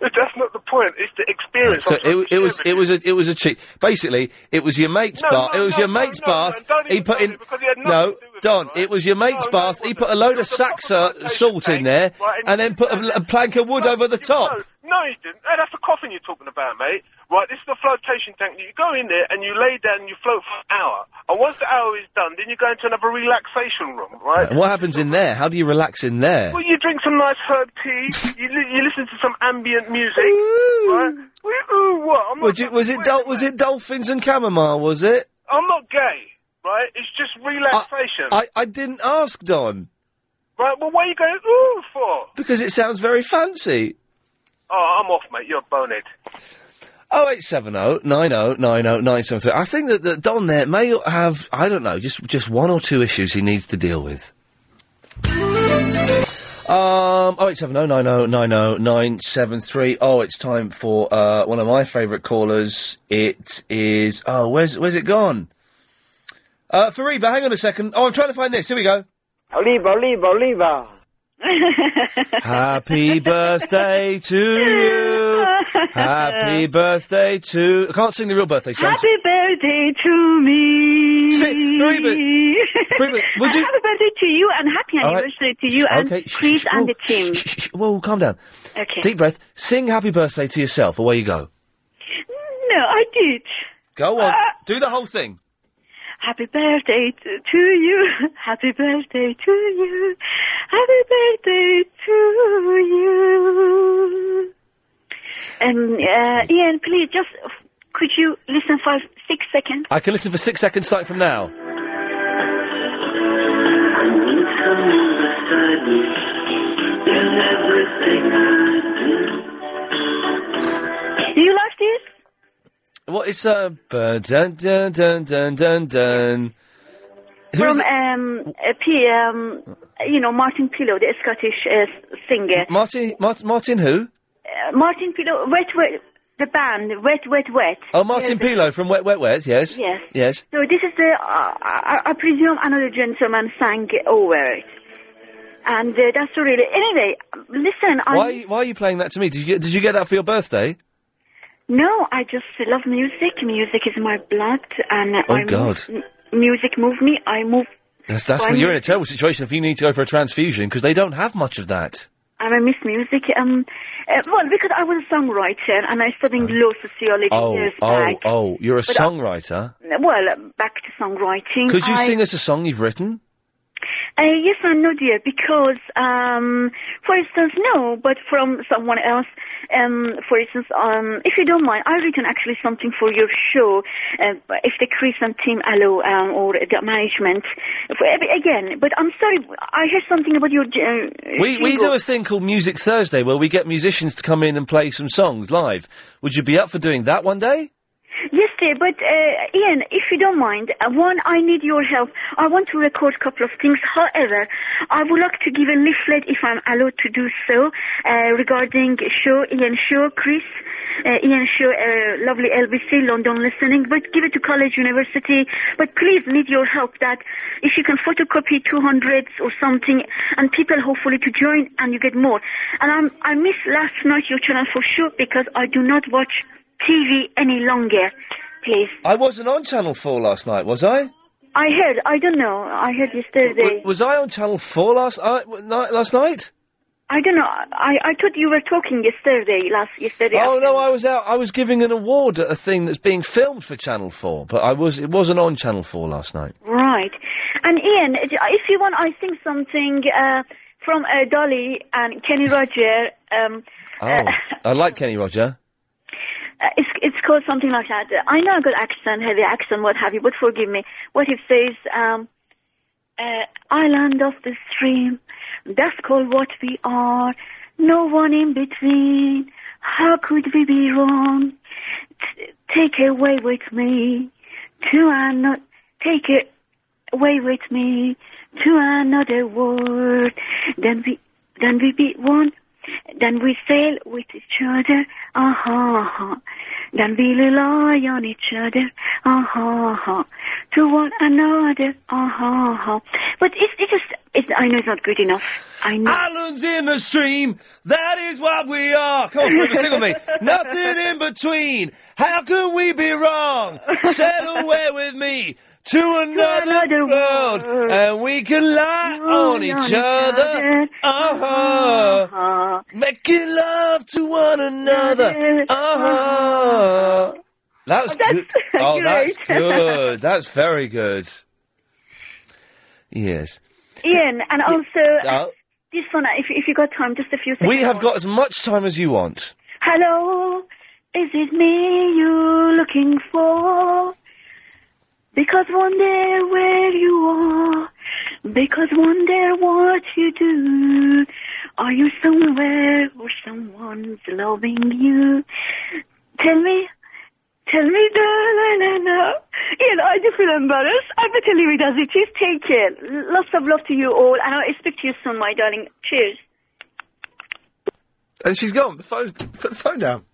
Speaker 28: That's not the point. It's the experience.
Speaker 2: So it, it was it was a it was a cheat. Basically, it was your mate's
Speaker 28: No,
Speaker 2: bath.
Speaker 28: no,
Speaker 2: it was
Speaker 28: no,
Speaker 2: your mate's bath. he put in
Speaker 28: had nothing
Speaker 2: no Don. It was your mate's bath. he put a load of sacks of salt in there, and then put a, a plank of wood over the top.
Speaker 28: No, you didn't. Hey, that's a coffin you're talking about, mate. Right, this is the flotation tank. You go in there and you lay down and you float for an hour. And once the hour is done, then you go into another relaxation room, right?
Speaker 2: And what happens in there? How do you relax in there?
Speaker 28: Well, you drink some nice herb tea. you, li- you listen to some ambient music. Right? Well, Ooh, what? I'm not
Speaker 2: Was it was it dol- was it dolphins and chamomile? Was it?
Speaker 28: I'm not gay, right? It's just relaxation.
Speaker 2: I I didn't ask Don
Speaker 28: Right, well, what are you going ooh for?
Speaker 2: because it sounds very fancy.
Speaker 28: Oh, I'm off, mate. You're a bonehead.
Speaker 2: Oh eight seven oh nine oh nine oh nine seven three. I think that, that Don there may have I don't know just just one or two issues he needs to deal with.
Speaker 10: Uh,
Speaker 2: Um, oh eight seven oh nine oh nine oh nine seven three. Oh, it's time for uh, one of my favourite callers. It is oh, where's where's it gone? Uh, Fariba, hang on a second. Oh, I'm trying to find this. Here we go.
Speaker 10: Oliva, oliva, oliva.
Speaker 2: Happy birthday to you. Happy birthday to. I can't sing the real birthday song.
Speaker 10: Happy birthday to me.
Speaker 2: three bit. Three bit. Would you?
Speaker 10: Happy birthday to you and happy
Speaker 2: All right.
Speaker 10: anniversary to you and
Speaker 2: Okay, oh, shh,
Speaker 10: Chris
Speaker 2: shh,
Speaker 10: and
Speaker 2: whoa,
Speaker 10: the team.
Speaker 2: Whoa, calm down.
Speaker 10: Okay.
Speaker 2: Deep breath. Sing happy birthday to yourself. Away you go.
Speaker 10: No, I did.
Speaker 2: Go on. Do the whole thing.
Speaker 10: Happy birthday to, to you. Happy birthday to you. Happy birthday to you. And uh, Ian, please, just uh, could you listen for six seconds?
Speaker 2: I can listen for six seconds starting from now.
Speaker 10: Happy You like this?
Speaker 2: What is uh ba- dun dun dun dun dun dun? Who's
Speaker 10: From um, uh, P, um, you know, Martin Pillow, the Scottish uh, s- singer.
Speaker 2: Martin Martin Martin who?
Speaker 10: Uh, Martin Pillow, Wet Wet, the band, Wet Wet Wet.
Speaker 2: Oh, Martin Pilo from Wet Wet Wet. Yes.
Speaker 10: Yes.
Speaker 2: Yes.
Speaker 10: So this is the, uh, I, I presume another gentleman sang over it. And uh, that's really, anyway, listen,
Speaker 2: Why are
Speaker 10: I,
Speaker 2: you, why are you playing that to me? Did you get, did you get that for your birthday?
Speaker 10: no, I just love music. Music is my blood and
Speaker 2: Oh,
Speaker 10: I
Speaker 2: God.
Speaker 10: Move, m- music move me, I move,
Speaker 2: That's that's
Speaker 10: Why
Speaker 2: you're in
Speaker 10: not?
Speaker 2: a terrible situation if you need to go for a transfusion because they don't have much of that.
Speaker 10: and I miss music. Um, uh, well, because I was a songwriter and I studied law sociology
Speaker 2: Oh
Speaker 10: years
Speaker 2: oh
Speaker 10: back.
Speaker 2: oh! You're a
Speaker 10: But I-
Speaker 2: songwriter.
Speaker 10: Well, um, back to songwriting.
Speaker 2: Could you
Speaker 10: I-
Speaker 2: sing us a song you've written?
Speaker 10: Uh, yes and no, dear, because, um, for instance, no, but from someone else. Um, for instance, um, if you don't mind, I've written actually something for your show, uh, if the Crescent team allow um, or the management. For, again, but I'm sorry, I heard something about your. Uh,
Speaker 2: We we do
Speaker 10: jingle.
Speaker 2: a thing called Music Thursday where we get musicians to come in and play some songs live. Would you be up for doing that one day?
Speaker 10: Yes, dear, but uh, Ian, if you don't mind, uh, one, I need your help. I want to record a couple of things. However, I would like to give a leaflet, if I'm allowed to do so, uh, regarding show Ian Shaw, Chris, uh, Ian Shaw, uh, lovely LBC, London listening, but give it to college, university. But please need your help that if you can photocopy 200s or something, and people hopefully to join, and you get more. And I'm, I missed last night your channel for sure because I do not watch TV any longer, please.
Speaker 2: I wasn't on Channel Four last night, was I?
Speaker 10: I heard, I don't know, I heard yesterday.
Speaker 2: Was I on Channel Four last uh, w- night? Last night?
Speaker 10: I don't know, I, I thought you were talking yesterday, last yesterday.
Speaker 2: Oh no, I was out. I was giving an award at a thing that's being filmed for Channel Four, but I was it wasn't on Channel Four last night.
Speaker 10: Right. And Ian, uh, if you want, I think something uh, from uh, Dolly and Kenny Roger. Um,
Speaker 2: Oh, I like Kenny Roger.
Speaker 10: uh, it's, it's called something like that. Uh, I know I got accent, heavy accent, what have you, but forgive me. What it says, um, uh, island of the stream, that's called what we are. No one in between. How could we be wrong? T- take away with me to another. Take it away with me to another world. Then we, then we be one. Then we sail with each other. Aha. Uh-huh. Then we rely on each other. Aha. Uh-huh. To one another. Aha. Uh-huh. But it's it's just. It's, I know it's not good enough. I know.
Speaker 2: Islands in the stream, that is what we are. Come on, River, sing with me. Nothing in between. How can we be wrong? Set away with me to another, world, and we can lie on each other. Uh huh.
Speaker 10: Uh-huh.
Speaker 2: Making love to one another.
Speaker 10: Uh-huh.
Speaker 2: Uh huh. That's good. Oh, that's
Speaker 10: great.
Speaker 2: good. That's very good. Yes.
Speaker 10: Ian, and also uh,
Speaker 2: Uh,
Speaker 10: this one. If if you got time, just a few seconds.
Speaker 2: we have got as much time as you want.
Speaker 10: Hello, is it me you're looking for? Because wonder where you are, because wonder what you do. Are you somewhere or someone's loving you? Tell me, tell me, darling, I know. Ian, I do feel embarrassed. I better leave it as it is. Take care. Lots of love to you all, and I'll speak to you soon, my darling. Cheers.
Speaker 11: And she's gone. The phone. Put the phone down.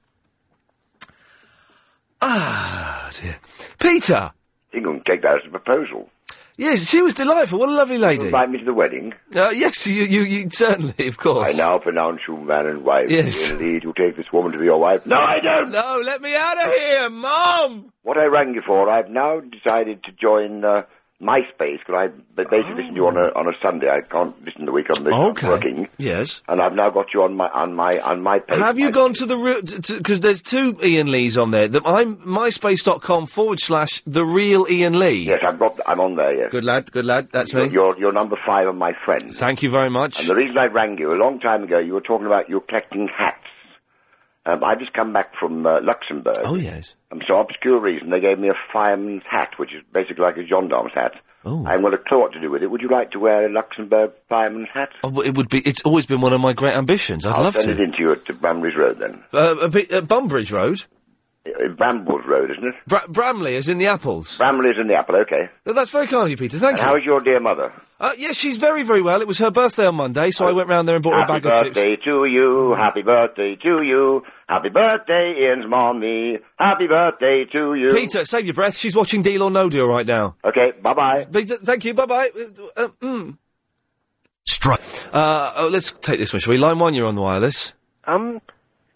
Speaker 2: Ah, dear. Peter!
Speaker 12: England take that as a proposal.
Speaker 2: Yes, she was delightful. What a lovely lady.
Speaker 12: Invite me to the wedding.
Speaker 2: Uh, yes, you, you, you certainly, of
Speaker 12: I
Speaker 2: course.
Speaker 12: now pronounce you man and wife.
Speaker 2: Yes.
Speaker 12: Indeed, you take this woman to be your wife. No, I don't.
Speaker 2: No, let me out of here, Mom!
Speaker 12: What I rang you for, I've now decided to join uh, MySpace because I ba- basically listen to you on a on a Sunday. I can't listen the week on this
Speaker 2: Oh. Okay.
Speaker 12: working.
Speaker 2: Yes.
Speaker 12: And I've now got you on my on my on my page.
Speaker 2: Have you gone to the real? Because there's two Ian Lees on there. The, I'm myspace.com forward slash the real Ian Lee. Yes,
Speaker 12: I've got. I'm on there. Yes.
Speaker 2: Good lad. Good lad. That's
Speaker 12: you're,
Speaker 2: me.
Speaker 12: you're you're number five on my friends.
Speaker 2: Thank you very much.
Speaker 12: And the reason I rang you a long time ago, you were talking about you were collecting hats,
Speaker 29: Um, I just come back from uh, Luxembourg.
Speaker 2: Oh, yes.
Speaker 29: Um, so obscure reason, they gave me a fireman's hat, which is basically like a gendarme's hat.
Speaker 2: Oh.
Speaker 29: I haven't got a clue what to do with it. Would you like to wear a Luxembourg fireman's hat?
Speaker 2: Oh, but it would be. It's always been one of my great ambitions. I'd
Speaker 29: will
Speaker 2: love
Speaker 29: send it
Speaker 2: to.
Speaker 29: into you at uh, Bramley's Road then.
Speaker 2: Uh, a bit, uh, Bunbridge Road.
Speaker 29: Uh, Brambles Road, isn't it?
Speaker 2: Bra- Bramley is in the apples.
Speaker 29: Bramley's in the apple. Okay.
Speaker 2: Th- That's very kind of you, Peter. Thank
Speaker 29: and
Speaker 2: you.
Speaker 29: how is your dear mother?
Speaker 2: Uh, yes, she's very, very well. It was her birthday on Monday, so I went round there and bought her a
Speaker 29: Happy
Speaker 2: bag of chips.
Speaker 29: birthday to you. Happy birthday to you. Happy birthday, Ian's mommy. Happy birthday to you.
Speaker 2: Peter, save your breath. She's watching Deal or No Deal right now.
Speaker 29: Okay, bye bye.
Speaker 2: Peter, thank you. Bye bye. Uh, mm. Strike. Uh, oh, let's take this one, shall we? Line one, you're on the wireless.
Speaker 30: Um,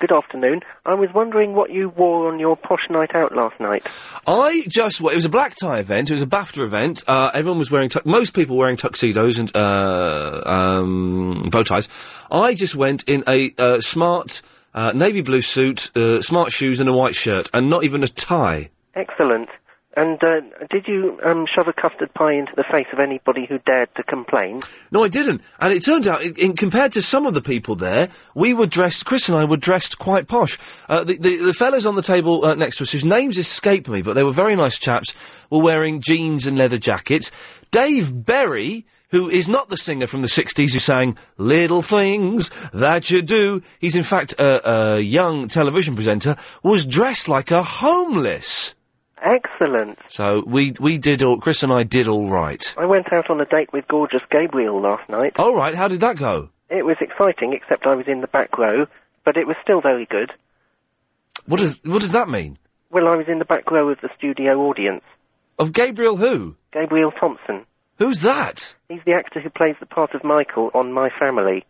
Speaker 30: good afternoon. I was wondering what you wore on your posh night out last night.
Speaker 2: I just wa- it was a black tie event. It was a BAFTA event. Uh, everyone was wearing tu- most people were wearing tuxedos and uh, um, bow ties. I just went in a uh, smart uh, navy blue suit, uh, smart shoes, and a white shirt, and not even a tie.
Speaker 30: Excellent. And uh, did you um, shove a custard pie into the face of anybody who dared to complain?
Speaker 2: No, I didn't. And it turned out, in, in, compared to some of the people there, we were dressed. Chris and I were dressed quite posh. Uh, the, the the fellas on the table uh, next to us, whose names escape me, but they were very nice chaps, were wearing jeans and leather jackets. Dave Berry. Who is not the singer from the 60s who sang Little Things That You Do? He's in fact a, a young television presenter, was dressed like a homeless.
Speaker 30: Excellent.
Speaker 2: So we, we did all, Chris and I did all right.
Speaker 30: I went out on a date with gorgeous Gabriel last night.
Speaker 2: All right, how did that go?
Speaker 30: It was exciting, except I was in the back row, but it was still very good.
Speaker 2: What does what does that mean?
Speaker 30: Well, I was in the back row of the studio audience.
Speaker 2: Of Gabriel who?
Speaker 30: Gabriel Thompson.
Speaker 2: Who's that?
Speaker 30: He's the actor who plays the part of Michael on My Family.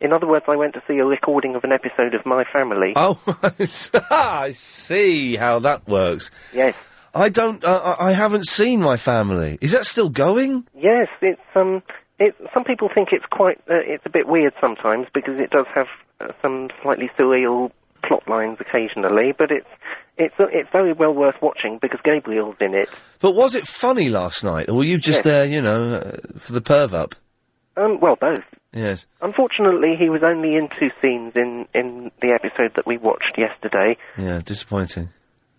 Speaker 30: In other words, I went to see a recording of an episode of My Family.
Speaker 2: Oh, I see how that works.
Speaker 30: Yes.
Speaker 2: I don't. Uh, I I haven't seen my family. Is that still going?
Speaker 30: Yes, it's um, it. Some people think it's quite, uh, it's a bit weird sometimes because it does have uh, some slightly surreal plot lines occasionally, but it's it's uh, it's very well worth watching because Gabriel's in it.
Speaker 2: But was it funny last night, or were you just
Speaker 30: Yes.
Speaker 2: there, you know, uh, for the perv up?
Speaker 30: Um, well, both.
Speaker 2: Yes.
Speaker 30: Unfortunately, he was only in two scenes in in the episode that we watched yesterday.
Speaker 2: Yeah. Disappointing.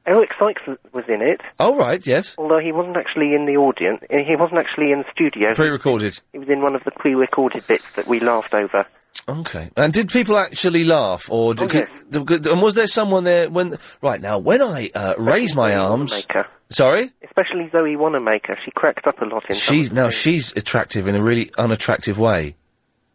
Speaker 30: Eric Sykes w- was in it.
Speaker 2: Oh right. Yes.
Speaker 30: Although he wasn't actually in the audience, uh, he wasn't actually in the studio.
Speaker 2: Pre-recorded.
Speaker 30: He was in one of the pre-recorded bits that we laughed over.
Speaker 2: Okay. And did people actually laugh, or did,
Speaker 30: Oh, yes.
Speaker 2: could- could- and was there someone there when? Right now, when I uh, raise my arms.
Speaker 30: Wanamaker.
Speaker 2: Sorry.
Speaker 30: Especially Zoe Wanamaker. She cracked up a lot in some
Speaker 2: She's now she's attractive in a really unattractive way.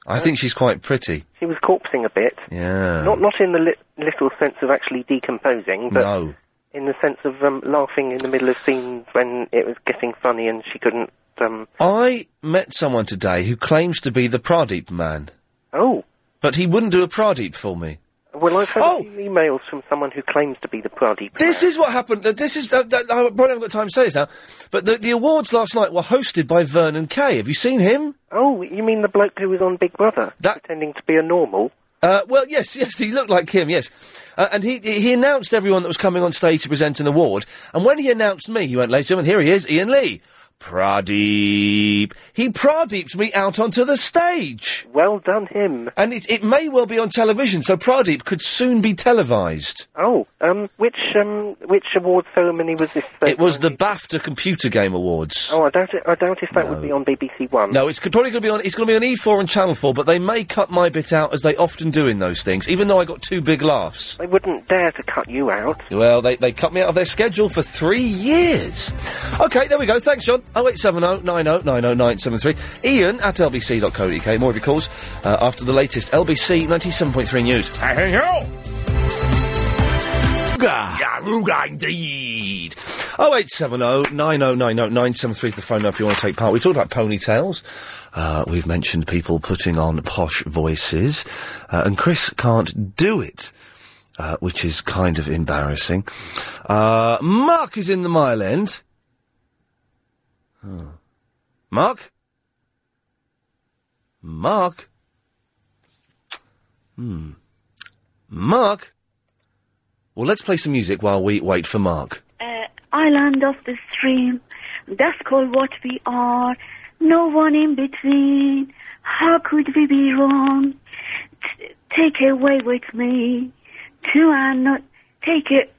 Speaker 2: I think she's quite pretty.
Speaker 30: She was corpsing a bit.
Speaker 2: Yeah.
Speaker 30: Oh. Not not in the li- little sense of actually decomposing, but
Speaker 2: no.
Speaker 30: in the sense of um, laughing in the middle of scenes when it was getting funny and she couldn't. Um,
Speaker 2: I met someone today who claims to be the Pradeep man.
Speaker 30: Oh.
Speaker 2: But he wouldn't do a Pradeep for me.
Speaker 30: well, I've had
Speaker 2: Oh!
Speaker 30: a few emails from someone who claims to be the Pradeep.
Speaker 2: This is what happened. uh, This is. Uh, that, I probably haven't got time to say this now. But the, the awards last night were hosted by Vernon Kay. Have you seen him?
Speaker 30: Oh, you mean the bloke who was on Big Brother?
Speaker 2: That
Speaker 30: pretending to be a normal.
Speaker 2: Uh, well, yes, yes, he looked like him, yes. Uh, and he he announced everyone that was coming on stage to present an award. And when he announced me, he went, ladies and gentlemen, here he is, Ian Lee. Pradeep. He Pradeeped me out onto the stage.
Speaker 30: Well done, him.
Speaker 2: And it, it may well be on television, so Pradeep could soon be televised.
Speaker 30: Oh, um, which um, which award ceremony was this?
Speaker 2: It was the BAFTA Computer Game Awards.
Speaker 30: Oh, I doubt it. I doubt if that would be on BBC One.
Speaker 2: No, it's c- probably going to be on. It's going to be on E4 and Channel 4, but they may cut my bit out as they often do in those things. Even though I got two big laughs.
Speaker 30: They wouldn't dare to cut you out.
Speaker 2: Well, they, they cut me out of their schedule for three years. Okay, there we go. Thanks, John. Oh, 0870 90 90 973. Ian at lbc.co.uk. More of your calls uh, after the latest LBC 97.3 news. Hey, hey, yo! Ruga. Ruga indeed. Oh, 0870 9090 973 is the phone number if you want to take part. We talked about ponytails. Uh, we've mentioned people putting on posh voices. Uh, and Chris can't do it, uh, which is kind of embarrassing. Uh, Mark is in the mile end. Oh. Mark? Mark? Hmm. Mark? Well, let's play some music while we wait for Mark.
Speaker 10: Uh, island of the stream, that's called what we are. No one in between. How could we be wrong? T- take away with me. to another, take it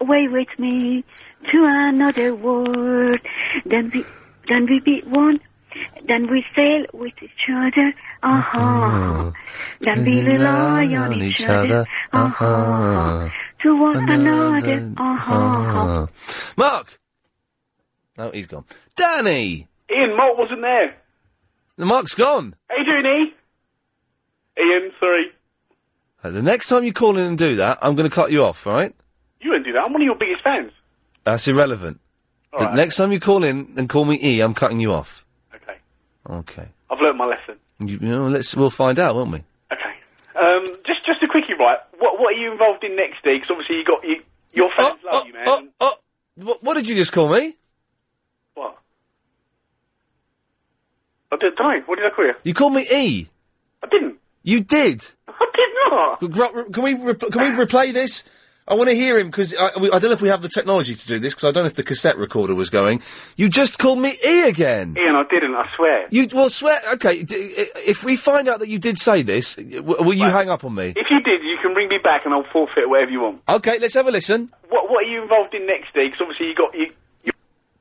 Speaker 10: away with me to another world. Then we, then we be one. Then we sail with each other.
Speaker 1: Ah,
Speaker 10: Uh-huh. Then we rely on each other.
Speaker 2: Uh-huh.
Speaker 10: To one another.
Speaker 7: Ah.
Speaker 10: Uh-huh.
Speaker 2: Mark! No, he's gone. Danny!
Speaker 15: Ian, Mark wasn't there.
Speaker 2: The Mark's gone.
Speaker 15: How you doing, E? Ian, um, sorry.
Speaker 2: Uh, The next time you call in and do that, I'm going to cut you off, all right?
Speaker 15: You wouldn't do that. I'm one of your biggest fans.
Speaker 2: That's irrelevant. the next time you call in and call me E, I'm cutting you off.
Speaker 15: Okay.
Speaker 2: Okay.
Speaker 15: I've learnt my lesson.
Speaker 2: You, you know, let's we'll find out, won't we?
Speaker 15: Um, just, just a quickie, right? What, what are you involved in next, E? 'Cause obviously you got you, your fans love you, man.
Speaker 2: What, what did you just call me?
Speaker 15: What? I did, don't I? What did I call you?
Speaker 2: You called me E.
Speaker 15: I didn't.
Speaker 2: You did.
Speaker 15: I did not.
Speaker 2: Can we re- can we replay this? I want to hear him because I, we- I don't know if we have the technology to do this because I don't know if the cassette recorder was going. You just called me E again.
Speaker 15: Ian, I didn't. I swear.
Speaker 2: You well swear. Okay, d- i- if we find out that you did say this, w- will you hang up on me?
Speaker 15: If you did, you can ring me back and I'll forfeit whatever you want.
Speaker 2: Okay, let's have a listen.
Speaker 15: What, what are you involved in next, E? 'Cause obviously you got you.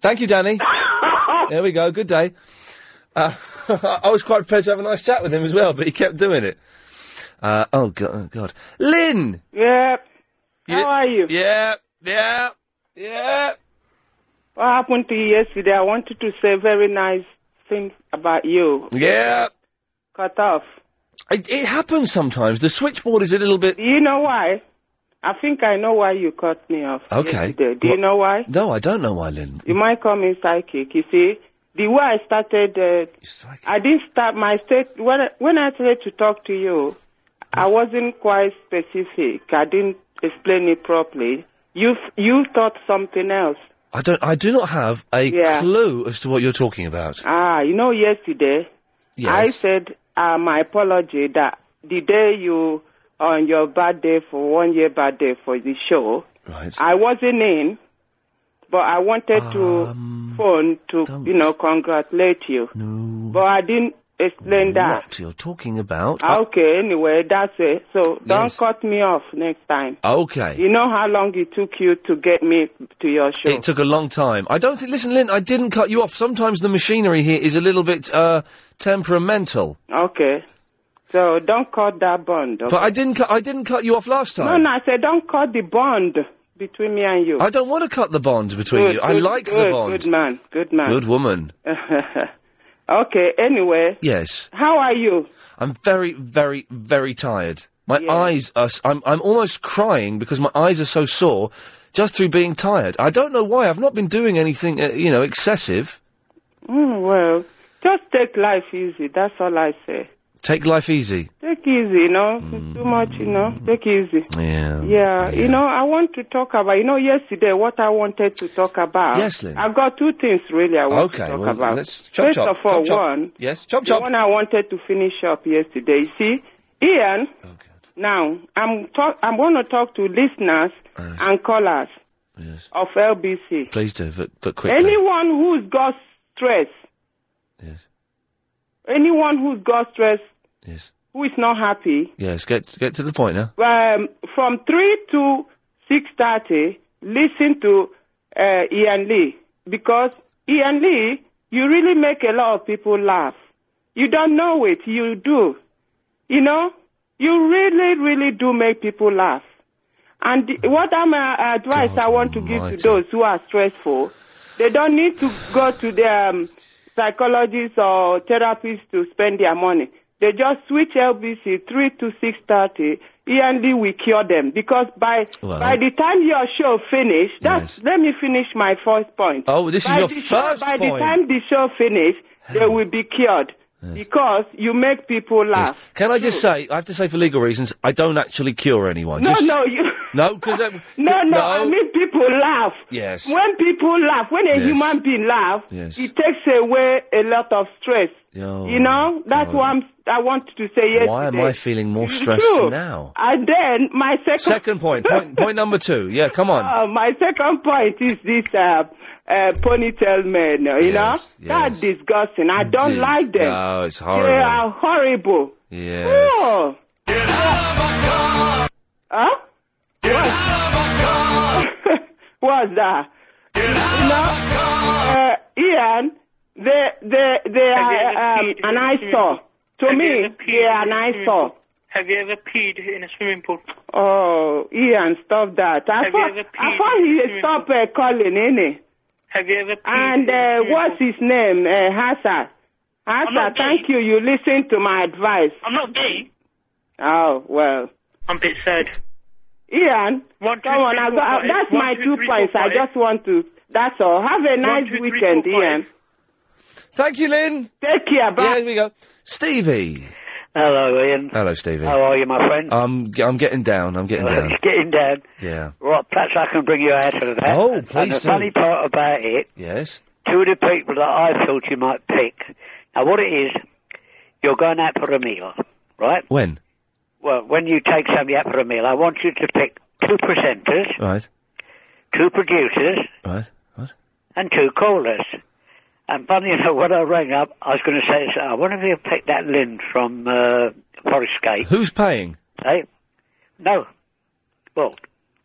Speaker 2: Thank you, Danny. there we go. Good day. Uh, I was quite prepared to have a nice chat with him as well, but he kept doing it. Uh, oh god, oh god, Lynn.
Speaker 16: Yeah. How are you?
Speaker 2: Yeah, yeah, yeah.
Speaker 16: What happened to you yesterday? I wanted to say very nice thing about you.
Speaker 2: Yeah.
Speaker 16: Cut off.
Speaker 2: It, it happens sometimes. The switchboard is a little bit.
Speaker 16: Do you know why? I think I know why you cut me off.
Speaker 2: Okay.
Speaker 16: yesterday. Do you know why?
Speaker 2: No, I don't know why, Lynn.
Speaker 16: You might call me psychic. You see, the way I started, uh, I didn't start my state when I, when I tried to talk to you. I wasn't quite specific. I didn't explain it properly. You you thought something else.
Speaker 2: I don't. I do not have a
Speaker 16: Yeah.
Speaker 2: clue as to what you're talking about.
Speaker 16: Ah, you know, yesterday I
Speaker 2: Yes.
Speaker 16: said uh, my apology that the day you on your birthday for one year birthday for the show,
Speaker 2: right.
Speaker 16: I wasn't in, but I wanted
Speaker 2: Um,
Speaker 16: to phone to you know congratulate you. No, but I didn't explain that. Ah,
Speaker 2: What you're talking about?
Speaker 16: Okay, anyway, that's it. So don't
Speaker 2: Yes.
Speaker 16: cut me off next time.
Speaker 2: Okay.
Speaker 16: You know how long it took you to get me to your show.
Speaker 2: It took a long time. I don't think. Listen, Lynn, I didn't cut you off. Sometimes the machinery here is a little bit uh, temperamental.
Speaker 16: Okay. So don't cut that bond.
Speaker 2: But I didn't. Cut, I didn't cut you off last time.
Speaker 16: No, no, I said don't cut the bond between me and you.
Speaker 2: I don't want to cut the bond between
Speaker 16: Good,
Speaker 2: you. I
Speaker 16: good,
Speaker 2: like the
Speaker 16: good,
Speaker 2: bond.
Speaker 16: Good man, good man.
Speaker 2: Good woman.
Speaker 16: okay, anyway,
Speaker 2: Yes.
Speaker 16: how are you?
Speaker 2: I'm very, very, very tired. My eyes are. s- I'm. I'm almost crying because my eyes are so sore, just through being tired. I don't know why. I've not been doing anything, uh, you know, excessive.
Speaker 16: Mm, well, just take life easy. That's all I say.
Speaker 2: Take life easy.
Speaker 16: Take easy, you know. It's too much, you know. Take easy.
Speaker 2: Um, Yeah.
Speaker 16: Yeah, you know, I want to talk about, you know, yesterday what I wanted to talk about.
Speaker 2: Yes, Lynn.
Speaker 16: I've got two things really I want
Speaker 2: Okay,
Speaker 16: to talk
Speaker 2: well,
Speaker 16: about.
Speaker 2: let's- chop,
Speaker 16: First
Speaker 2: chop,
Speaker 16: of all,
Speaker 2: chop, chop.
Speaker 16: one.
Speaker 2: Yes, chop,
Speaker 16: the
Speaker 2: chop.
Speaker 16: one I wanted to finish up yesterday. You see, Ian,
Speaker 2: Oh,
Speaker 16: now I'm talk, I'm going to talk to listeners
Speaker 2: Uh.
Speaker 16: and callers of LBC.
Speaker 2: Please do, but but quickly.
Speaker 16: Anyone who's got stress. Anyone who's got stress.
Speaker 2: Yes.
Speaker 16: Who is not happy
Speaker 2: Yes. Get get to the point now.
Speaker 16: um, from three to six thirty, listen to uh, Ian Lee because Ian Lee, you really make a lot of people laugh. You don't know it, you do. You know, you really, really do make people laugh. And the- what I'm uh, advice I want to give to those who are stressful, they don't need to go to their um, psychologists or therapists to spend their money. They just switch LBC three to six thirty. END will cure them because by
Speaker 2: Well-
Speaker 16: by the time your show finish, that's let me finish my first point.
Speaker 2: Oh, this is
Speaker 16: By
Speaker 2: your
Speaker 16: the show-
Speaker 2: first
Speaker 16: By the
Speaker 2: point.
Speaker 16: time the show finish, they will be cured because you make people laugh.
Speaker 2: Can I just say? I have to say, for legal reasons, I don't actually cure anyone.
Speaker 16: No,
Speaker 2: Just-
Speaker 16: no, you.
Speaker 2: No, because
Speaker 16: No, no,
Speaker 2: No.
Speaker 16: I mean people laugh.
Speaker 2: Yes.
Speaker 16: When people laugh, when a
Speaker 2: Yes.
Speaker 16: human being laughs,
Speaker 2: Yes.
Speaker 16: it takes away a lot of stress. you know, that's
Speaker 2: God.
Speaker 16: what I'm, I wanted to say yesterday.
Speaker 2: why am I feeling more stressed
Speaker 16: True.
Speaker 2: now?
Speaker 16: And then my second
Speaker 2: Second point, point, point number two. Yeah, come on.
Speaker 16: Uh, my second point is this uh, uh, ponytail men. uh, You
Speaker 2: Yes,
Speaker 16: know, that's disgusting. I don't
Speaker 2: Jeez.
Speaker 16: like them.
Speaker 2: No, Oh, it's
Speaker 16: They
Speaker 2: horrible.
Speaker 16: are horrible.
Speaker 2: Yeah.
Speaker 16: Oh. Huh? What's that? No, uh, Ian, they they they are um, an eyesore. To me, they are an eyesore.
Speaker 14: Have you ever peed in a swimming pool?
Speaker 16: Oh, Ian, stop that! I
Speaker 14: Have you
Speaker 16: thought
Speaker 14: ever
Speaker 16: I
Speaker 14: peed
Speaker 16: thought
Speaker 14: in a
Speaker 16: he
Speaker 14: swimming
Speaker 16: stopped uh, calling, innit?
Speaker 14: Have you ever peed
Speaker 16: And
Speaker 14: in a
Speaker 16: uh,
Speaker 14: swimming pool?
Speaker 16: what's his name? Uh, Hazard. Hazard,
Speaker 14: not
Speaker 16: thank you. You listened to my advice.
Speaker 14: I'm not gay.
Speaker 16: Oh well.
Speaker 14: I'm a bit sad.
Speaker 16: Ian,
Speaker 14: One, two,
Speaker 16: come on.
Speaker 14: three,
Speaker 16: I
Speaker 14: four,
Speaker 16: got, uh,
Speaker 14: five.
Speaker 16: that's
Speaker 14: One,
Speaker 16: my
Speaker 14: two,
Speaker 16: two
Speaker 14: three, four,
Speaker 16: points. I
Speaker 14: five.
Speaker 16: just want to. That's all. Have a nice
Speaker 14: two, three,
Speaker 16: weekend,
Speaker 14: four, five.
Speaker 16: Ian.
Speaker 2: Thank you, Lynn.
Speaker 16: Take care. Bye.
Speaker 2: Yeah, here we go. Stevie.
Speaker 17: Hello, Ian.
Speaker 2: Hello, Stevie.
Speaker 17: How are you, my friend?
Speaker 2: I'm I'm getting down. I'm getting down.
Speaker 17: Getting down.
Speaker 2: Yeah.
Speaker 17: Well, perhaps I can bring you out of that.
Speaker 2: Oh, please
Speaker 17: And the
Speaker 2: do.
Speaker 17: funny part about it,
Speaker 2: Yes.
Speaker 17: two of the people that I thought you might pick. Now, what it is, you're going out for a meal, right?
Speaker 2: When?
Speaker 17: Well, when you take somebody out for a meal, I want you to pick two presenters,
Speaker 2: Right.
Speaker 17: two producers,
Speaker 2: Right.
Speaker 17: and two callers. And funny enough, when I rang up, I was going to say, so I wonder if you pick that Lynn from uh, Forest Gate.
Speaker 2: Who's paying?
Speaker 17: Eh? No. Well,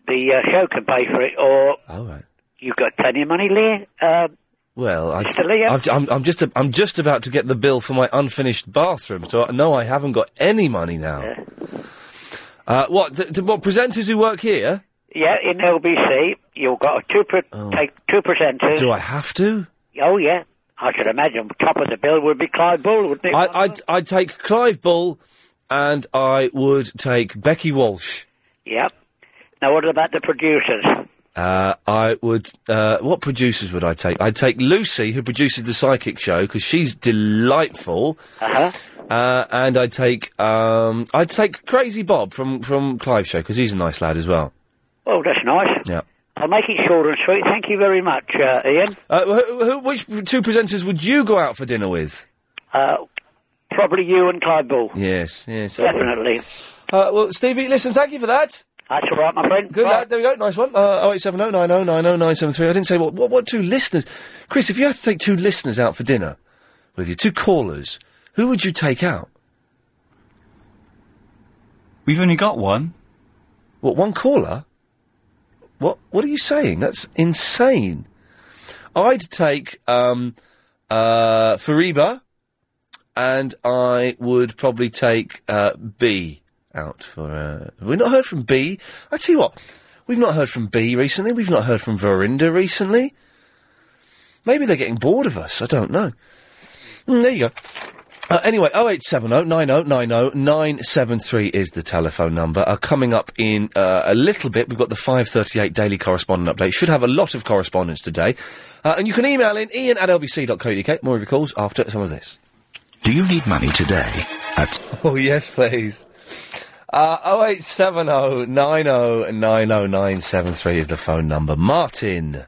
Speaker 17: the uh, show can pay for it, or
Speaker 2: All right.
Speaker 17: you've got plenty of money, Lee. Uh,
Speaker 2: Well, I,
Speaker 17: Mr. Leo?
Speaker 2: I've- I'm, I'm just a, I'm just about to get the bill for my unfinished bathroom, so I, no, I haven't got any money now. Uh, what? Th- th- what presenters who work here?
Speaker 17: yeah, in LBC, you've got two pre- take two presenters.
Speaker 2: Oh. Do I have to?
Speaker 17: Oh yeah, I should imagine top of the bill would be Clyde Bull, wouldn't it?
Speaker 2: I, I'd, I'd take Clive Bull, and I would take Becky Walsh.
Speaker 17: Yep. Now what about the producers?
Speaker 2: Uh, I would. Uh, what producers would I take? I'd take Lucy, who produces the Psychic Show, because she's delightful.
Speaker 17: Uh-huh.
Speaker 2: Uh, and I'd take. Um, I'd take Crazy Bob from from Clive Show because he's a nice lad as well.
Speaker 17: Oh, that's nice.
Speaker 2: Yeah.
Speaker 17: I'll make it short and sweet. Thank you very much, uh, Ian.
Speaker 2: Uh, who, who, which two presenters would you go out for dinner with?
Speaker 17: Uh, probably you and Clyde Bull.
Speaker 2: Yes, yes. I would.
Speaker 17: Definitely.
Speaker 2: Uh, well, Stevie, listen, thank you for that.
Speaker 17: That's all right, my friend.
Speaker 2: Good lad. There we go. Nice one. Uh, 08709090973. I didn't say what, what. What two listeners? Chris, if you had to take two listeners out for dinner with you, two callers, who would you take out?
Speaker 21: We've only got one.
Speaker 2: What one caller? What What are you saying? That's insane. I'd take um, uh, Fariba, and I would probably take uh, B out for. Uh, we've not heard from B. I tell you what, we've not heard from B recently. We've not heard from Verinda recently. Maybe they're getting bored of us. I don't know. Mm, there you go. Uh, anyway, 0870 9090 973 is the telephone number. Uh, coming up in uh, a little bit, we've got the 538 Daily Correspondent Update. Should have a lot of correspondence today. Uh, and you can email in ian at lbc.co.uk. More of your calls after some of this.
Speaker 19: Do you need money today? At
Speaker 2: Oh, yes, please. Uh, 0870 9090 973 is the phone number. Martin.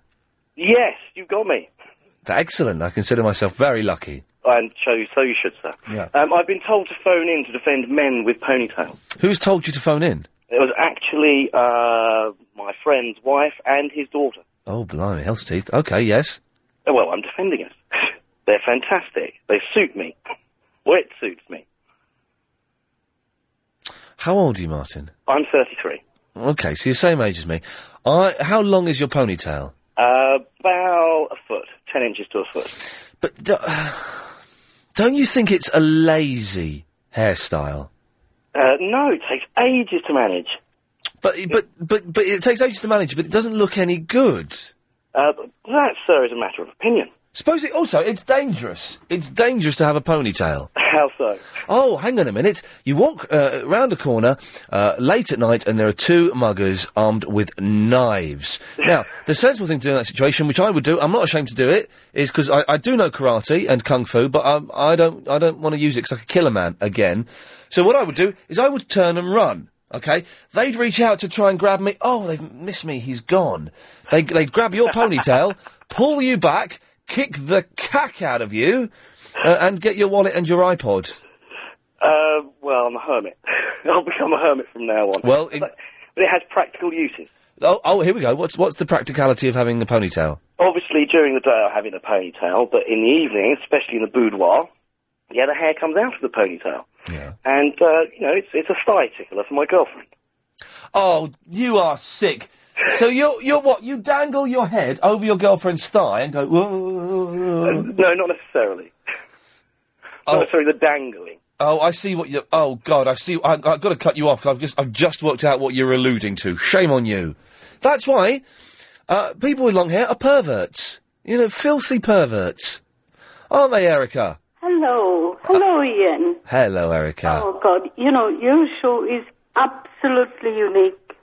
Speaker 20: Yes, you got me.
Speaker 2: Excellent. I consider myself very lucky.
Speaker 20: And so, so you should, sir.
Speaker 2: Yeah.
Speaker 20: Um, I've been told to phone in to defend men with ponytails.
Speaker 2: Who's told you to phone in?
Speaker 20: It was actually uh, my friend's wife and his daughter.
Speaker 2: Oh, blimey, hell's teeth. Okay, yes.
Speaker 20: Oh, Well, I'm defending it. They're fantastic. They suit me. Well, it suits me.
Speaker 2: How old are you, Martin?
Speaker 20: I'm 33.
Speaker 2: Okay, so you're the same age as me. I, how long is your ponytail?
Speaker 20: Uh, about a foot, 10 inches to a foot.
Speaker 2: But do, don't you think it's a lazy hairstyle?
Speaker 20: Uh, no, it takes ages to manage.
Speaker 2: But but but but it takes ages to manage. But it doesn't look any good.
Speaker 20: Uh, but that, sir, is a matter of opinion.
Speaker 2: Suppose it also it's dangerous. It's dangerous to have a ponytail.
Speaker 20: How so?
Speaker 2: Oh, hang on a minute. You walk uh, round a corner uh, late at night, and there are two muggers armed with knives. Now, the sensible thing to do in that situation, which I would do, I'm not ashamed to do it, is because I, I do know karate and kung fu, but um, I don't I don't want to use it because I could kill a man again. So what I would do is I would turn and run. Okay, they'd reach out to try and grab me. Oh, they've missed me. He's gone. They, they'd grab your ponytail, pull you back, kick the cack out of you, uh, and get your wallet and your iPod.
Speaker 20: Uh, well, I'm a hermit. I'll become a hermit from now on.
Speaker 2: Well, in-
Speaker 20: but it has practical uses.
Speaker 2: Oh, oh, here we go. What's what's the practicality of having a ponytail?
Speaker 20: Obviously, during the day I have it in a ponytail, but in the evening, especially in the boudoir, yeah, the hair comes out of the ponytail. Yeah. And, uh, you know, it's, it's a thigh tickler for my girlfriend.
Speaker 2: Oh, you are sick. So you're you're what? You dangle your head over your girlfriend's thigh and go. Whoa.
Speaker 20: No, not necessarily.
Speaker 2: Oh.
Speaker 20: Not necessarily the dangling.
Speaker 2: Oh, I see what you. Oh God, I see. I, I've got to cut you off. 'cause I've just, I've just worked out what you're alluding to. Shame on you. That's why uh, people with long hair are perverts. You know, filthy perverts, aren't they, Erica?
Speaker 1: Hello. Hello, Ian.
Speaker 2: Hello, Erica.
Speaker 1: Oh, God. You know, your show is absolutely unique.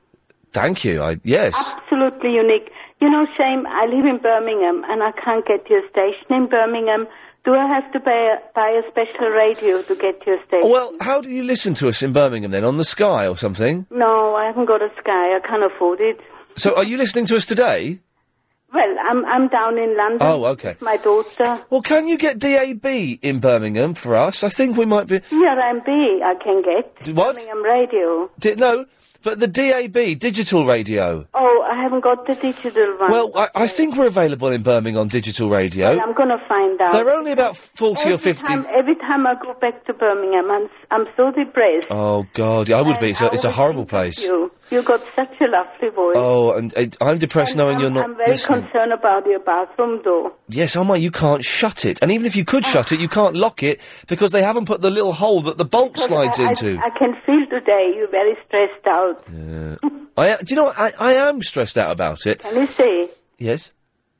Speaker 2: Thank you. I yes.
Speaker 1: Absolutely unique. You know, Shame, I live in Birmingham and I can't get your station in Birmingham. Do I have to buy a, buy a special radio to get your station?
Speaker 2: Well, how do you listen to us in Birmingham then? On the Sky or something?
Speaker 1: no, I haven't got a Sky. I can't afford it.
Speaker 2: So, are you listening to us today?
Speaker 1: Well, I'm, I'm down in London.
Speaker 2: Oh, okay.
Speaker 1: with My daughter.
Speaker 2: Well, can you get DAB in Birmingham for us? I think we might be.
Speaker 1: Here I'm E B. I can get.
Speaker 2: D- what?
Speaker 1: Birmingham radio.
Speaker 2: Di- no, but the DAB, digital radio.
Speaker 1: Oh, I haven't got the digital one.
Speaker 2: Well, I, I think we're available in Birmingham on digital radio.
Speaker 1: Well, I'm going to find out.
Speaker 2: They're only about 40
Speaker 1: every
Speaker 2: or 50.
Speaker 1: Time, every time I go back to Birmingham, I'm, s- I'm so depressed.
Speaker 2: Oh, God. I would be. It's a, it's a horrible place.
Speaker 1: You, you got such a lovely voice.
Speaker 2: Oh, and, and I'm depressed knowing you're not
Speaker 1: I'm very
Speaker 2: listening.
Speaker 1: concerned about your bathroom door.
Speaker 2: Yes, oh my, you can't shut it. And even if you
Speaker 1: Oh.
Speaker 2: could shut it, you can't lock it because they haven't put the little hole that the bolt slides
Speaker 1: I, I-
Speaker 2: into.
Speaker 1: I, can feel today you're very stressed out.
Speaker 2: Yeah. I, uh, do you know what? I, I am stressed out about it.
Speaker 1: Can you see?
Speaker 2: Yes?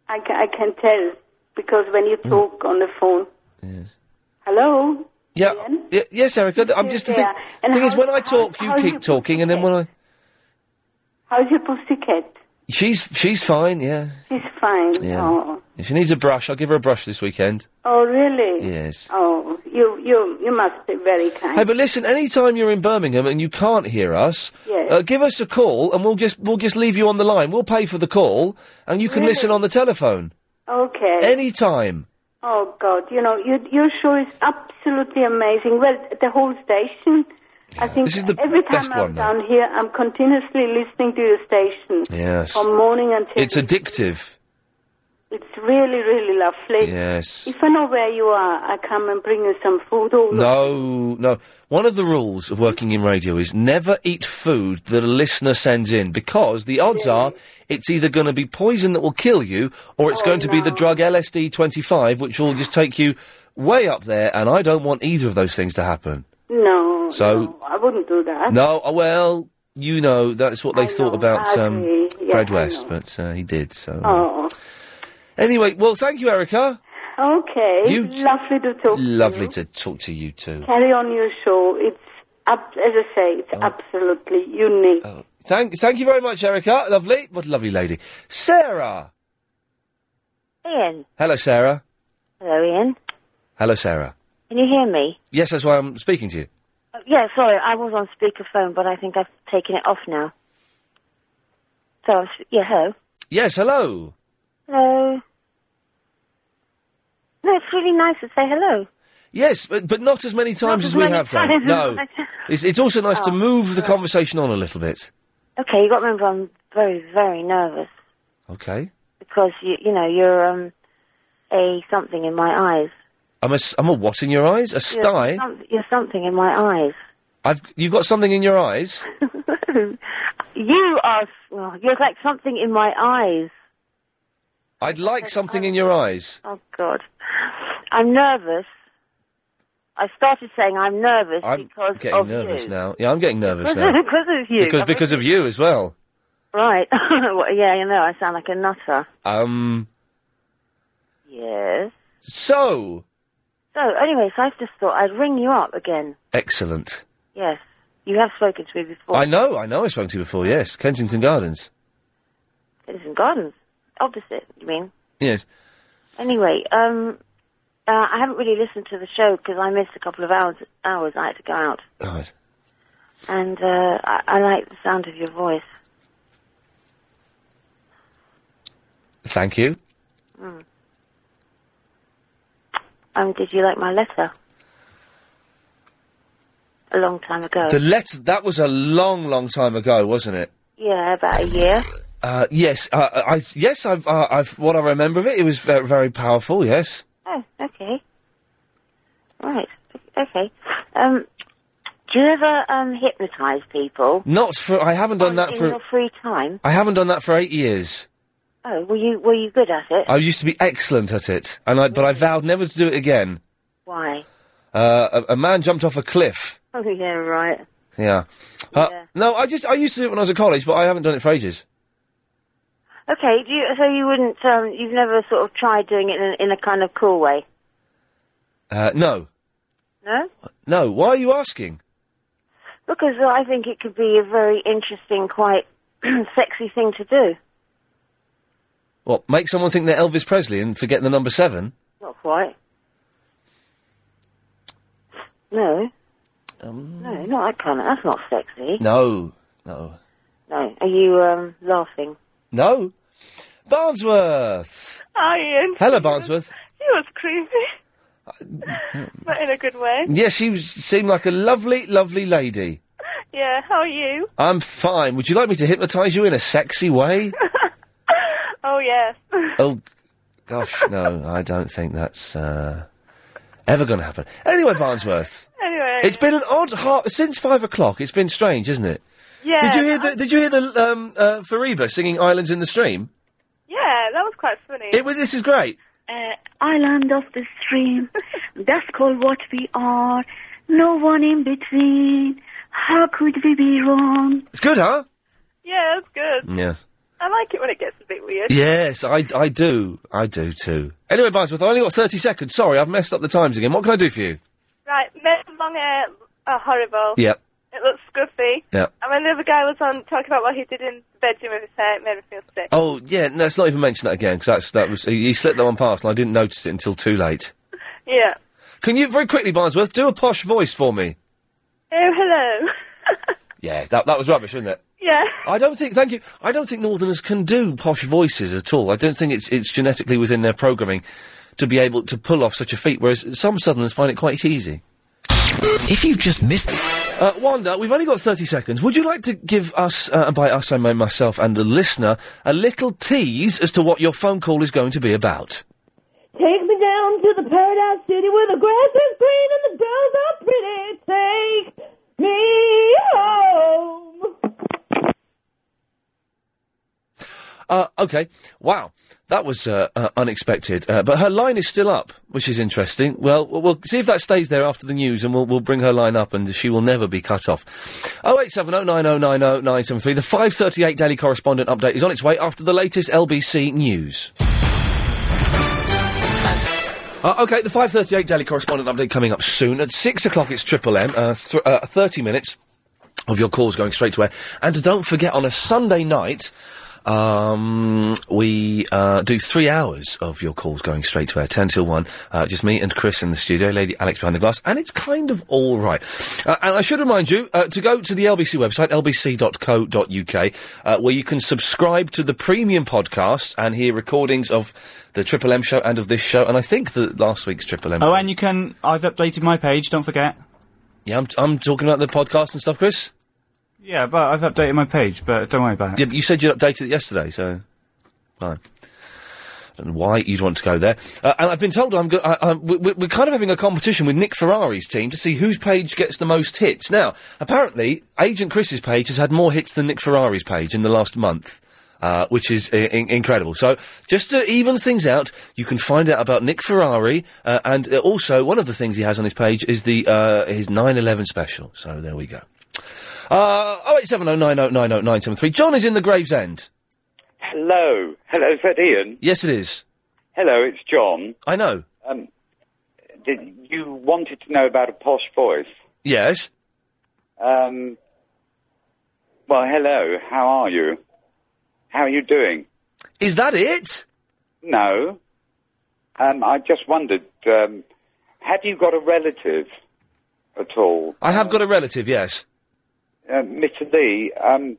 Speaker 1: I can, I can tell because when
Speaker 2: Mm.
Speaker 1: you talk on the phone. Yes. Hello.
Speaker 2: Yeah. Y- yes, Erica. th- I'm just the thing,
Speaker 1: Yeah, and
Speaker 2: thing is,
Speaker 1: how's-
Speaker 2: when I talk, you
Speaker 1: how's
Speaker 2: keep
Speaker 1: your
Speaker 2: talking, and then when I.
Speaker 1: How's your pussycat?
Speaker 2: She's she's fine, yeah.
Speaker 1: She's fine.
Speaker 2: Yeah.
Speaker 1: Oh.
Speaker 2: If she needs a brush, I'll give her a brush this weekend.
Speaker 1: Oh, really?
Speaker 2: Yes.
Speaker 1: Oh, you you you must be very kind.
Speaker 2: Hey, but listen, any time you're in Birmingham and you can't hear us,
Speaker 1: Yes.
Speaker 2: uh, give us a call and we'll just we'll just leave you on the line. We'll pay for the call and you can
Speaker 1: Really?
Speaker 2: listen on the telephone.
Speaker 1: Okay.
Speaker 2: Any time.
Speaker 1: Oh God, you know you, your show is absolutely amazing. Well, the whole station. I think
Speaker 2: This is the
Speaker 1: every time
Speaker 2: best
Speaker 1: I'm
Speaker 2: one, though.
Speaker 1: down here, I'm continuously listening to your station
Speaker 2: Yes.
Speaker 1: from morning until.
Speaker 2: It's addictive.
Speaker 1: it's really really lovely.
Speaker 2: Yes.
Speaker 1: If I know where you are, I come and bring you some food. Oh, Or
Speaker 2: No, no. One of the rules of working in radio is never eat food that a listener sends in because the odds are it's either going to be poison that will kill you or
Speaker 1: Oh,
Speaker 2: it's going to be the drug LSD 25 which will just take you way up there and I don't want either of those things to happen.
Speaker 1: no,
Speaker 2: So
Speaker 1: I wouldn't do that.
Speaker 2: no, uh, well, you know that's what they thought about
Speaker 1: I
Speaker 2: um,
Speaker 1: agree. Yeah,
Speaker 2: Fred
Speaker 1: I
Speaker 2: West, but uh, he did so.
Speaker 1: Oh,
Speaker 2: Anyway, well, thank you, Erica.
Speaker 1: okay.
Speaker 2: You-
Speaker 1: lovely to talk.
Speaker 2: Lovely to talk to you too.
Speaker 1: Carry on your show. It's ab- as I say, it's
Speaker 2: Oh.
Speaker 1: absolutely unique.
Speaker 2: Thank, thank you very much, Erica. Lovely, what a lovely lady, Sarah.
Speaker 31: Ian.
Speaker 2: Hello, Sarah.
Speaker 31: Hello, Ian.
Speaker 2: Hello, Sarah.
Speaker 31: Can you hear me?
Speaker 2: Yes, that's why I'm speaking to you.
Speaker 31: Uh, yeah, sorry, I was on speakerphone, but I think I've taken it off now. So, I'm s- yeah, hello.
Speaker 2: Yes, hello.
Speaker 31: Hello. No, it's really nice to say hello.
Speaker 2: Yes, but, but not as many times
Speaker 31: as
Speaker 2: as we
Speaker 31: many
Speaker 2: have
Speaker 31: times
Speaker 2: done.
Speaker 31: as
Speaker 2: No,
Speaker 31: I-
Speaker 2: it's, it's also nice to
Speaker 31: Oh,
Speaker 2: move the
Speaker 31: right.
Speaker 2: conversation on a little bit.
Speaker 31: Okay, you got to remember I'm very, very nervous
Speaker 2: Okay,
Speaker 31: because, you, you know, you're um, a something in my eyes.
Speaker 2: I'm a s- I'm a what in your eyes? A sty?
Speaker 31: You're, some- you're something in my eyes.
Speaker 2: I've you've got something in your eyes.
Speaker 31: You are, well, you're like something in my eyes.
Speaker 2: I'd like something in your eyes.
Speaker 31: Oh God, I'm nervous. I started saying I'm nervous
Speaker 2: I'm
Speaker 31: because
Speaker 2: getting
Speaker 31: of
Speaker 2: nervous
Speaker 31: you.
Speaker 2: now. Yeah, I'm getting nervous now.
Speaker 31: Because of you.
Speaker 2: Because, because of you as well.
Speaker 31: Right. Well, yeah, you know, I sound like a nutter.
Speaker 2: Um.
Speaker 31: Yes.
Speaker 2: So
Speaker 31: So anyway, so I just thought I'd ring you up again.
Speaker 2: excellent.
Speaker 31: Yes, you have spoken to me before.
Speaker 2: I know. I know. I spoke to you before. Yes, Kensington Gardens.
Speaker 31: Citizen Gardens, opposite. You mean?
Speaker 2: Yes.
Speaker 31: Anyway, um, uh, I haven't really listened to the show because I missed a couple of hours. Hours I had to go out,
Speaker 2: God.
Speaker 31: and uh, I, I like the sound of your voice.
Speaker 2: Thank you.
Speaker 31: Mm. Um, did you like my letter? A long time ago.
Speaker 2: The letter that was a long, long time ago, wasn't it?
Speaker 31: yeah, about a year.
Speaker 2: Uh, yes. Uh, I yes. I've, uh, I've what I remember of it. It was very, very powerful. Yes.
Speaker 31: Oh, okay. Right. Okay. Um, Do you ever um, hypnotise people
Speaker 2: Not for. I haven't done that
Speaker 31: in
Speaker 2: for.
Speaker 31: your free time?
Speaker 2: I haven't done that for eight years.
Speaker 31: Oh, were you were you good at it?
Speaker 2: I used to be excellent at it, and I, but I vowed never to do it again.
Speaker 31: Why?
Speaker 2: Uh, a, a man jumped off a cliff.
Speaker 31: Oh yeah, right.
Speaker 2: Yeah. Uh, No, I just I used to do it when I was at college, but I haven't done it for ages.
Speaker 31: Okay, do you, so you wouldn't um, you've never sort of tried doing it in a, in a kind of cool way,
Speaker 2: Uh, no,
Speaker 31: no?
Speaker 2: no. Why are you asking?
Speaker 31: Because uh, I think it could be a very interesting, quite sexy thing to do.
Speaker 2: What make someone think they're Elvis Presley and forget the number seven?
Speaker 31: Not quite. No,
Speaker 2: Um,
Speaker 31: no, not that kind of. That's not sexy.
Speaker 2: no, no,
Speaker 31: No. Are you um, laughing?
Speaker 2: no. Barnsworth.
Speaker 32: Hi, Ian.
Speaker 2: Hello, Barnsworth.
Speaker 32: He was creepy.
Speaker 2: Uh,
Speaker 32: but in a good way.
Speaker 2: Yes, you s- seem like a lovely, lovely lady.
Speaker 32: Yeah, how are you?
Speaker 2: I'm fine. Would you like me to hypnotise you in a sexy way?
Speaker 32: Oh, yes.
Speaker 2: oh, gosh, no, I don't think that's uh, ever going to happen. Anyway, Barnsworth,
Speaker 32: Anyway.
Speaker 2: it's been an odd half since five o'clock. It's been strange, isn't it?
Speaker 32: Yeah.
Speaker 2: Did you hear the Did you hear the um, uh, Fariba singing "Islands in the Stream"?
Speaker 32: Yeah, that was quite funny.
Speaker 2: It was. This is great.
Speaker 10: Uh, island of the stream, that's called what we are. No one in between. How could we be wrong?
Speaker 2: It's good, huh?
Speaker 32: Yeah, it's good.
Speaker 2: Yes.
Speaker 32: I like it when it gets a bit weird.
Speaker 2: Yes, I, I do. I do too. Anyway, Barnsworth, I only got 30 seconds. Sorry, I've messed up the times again. What can I do for you?
Speaker 32: Right, men long hair are horrible.
Speaker 2: Yep.
Speaker 32: It looks scruffy.
Speaker 2: Yep.
Speaker 32: And when the other guy was on talking about what he did in the bedroom with his hair, it made me feel sick.
Speaker 2: Oh, yeah, no, let's not even mention that again, because that's, that was, he, he slipped that one past and I didn't notice it until too late.
Speaker 32: Yeah.
Speaker 2: Can you, very quickly, Barnsworth, do a posh voice for me?
Speaker 32: Oh, hello.
Speaker 2: Yes, that, that was rubbish, wasn't it?
Speaker 32: Yeah.
Speaker 2: I don't think, thank you, I don't think Northerners can do posh voices at all. I don't think it's, it's genetically within their programming to be able to pull off such a feat, whereas some Southerners find it quite easy. If you've just missed. Uh, Wanda, we've only got 30 seconds. Would you like to give us, uh, and by us I mean myself and the listener, a little tease as to what your phone call is going to be about?
Speaker 33: Take me down to the paradise city where the grass is green and the girls are pretty. Take me home.
Speaker 2: Uh, okay. Wow. That was uh, uh, unexpected. Uh, but her line is still up, which is interesting. Well, we'll we'll see if that stays there after the news, and we'll, we'll bring her line up, and she will never be cut off. Oh, 0870 9090 973. The 538 Daily Correspondent update is on its way after the latest LBC news. Uh, okay, the 538 Daily Correspondent update coming up soon. At 6 o'clock, it's Triple M, uh, th- uh, 30 minutes of your calls going straight to air. And don't forget, on a Sunday night, um, we uh, do three hours of your calls going straight to air, 10 till 1. Uh, just me and Chris in the studio, Lady Alex behind the glass, and it's kind of all right. Uh, and I should remind you uh, to go to the LBC website, lbc.co.uk, uh, where you can subscribe to the premium podcast and hear recordings of the Triple M show and of this show, and I think the last week's Triple M
Speaker 21: Oh, and you can. I've updated my page. Don't forget.
Speaker 2: Yeah, I'm, I'm talking about the podcast and stuff, Chris.
Speaker 21: Yeah, but I've updated my page. But don't worry about it.
Speaker 2: Yeah, but you said you updated it yesterday, so fine. I don't know why you'd want to go there. Uh, and I've been told I'm, go- I, I'm we- we- we're kind of having a competition with Nick Ferrari's team to see whose page gets the most hits. Now, apparently, Agent Chris's page has had more hits than Nick Ferrari's page in the last month. Uh, which is I- in- incredible. So, just to even things out, you can find out about Nick Ferrari, uh, and uh, also one of the things he has on his page is the uh, his 9/11 special. So there we go. Uh, 08709090973. John is in the Gravesend.
Speaker 34: Hello. Hello, is that Ian?
Speaker 2: Yes, it is.
Speaker 34: Hello, it's John.
Speaker 2: I know.
Speaker 34: Um, did, you wanted to know about a posh voice.
Speaker 2: Yes.
Speaker 34: Um, well, hello, how are you? How are you doing?
Speaker 2: Is that it?
Speaker 34: No. Um, I just wondered, um, have you got a relative at all?
Speaker 2: I have got a relative, yes.
Speaker 34: Uh, Mr. Lee, um,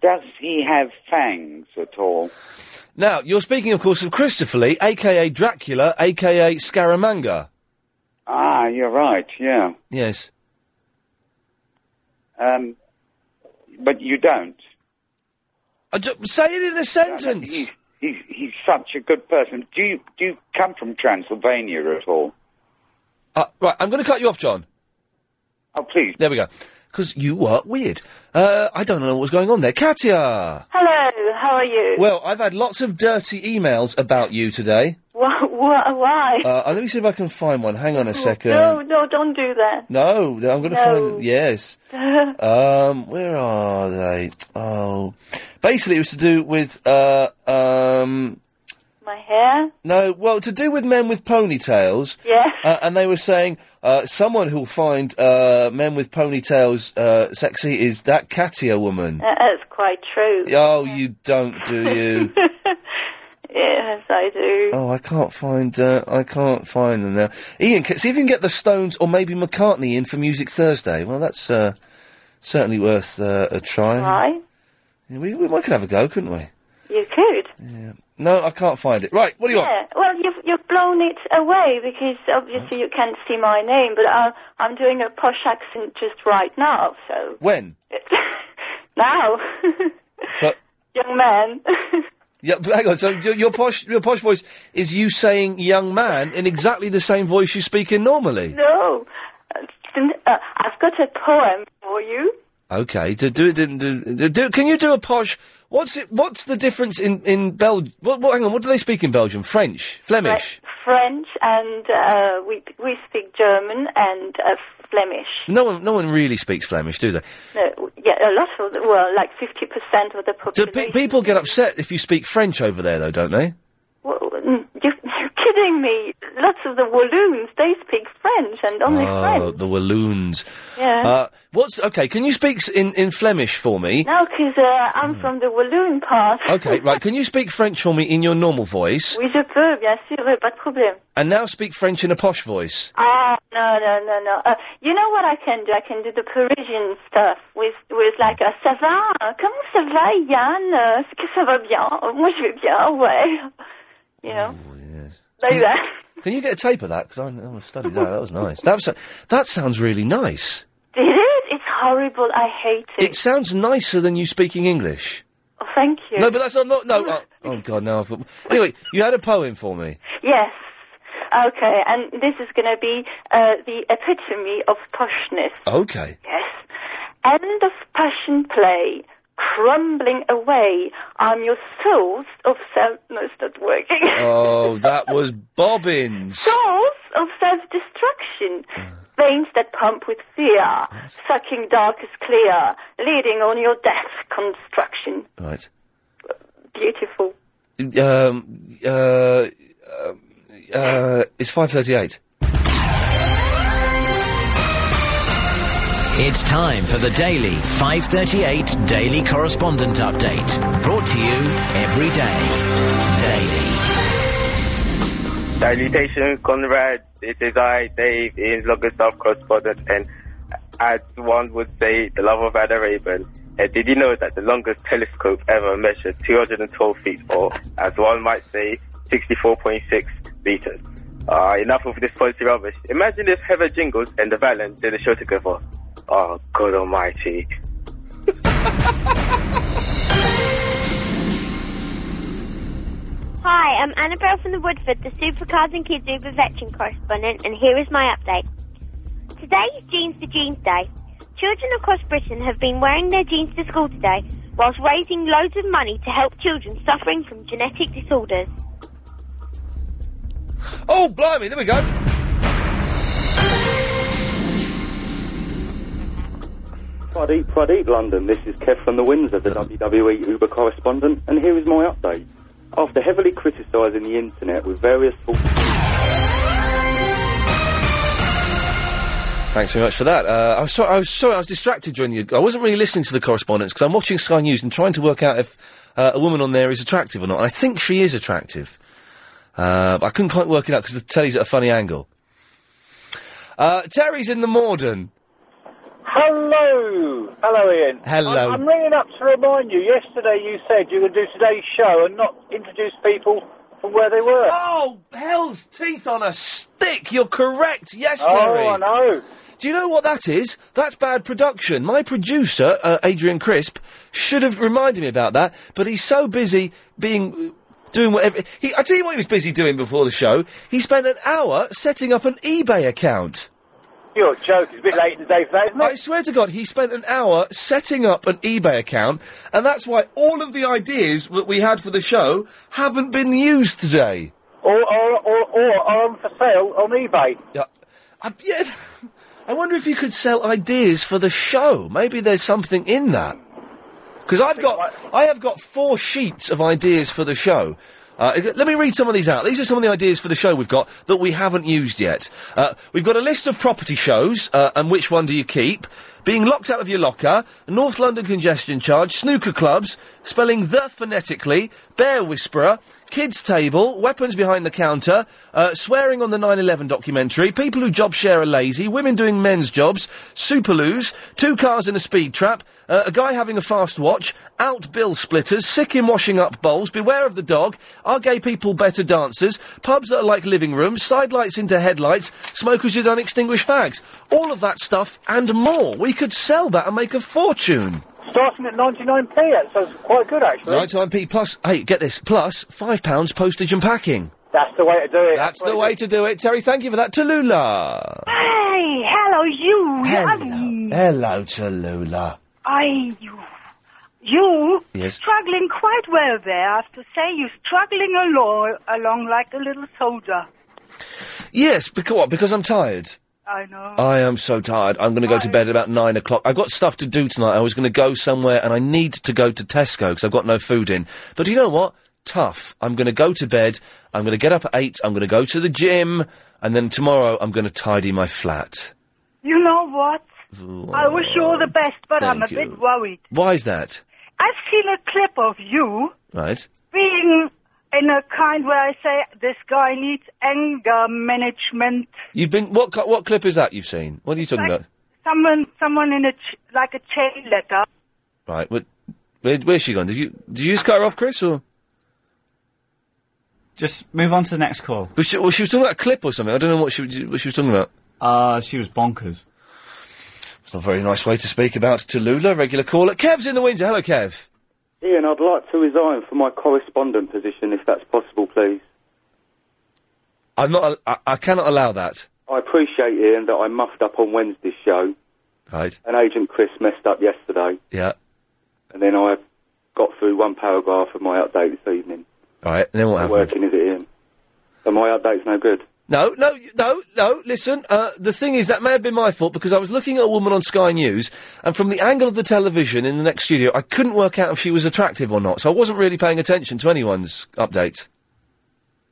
Speaker 34: does he have fangs at all?
Speaker 2: Now, you're speaking, of course, of Christopher Lee, a.k.a. Dracula, a.k.a. Scaramanga.
Speaker 34: Ah, you're right, yeah.
Speaker 2: Yes.
Speaker 34: Um, but you don't.
Speaker 2: say it in a sentence.
Speaker 34: He's, he's, he's such a good person. Do you, do you come from Transylvania at all?
Speaker 2: Uh, right, I'm going to cut you off, John. Oh, please. There we go. Because you were weird. Uh, I don't know what was going on there. Katia!
Speaker 3: Hello, how are you?
Speaker 2: Well, I've had lots of dirty emails about you today.
Speaker 3: Wha wha- why?
Speaker 2: Uh, uh, let me see if I can find one. Hang on a second.
Speaker 3: Oh, no, no, don't do that.
Speaker 2: No, th- I'm going to
Speaker 3: No.
Speaker 2: find. Yes. um, where are they? Oh, basically, it was to do with uh, um,
Speaker 3: My hair?
Speaker 2: no, well, to do with men with ponytails.
Speaker 3: Yeah.
Speaker 2: Uh, and they were saying uh, someone who'll find uh, men with ponytails uh, sexy is that Katia woman.
Speaker 3: Uh, that's quite true.
Speaker 2: Oh, you don't, do you?
Speaker 3: Yes, I do.
Speaker 2: Oh, I can't find. Uh, I can't find them now. Ian, c- see if you can get the Stones or maybe McCartney in for Music Thursday. Well, that's uh, certainly worth uh, a try.
Speaker 3: Why?
Speaker 2: Yeah, We, we, we could have a go, couldn't we?
Speaker 3: You could.
Speaker 2: No, I can't find it. Right, what do you want?
Speaker 3: Yeah, well, you've, you've blown it away because obviously you can't see my name, but I, I'm doing a posh accent just right now, so
Speaker 2: When?
Speaker 3: now,
Speaker 2: But
Speaker 3: young man.
Speaker 2: yeah, but hang on. So your, your posh, your posh voice is you saying "young man" in exactly the same voice you speak in normally.
Speaker 3: no, uh, I've got a poem for you.
Speaker 2: Okay, to do it, do, do, do, can you do a posh? What's it? What's the difference in in Bel? What, what? Hang on. What do they speak in Belgium? French, Flemish.
Speaker 3: French, and uh, we we speak German and uh, Flemish.
Speaker 2: No one, no one really speaks Flemish, do they?
Speaker 3: No, yeah, a lot of the, well, like fifty percent of the
Speaker 2: Do
Speaker 3: population.
Speaker 2: pe- people get upset if you speak French over there, though? Don't they?
Speaker 3: Well, mm, you, you're kidding me. Lots of the Walloons they speak French and only
Speaker 2: Oh,
Speaker 3: French.
Speaker 2: the Walloons.
Speaker 3: Yeah.
Speaker 2: Uh, what's okay? Can you speak s- in in Flemish for me?
Speaker 3: No, because uh, I'm from the Walloon part.
Speaker 2: Hmm. Okay, right. Can you speak French for me in your normal voice,
Speaker 3: Oui, je peux, bien sûr, euh, pas de problème.
Speaker 2: and now speak French in a posh voice?
Speaker 3: Ah, no, no, no, no. Uh, you know what I can do? I can do the Parisian stuff with, with like, uh, ça va? Comment ça va, Yann? Uh, Est-ce que ça va bien? Oh, Moi, je vais bien, ouais. You know?
Speaker 2: Oh,
Speaker 3: Like that.
Speaker 2: Can you get a tape of that? Because I, I wanna study that. That was nice. That was, that sounds really nice.
Speaker 3: Did it? It's horrible. I hate it.
Speaker 2: It sounds nicer than you speaking English.
Speaker 3: Oh, thank you.
Speaker 2: No, but that's not. not no. oh, oh God, now I've got. Anyway, you had a poem for me.
Speaker 3: Yes. Okay, and this is going to be uh, the epitome of poshness.
Speaker 2: Okay.
Speaker 3: Yes. End of passion play, crumbling away. I'm your source of self. No, it's not working.
Speaker 2: Oh, that was Bobbins.
Speaker 3: source of self destruction. Veins that pump with fear, sucking dark is clear, leading on your death construction.
Speaker 2: Right.
Speaker 3: Beautiful.
Speaker 2: Um. Uh. um, Uh. It's five thirty-eight.
Speaker 5: It's time for the daily 538 Daily Correspondent Update. Brought to you every day.
Speaker 18: Salutations, Conrad. This is I, Dave, in Logistoff Correspondent, and as one would say, the love of Ada Raven. And did you know that the longest telescope ever measured 212 feet, or as one might say, 64.6 meters? Uh, enough of this policy rubbish. Imagine if Heather Jingles and the Valen did a show together. Oh, God almighty.
Speaker 7: Hi, I'm Annabelle from the Woodford, the Supercars and Kids Uber Veteran correspondent, and here is my update. Today is Jeans for Jeans Day. Children across Britain have been wearing their jeans to school today whilst raising loads of money to help children suffering from genetic disorders.
Speaker 2: Oh, blimey! There we go.
Speaker 35: Prod eat, prod eat, London. This is Kev from the Windsor, the WWE Uber correspondent, and here is my update. After heavily criticising the internet with various false
Speaker 2: Thanks very much for that. Uh, I was sorry. I was sorry. I was distracted during the. I wasn't really listening to the correspondence because I'm watching Sky News and trying to work out if uh, a woman on there is attractive or not. And I think she is attractive. Uh, but I couldn't quite work it out because the telly's at a funny angle. Uh, Terry's in the Morden.
Speaker 36: Hello, hello, Ian.
Speaker 2: Hello.
Speaker 36: I'm, I'm ringing up to remind you. Yesterday, you said you would do today's show and not introduce people from where they were.
Speaker 2: Oh, hell's teeth on a stick! You're correct. Yes,
Speaker 36: Oh,
Speaker 2: Terry.
Speaker 36: I know.
Speaker 2: Do you know what that is? That's bad production. My producer, uh, Adrian Crisp, should have reminded me about that, but he's so busy being. uh, Doing whatever he, I tell you what he was busy doing before the show. He spent an hour setting up an eBay account.
Speaker 7: You're joking. It's a bit late in the day for that, isn't it?
Speaker 2: I swear to God, he spent an hour setting up an eBay account, and that's why all of the ideas that we had for the show haven't been used today.
Speaker 7: Or, or, or, or are on for sale on eBay.
Speaker 2: Yeah. I, yeah. I wonder if you could sell ideas for the show. Maybe there's something in that. Because I've got, I have got four sheets of ideas for the show. Uh, if- let me read some of these out. These are some of the ideas for the show we've got that we haven't used yet. Uh, we've got a list of property shows, uh, and which one do you keep? Being locked out of your locker, North London congestion charge, snooker clubs, spelling the phonetically, bear whisperer, kids table, weapons behind the counter, uh, swearing on the 9-11 documentary, people who job share are lazy, women doing men's jobs, superloos, two cars in a speed trap, uh, a guy having a fast watch, out bill splitters, sick in washing up bowls, beware of the dog, are gay people better dancers, pubs that are like living rooms, sidelights into headlights, smokers who don't extinguish fags. All of that stuff and more. We could sell that and make a fortune.
Speaker 7: Starting at 99p, that sounds quite good, actually.
Speaker 2: Right time P plus, hey, get this, plus £5 pounds postage and packing.
Speaker 7: That's the way to do it.
Speaker 2: That's the way to do it. Terry, thank you for that. Tallulah.
Speaker 5: Hey, hello, you.
Speaker 2: Hello. Hello, Tallulah.
Speaker 5: I, you, you
Speaker 2: Yes.
Speaker 5: struggling quite well there. I have to say, you're struggling along, along like a little soldier.
Speaker 2: Yes, because what? Because I'm tired.
Speaker 5: I know.
Speaker 2: I am so tired. I'm going to go to bed at about nine o'clock. I've got stuff to do tonight. I was going to go somewhere, and I need to go to Tesco because I've got no food in. But you know what? Tough. I'm going to go to bed. I'm going to get up at eight. I'm going to go to the gym, and then tomorrow I'm going to tidy my flat.
Speaker 5: You know what? I wish you all the best, but I'm a
Speaker 2: Thank you.
Speaker 5: bit worried.
Speaker 2: Why is that?
Speaker 5: I've seen a clip of you
Speaker 2: Right.
Speaker 5: being in a kind where I say this guy needs anger management.
Speaker 2: You've been what? cl- What clip is that you've seen? What are you talking about?
Speaker 5: Someone, someone in a ch- like a chain letter.
Speaker 2: Right. What, where, where's she gone? Did you did you just cut her off, Chris, or?
Speaker 21: Just move on to the next call.
Speaker 2: Was she, well, she was talking about a clip or something. I don't know what she what she was talking about.
Speaker 21: Uh, she was bonkers.
Speaker 2: It's not a very nice way to speak about Tallulah. Regular caller, Kev's in the winter. Hello, Kev.
Speaker 35: Ian, I'd like to resign from my correspondent position if that's possible, please.
Speaker 2: I'm not. I, I cannot allow that.
Speaker 35: I appreciate, Ian, that I muffed up on Wednesday's show.
Speaker 2: Right.
Speaker 35: And Agent Chris messed up yesterday,
Speaker 2: Yeah.
Speaker 35: and then I got through one paragraph of my update this evening.
Speaker 2: All right. Then what
Speaker 35: Not working,
Speaker 2: happened?
Speaker 35: is it, Ian? And my update's no good.
Speaker 2: No, no, y- no, no. Listen, uh, the thing is that may have been my fault because I was looking at a woman on Sky News, and from the angle of the television in the next studio, I couldn't work out if she was attractive or not. So I wasn't really paying attention to anyone's updates.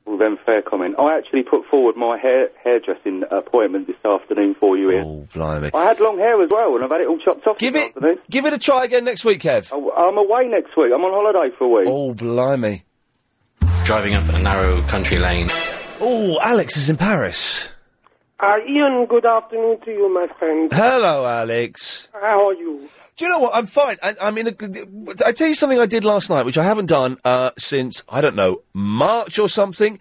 Speaker 35: Well, then, fair comment. I actually put forward my hair hairdressing appointment this afternoon for you, Ian.
Speaker 2: Oh, blimey.
Speaker 35: I had long hair as well, and I've had it all chopped off. Give this it, afternoon.
Speaker 2: give it a try again next week, Kev.
Speaker 35: I'm away next week. I'm on holiday for a week.
Speaker 2: Oh, blimey.
Speaker 4: Driving up a narrow country lane.
Speaker 2: Oh, Alex is in Paris.
Speaker 37: Uh, Ian, good afternoon to you, my friend.
Speaker 2: Hello, Alex.
Speaker 37: How are you?
Speaker 2: Do you know what? I'm fine. I, I'm in a. good- I tell you something I did last night, which I haven't done uh, since I don't know March or something.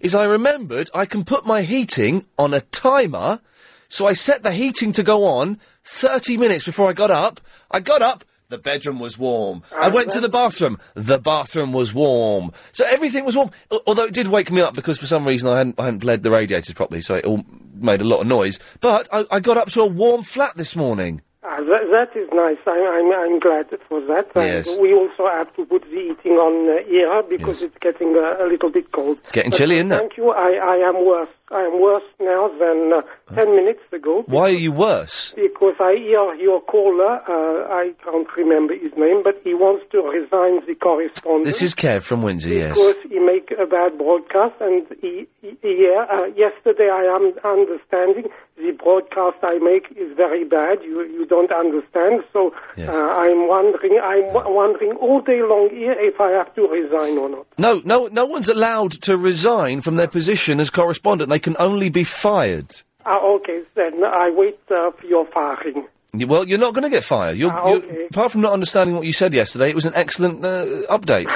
Speaker 2: Is I remembered I can put my heating on a timer, so I set the heating to go on 30 minutes before I got up. I got up. The bedroom was warm. I went to the bathroom. The bathroom was warm. So everything was warm. Al- Although it did wake me up because for some reason I hadn't, I hadn't bled the radiators properly, so it all made a lot of noise. But I, I got up to a warm flat this morning.
Speaker 37: Uh, that, that is nice. I, I'm, I'm glad for that. And
Speaker 2: Yes.
Speaker 37: we also have to put the heating on uh, here because it's getting uh, a little bit cold. It's
Speaker 2: getting chilly, isn't it?
Speaker 37: Thank you. I, I am worse. I am worse now than uh, 10 minutes ago.
Speaker 2: Why are you worse?
Speaker 37: Because I hear your caller, uh, I can't remember his name, but he wants to resign the correspondence.
Speaker 2: This is Kev from Windsor, yes.
Speaker 37: Because he make a bad broadcast, and he, he, yeah, uh, yesterday I am understanding the broadcast I make is very bad. You you don't understand, so uh, I'm wondering I'm w- wondering all day long here if I have to resign or not.
Speaker 2: No, no, no one's allowed to resign from their position as correspondent. They can only be fired.
Speaker 37: Ah, okay, then I wait uh, for your firing.
Speaker 2: You- Well, you're not going to get fired. You're,
Speaker 37: Ah,
Speaker 2: you're-
Speaker 37: okay.
Speaker 2: apart from not understanding what you said yesterday, it was an excellent uh, update.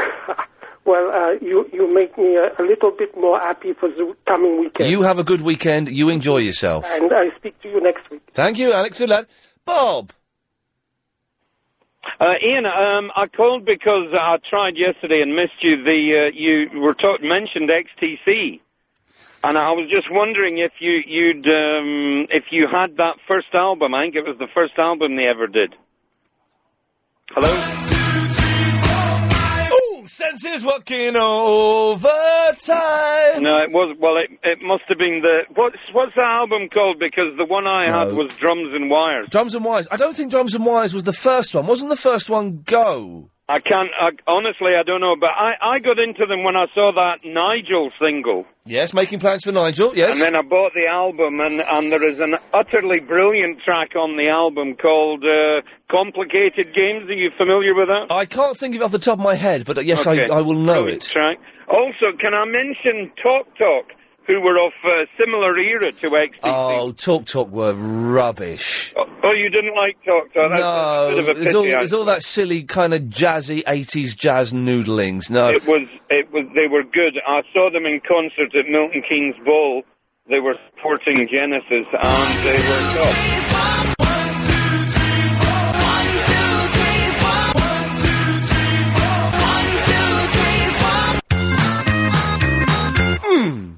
Speaker 37: Well, uh, you you make me a, a little bit more happy for the coming weekend,
Speaker 2: You have a good weekend. You enjoy yourself.
Speaker 37: and I speak to you next week.
Speaker 2: Thank you, Alex. Good lad. Bob.
Speaker 11: Uh, Ian, um, I called because I tried yesterday and missed you. The uh, you were taught, mentioned XTC, And I was just wondering if you you'd um, if you had that first album. I think it was the first album they ever did. Hello.
Speaker 2: Ooh, senses working overtime.
Speaker 11: No, it was well. It it must have been the what's what's the album called? Because the one I had
Speaker 2: No.
Speaker 11: was Drums and Wires.
Speaker 2: Drums and Wires. I don't think Drums and Wires was the first one. Wasn't the first one Go?
Speaker 11: I can't I, honestly. I don't know, but I I got into them when I saw that Nigel single.
Speaker 2: Yes, making plans for Nigel. Oh, Yes.
Speaker 11: And then I bought the album, and, and there is an utterly brilliant track on the album called uh, Complicated Games. Are you familiar with that?
Speaker 2: I can't think of it off the top of my head, but uh, yes,
Speaker 11: Okay.
Speaker 2: I, I will know
Speaker 11: Brilliant
Speaker 2: it.
Speaker 11: Track. Also, can I mention Talk Talk, who were of uh, similar era to X?
Speaker 2: Oh, Talk Talk were rubbish.
Speaker 11: Oh, you didn't like Talk Talk? That's a bit
Speaker 2: no,
Speaker 11: of a
Speaker 2: there's
Speaker 11: pity.
Speaker 2: all,
Speaker 11: I-
Speaker 2: there's all that silly kind of jazzy 80s jazz noodlings. No.
Speaker 11: It was, it was. They were good. I saw them in concert at Milton Keynes Bowl. They were supporting Genesis, and they were top.
Speaker 2: Hmm.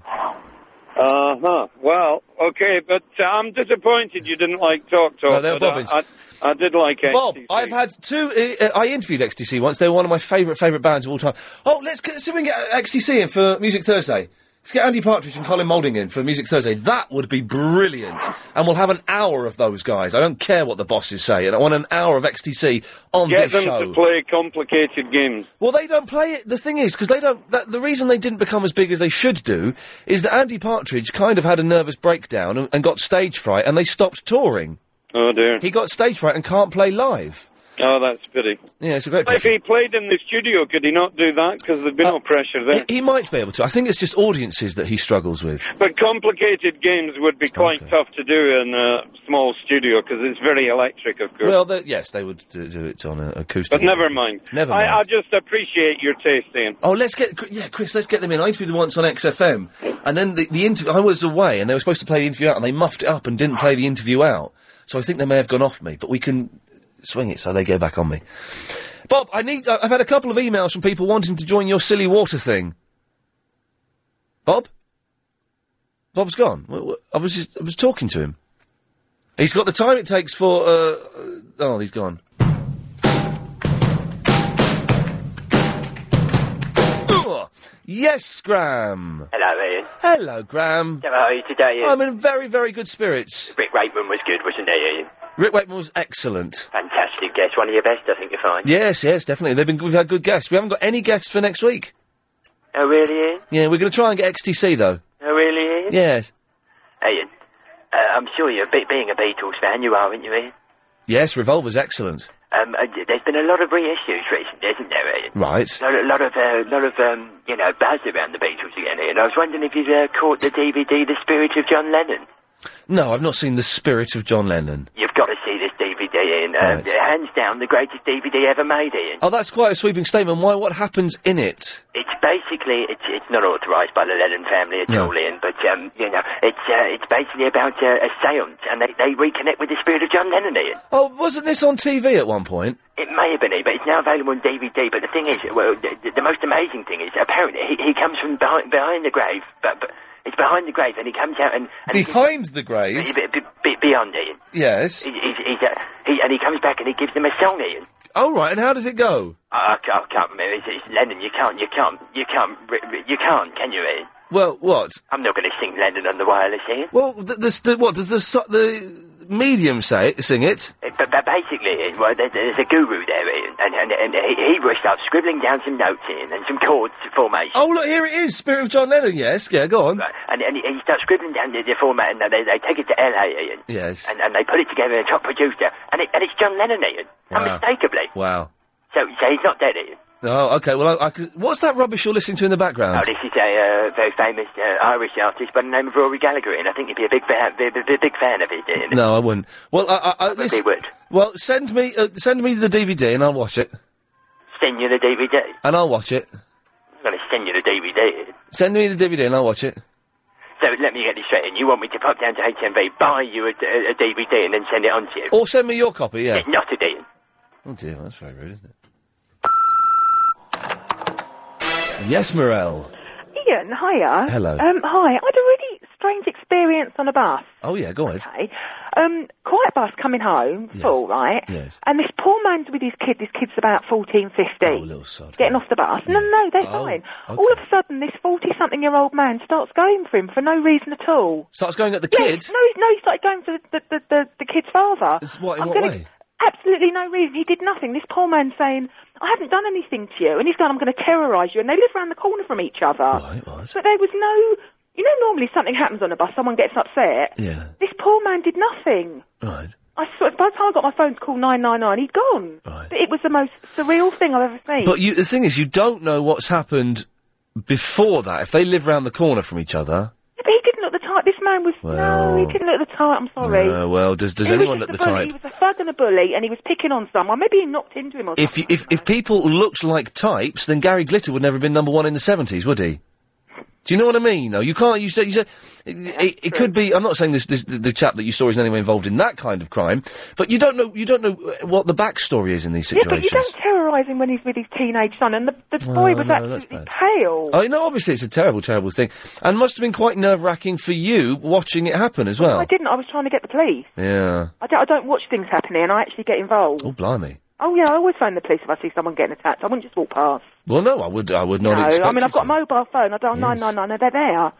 Speaker 11: Uh huh. Well, okay, but uh, I'm disappointed you didn't like Talk Talk.
Speaker 2: No, they're
Speaker 11: but I-
Speaker 2: bobbins.
Speaker 11: I, I did like it.
Speaker 2: Bob, I've had two. Uh, uh, I interviewed XTC once. They were one of my favourite favourite bands of all time. Oh, let's, get, see if we can get XTC in for Music Thursday. Let's get Andy Partridge and Colin Moulding in for Music Thursday. That would be brilliant. And we'll have an hour of those guys. I don't care what the bosses say. I want an hour of XTC on
Speaker 11: Get
Speaker 2: this
Speaker 11: them
Speaker 2: show.
Speaker 11: to play complicated games.
Speaker 2: Well, they don't play it. The thing is, because they don't. That, the reason they didn't become as big as they should do is that Andy Partridge kind of had a nervous breakdown and, and got stage fright, and they stopped touring.
Speaker 11: Oh dear.
Speaker 2: He got stage fright and can't play live.
Speaker 11: Oh, that's a pity.
Speaker 2: Yeah, it's a great. Uh,
Speaker 11: If he played in the studio, could he not do that? Because there'd be no pressure there.
Speaker 2: He might be able to. I think it's just audiences that he struggles with.
Speaker 11: But complicated games would be quite tough to do in a small studio because it's very electric, of course.
Speaker 2: Well, they, yes, they would do, do it on a, acoustic.
Speaker 11: but never mind.
Speaker 2: Never
Speaker 11: I,
Speaker 2: mind.
Speaker 11: I just appreciate your taste, Ian.
Speaker 2: Oh, let's get Chr- yeah, Chris. Let's get them in. I interviewed them once on XFM, and then the, the interview. I was away, and they were supposed to play the interview out, and they muffed it up and didn't play the interview out. So I think they may have gone off me, but we can swing it so they go back on me. Bob, I need. I- I've had a couple of emails from people wanting to join your silly water thing. Bob, Bob's gone. Wh- wh- I was just, I was talking to him. He's got the time it takes for. Uh, uh, oh, he's gone. Ugh. Yes, Graham.
Speaker 12: Hello, Ian.
Speaker 2: Hello, Graham.
Speaker 12: How are you today, Ian?
Speaker 2: I'm in very, very good spirits.
Speaker 12: Rick Rakeman was good, wasn't he, Ian?
Speaker 2: Rick Wakeman was excellent.
Speaker 12: Fantastic guest. One of your best, I think you'll find.
Speaker 2: Yes, yes, definitely. They've been, we've had good guests. We haven't got any guests for next week.
Speaker 12: Oh, really, Ian?
Speaker 2: Yeah, we're going to try and get XTC though.
Speaker 12: Oh, really, Ian?
Speaker 2: Yes,
Speaker 12: Ian, uh, I'm sure you're be- being a Beatles fan, you are, aren't you, Ian?
Speaker 2: yes, Revolver's excellent.
Speaker 12: Um, uh, there's been a lot of reissues recently, isn't there, Ian?
Speaker 2: Right.
Speaker 12: A lot, a lot of, uh, lot of, um, you know, buzz around the Beatles again, Ian. I was wondering if you'd uh, caught the DVD, The Spirit of John Lennon.
Speaker 2: No, I've not seen the spirit of John Lennon.
Speaker 12: You've got to see this DVD, Ian. Um,
Speaker 2: Right.
Speaker 12: Hands down, the greatest DVD ever made, Ian.
Speaker 2: Oh, that's quite a sweeping statement. Why? What happens in it?
Speaker 12: It's basically it's it's not authorised by the Lennon family at
Speaker 2: No.
Speaker 12: all, Ian. But um, you know, it's uh, it's basically about uh, a séance, and they, they reconnect with the spirit of John Lennon, Ian.
Speaker 2: Oh, wasn't this on TV at one point?
Speaker 12: It may have been, Ian, but it's now available on DVD. But the thing is, well, the, the- the most amazing thing is apparently he, he comes from behind, behind the grave, but, but it's behind the grave, and he comes out and, and he-
Speaker 2: Behind the grave.
Speaker 12: be- be- be- beyond Ian.
Speaker 2: Yes.
Speaker 12: He, he's he's, uh, he, and he comes back and he gives them a song, Ian.
Speaker 2: Oh, right. And how does it go?
Speaker 12: I, I, can't, I can't remember. It's, it's Lennon. You can't. You can't. You can't. re- re- You can't. Can you, Ian?
Speaker 2: Well, what?
Speaker 12: I'm not going to sing Lennon on the wireless, Ian.
Speaker 2: Well, the, the, the what does the so- the medium say? it- Sing it.
Speaker 12: Uh, But, but basically, Ian, well, there, there's a guru there, Ian, and, and, and he, he will start scribbling down some notes, Ian, and some chords formation.
Speaker 2: Oh, look, here it is. Spirit of John Lennon. Yes. Yeah. Go on.
Speaker 12: And, and he, he starts scribbling down the, the format, and they, they take it to LA, Ian,
Speaker 2: Yes.
Speaker 12: and, and they put it together and top producer, and, it, and it's John Lennon, Ian,
Speaker 2: Wow.
Speaker 12: unmistakably.
Speaker 2: Wow.
Speaker 12: So, so he's not dead, Ian.
Speaker 2: Oh, okay. Well, I, I c- what's that rubbish you're listening to in the
Speaker 12: Oh,
Speaker 2: background?
Speaker 12: this is a uh, very famous uh, Irish artist by the name of Rory Gallagher, and I think you'd be a big fan, be, be, be a big fan of it, Ian.
Speaker 2: No, I wouldn't. Well, I, I, I
Speaker 12: But they
Speaker 2: listen,
Speaker 12: would.
Speaker 2: Well, send me uh, send me the DVD and I'll watch it.
Speaker 12: Send you the DVD.
Speaker 2: And I'll watch it.
Speaker 12: I'm going to send you the DVD.
Speaker 2: Send me the DVD and I'll watch it.
Speaker 12: So let me get this straight. And you want me to pop down to HMV, buy you a, a, a DVD, and then send it on to you?
Speaker 2: Or send me your copy. Yeah.
Speaker 12: Not a deal.
Speaker 2: Oh dear, that's very rude, isn't it? Yes, Morel.
Speaker 14: Ian, hiya.
Speaker 2: Hello.
Speaker 14: Um, hi. I had a really strange experience on a bus.
Speaker 2: Oh yeah, go ahead.
Speaker 14: Okay. Um, quiet bus coming home, full, right?
Speaker 2: Yes.
Speaker 14: And this poor man's with his kid. This kid's about 14, 15. Oh,
Speaker 2: little sod. Oh,
Speaker 14: Getting off the bus. No, no, they're fine. All of a sudden, this 40-something-year-old man starts going for him for no reason at all.
Speaker 2: Starts going at the
Speaker 14: Yes,
Speaker 2: kid.
Speaker 14: No, no, he started going for the, the, the, the kid's father.
Speaker 2: It's what in
Speaker 14: I'm
Speaker 2: what
Speaker 14: gonna-
Speaker 2: way?
Speaker 14: Absolutely no reason. He did nothing. This poor man saying, I haven't done anything to you. And he's going, I'm going to terrorise you. And they live round the corner from each other. Right,
Speaker 2: right.
Speaker 14: But there was no... You know, normally something happens on a bus, someone gets upset.
Speaker 2: Yeah.
Speaker 14: This poor man did nothing.
Speaker 2: Right.
Speaker 14: I saw, by the time I got my phone to call 999, he'd gone. Right. But it was the most surreal thing I've ever seen.
Speaker 2: But you, uh, the thing is, you don't know what's happened before that. If they live round the corner from each other,
Speaker 14: Yeah, but he didn't look the type. This man was...
Speaker 2: well,
Speaker 14: No, he didn't look the type. I'm sorry.
Speaker 2: uh, well, does does
Speaker 14: He was
Speaker 2: anyone
Speaker 14: just
Speaker 2: at the
Speaker 14: a bully.
Speaker 2: type?
Speaker 14: He was a thug and a bully, and he was picking on someone. Maybe he knocked into him or
Speaker 2: If you, if if people looked like types, then Gary Glitter would never have been number one in the seventies, would he? Do you know what I mean? Though you can't. You said you said it, it, it could be. I'm not saying this, this. The the chap that you saw is in any way involved in that kind of crime, but you don't know. You don't know uh, what the backstory is in these
Speaker 14: Yeah, but you
Speaker 2: situations.
Speaker 14: don't terrorise him when he's with his teenage son, and the, the boy
Speaker 2: Oh,
Speaker 14: was
Speaker 2: no, that's Oh,
Speaker 14: absolutely pale.
Speaker 2: I know, obviously, it's a terrible, terrible thing, and must have been quite nerve wracking for you watching it happen as well.
Speaker 14: I didn't. I was trying to get the police.
Speaker 2: Yeah.
Speaker 14: I don't, I don't watch things happen here, and I actually get involved.
Speaker 2: Oh, blimey.
Speaker 14: Oh yeah, I always phone the police if I see someone getting attacked. I wouldn't just walk past.
Speaker 2: Well, no, I would. I would not
Speaker 14: no,
Speaker 2: expect.
Speaker 14: I mean I've
Speaker 2: you
Speaker 14: got a mobile phone. I dial
Speaker 2: Yes.
Speaker 14: nine nine nine, and they're there.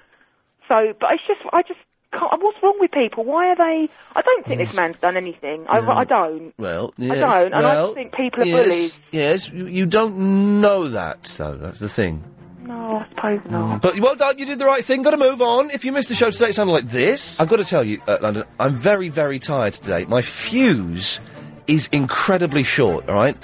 Speaker 14: So, but it's just, I just can't. What's wrong with people? Why are they? I don't think this man's done anything. I, I don't.
Speaker 2: to- Well, yes,
Speaker 14: don't, and I
Speaker 2: well,
Speaker 14: think people are
Speaker 2: yes,
Speaker 14: bullies.
Speaker 2: Yes, you, you don't know that, though. That's the thing.
Speaker 14: No, I suppose not.
Speaker 2: But well done, you did the right thing. Got to move on. If you missed the show today, it sounded like this. I've got to tell you, uh, London, I'm very, very tired today. My fuse is incredibly short. All right.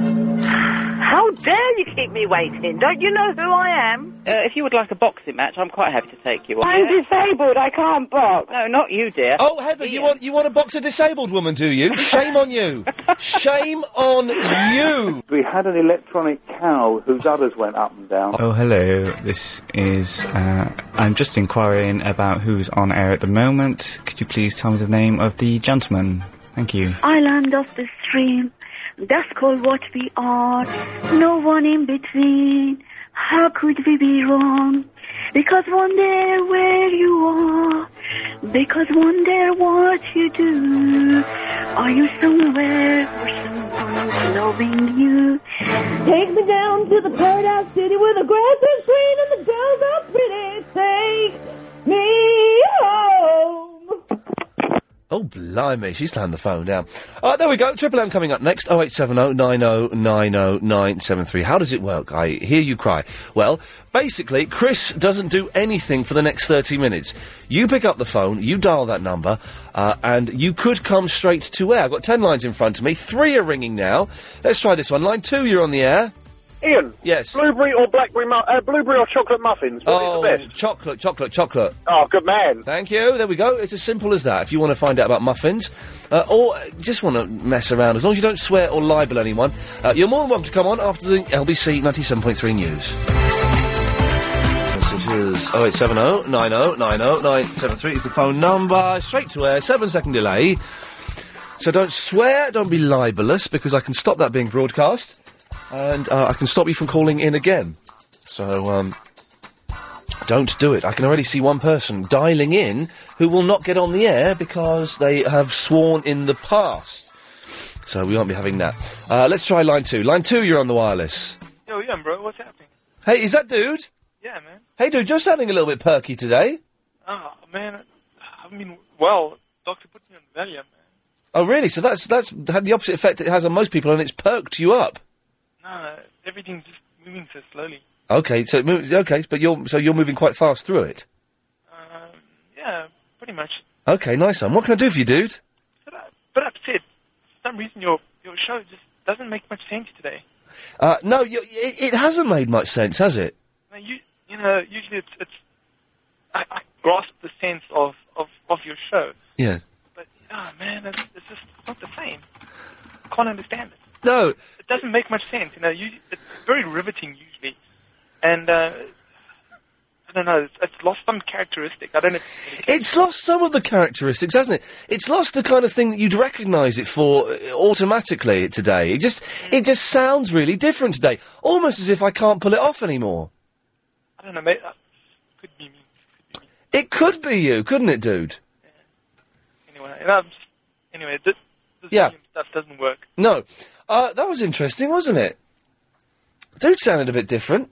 Speaker 15: How dare you keep me waiting? Don't you know who I am? Uh, if you would like a boxing match, I'm quite happy to take you on.
Speaker 16: I'm disabled. I can't box.
Speaker 15: No, not you, dear.
Speaker 2: Oh, Heather, you want you want to box a disabled woman, do you? Shame on you. Shame on you.
Speaker 17: We had an electronic cow whose udders went up and down.
Speaker 21: Oh, hello. This is. Uh, I'm just inquiring about who's on air at the moment. Could you please tell me the name of the gentleman? Thank you.
Speaker 10: Island of the stream, that's called what we are. No one in between. How could we be wrong? Because wonder where you are. Because wonder what you do. Are you somewhere where someone's loving you?
Speaker 33: Take me down to the paradise city where the grass is green and the girls are pretty. Take me home.
Speaker 2: Oh, blimey, she's slammed the phone down. Uh, there we go, Triple M coming up next, Oh, 0870 90 90 973. How does it work? I hear you cry. Well, basically, Chris doesn't do anything for the next 30 minutes. You pick up the phone, you dial that number, uh, and you could come straight to air. I've got 10 lines in front of me, three are ringing now. Let's try this one. Line two, you're on the air.
Speaker 16: Ian.
Speaker 2: Yes.
Speaker 16: Blueberry or blackberry, mu- uh, blueberry or chocolate muffins. What is the best?
Speaker 2: Oh, chocolate, chocolate, chocolate.
Speaker 16: Oh, good man.
Speaker 2: Thank you. There we go. It's as simple as that. If you want to find out about muffins, uh, or just want to mess around, as long as you don't swear or libel anyone, uh, you're more than welcome to come on after the LBC 97.3 news. oh Messages 0870 90 90 973 is the phone number. Straight to air, seven second delay. So don't swear, don't be libelous, because I can stop that being broadcast, and uh, I can stop you from calling in again. So, um, don't do it. I can already see one person dialing in who will not get on the air because they have sworn in the past. So we won't be having that. Uh, let's try line two. Line two, you're on the wireless.
Speaker 19: Yo, Ian, bro, what's happening?
Speaker 2: Hey, is that dude?
Speaker 19: Yeah, man.
Speaker 2: Hey, dude, you're sounding a little bit perky today.
Speaker 19: Ah, man. I mean, well, doctor put me on Valium.
Speaker 2: Oh, really? So that's that's had the opposite effect it has on most people, and it's perked you up.
Speaker 19: No, everything's just moving so slowly.
Speaker 2: Okay, so it moves, okay, but you're so you're moving quite fast through it.
Speaker 19: Um, yeah, pretty much.
Speaker 2: Okay, nice one. What can I do for you, dude?
Speaker 19: But upset. For some reason, your your show just doesn't make much sense today.
Speaker 2: Uh, no, you, it, it hasn't made much sense, has it?
Speaker 19: Now, you you know, usually it's it's I, I grasp the sense of of of your show,
Speaker 2: Yeah.
Speaker 19: but ah, man, it's, it's just not the same. I can't understand it.
Speaker 2: No.
Speaker 19: It doesn't make much sense. You know, you, it's very riveting usually, and uh, I
Speaker 13: don't know. It's, it's lost some characteristic. I don't know.
Speaker 2: It's lost some of the characteristics, hasn't it? It's lost the kind of thing that you'd recognise it for uh, automatically today. It just it just sounds really different today, almost as if I can't pull it off anymore.
Speaker 13: I don't know. Mate, uh,
Speaker 2: It could be you, couldn't it, dude?
Speaker 13: anyway, and I'm just, anyway, this, this
Speaker 2: Yeah.
Speaker 13: volume stuff doesn't work.
Speaker 2: No, uh, that was interesting, wasn't it? Dude sounded a bit different.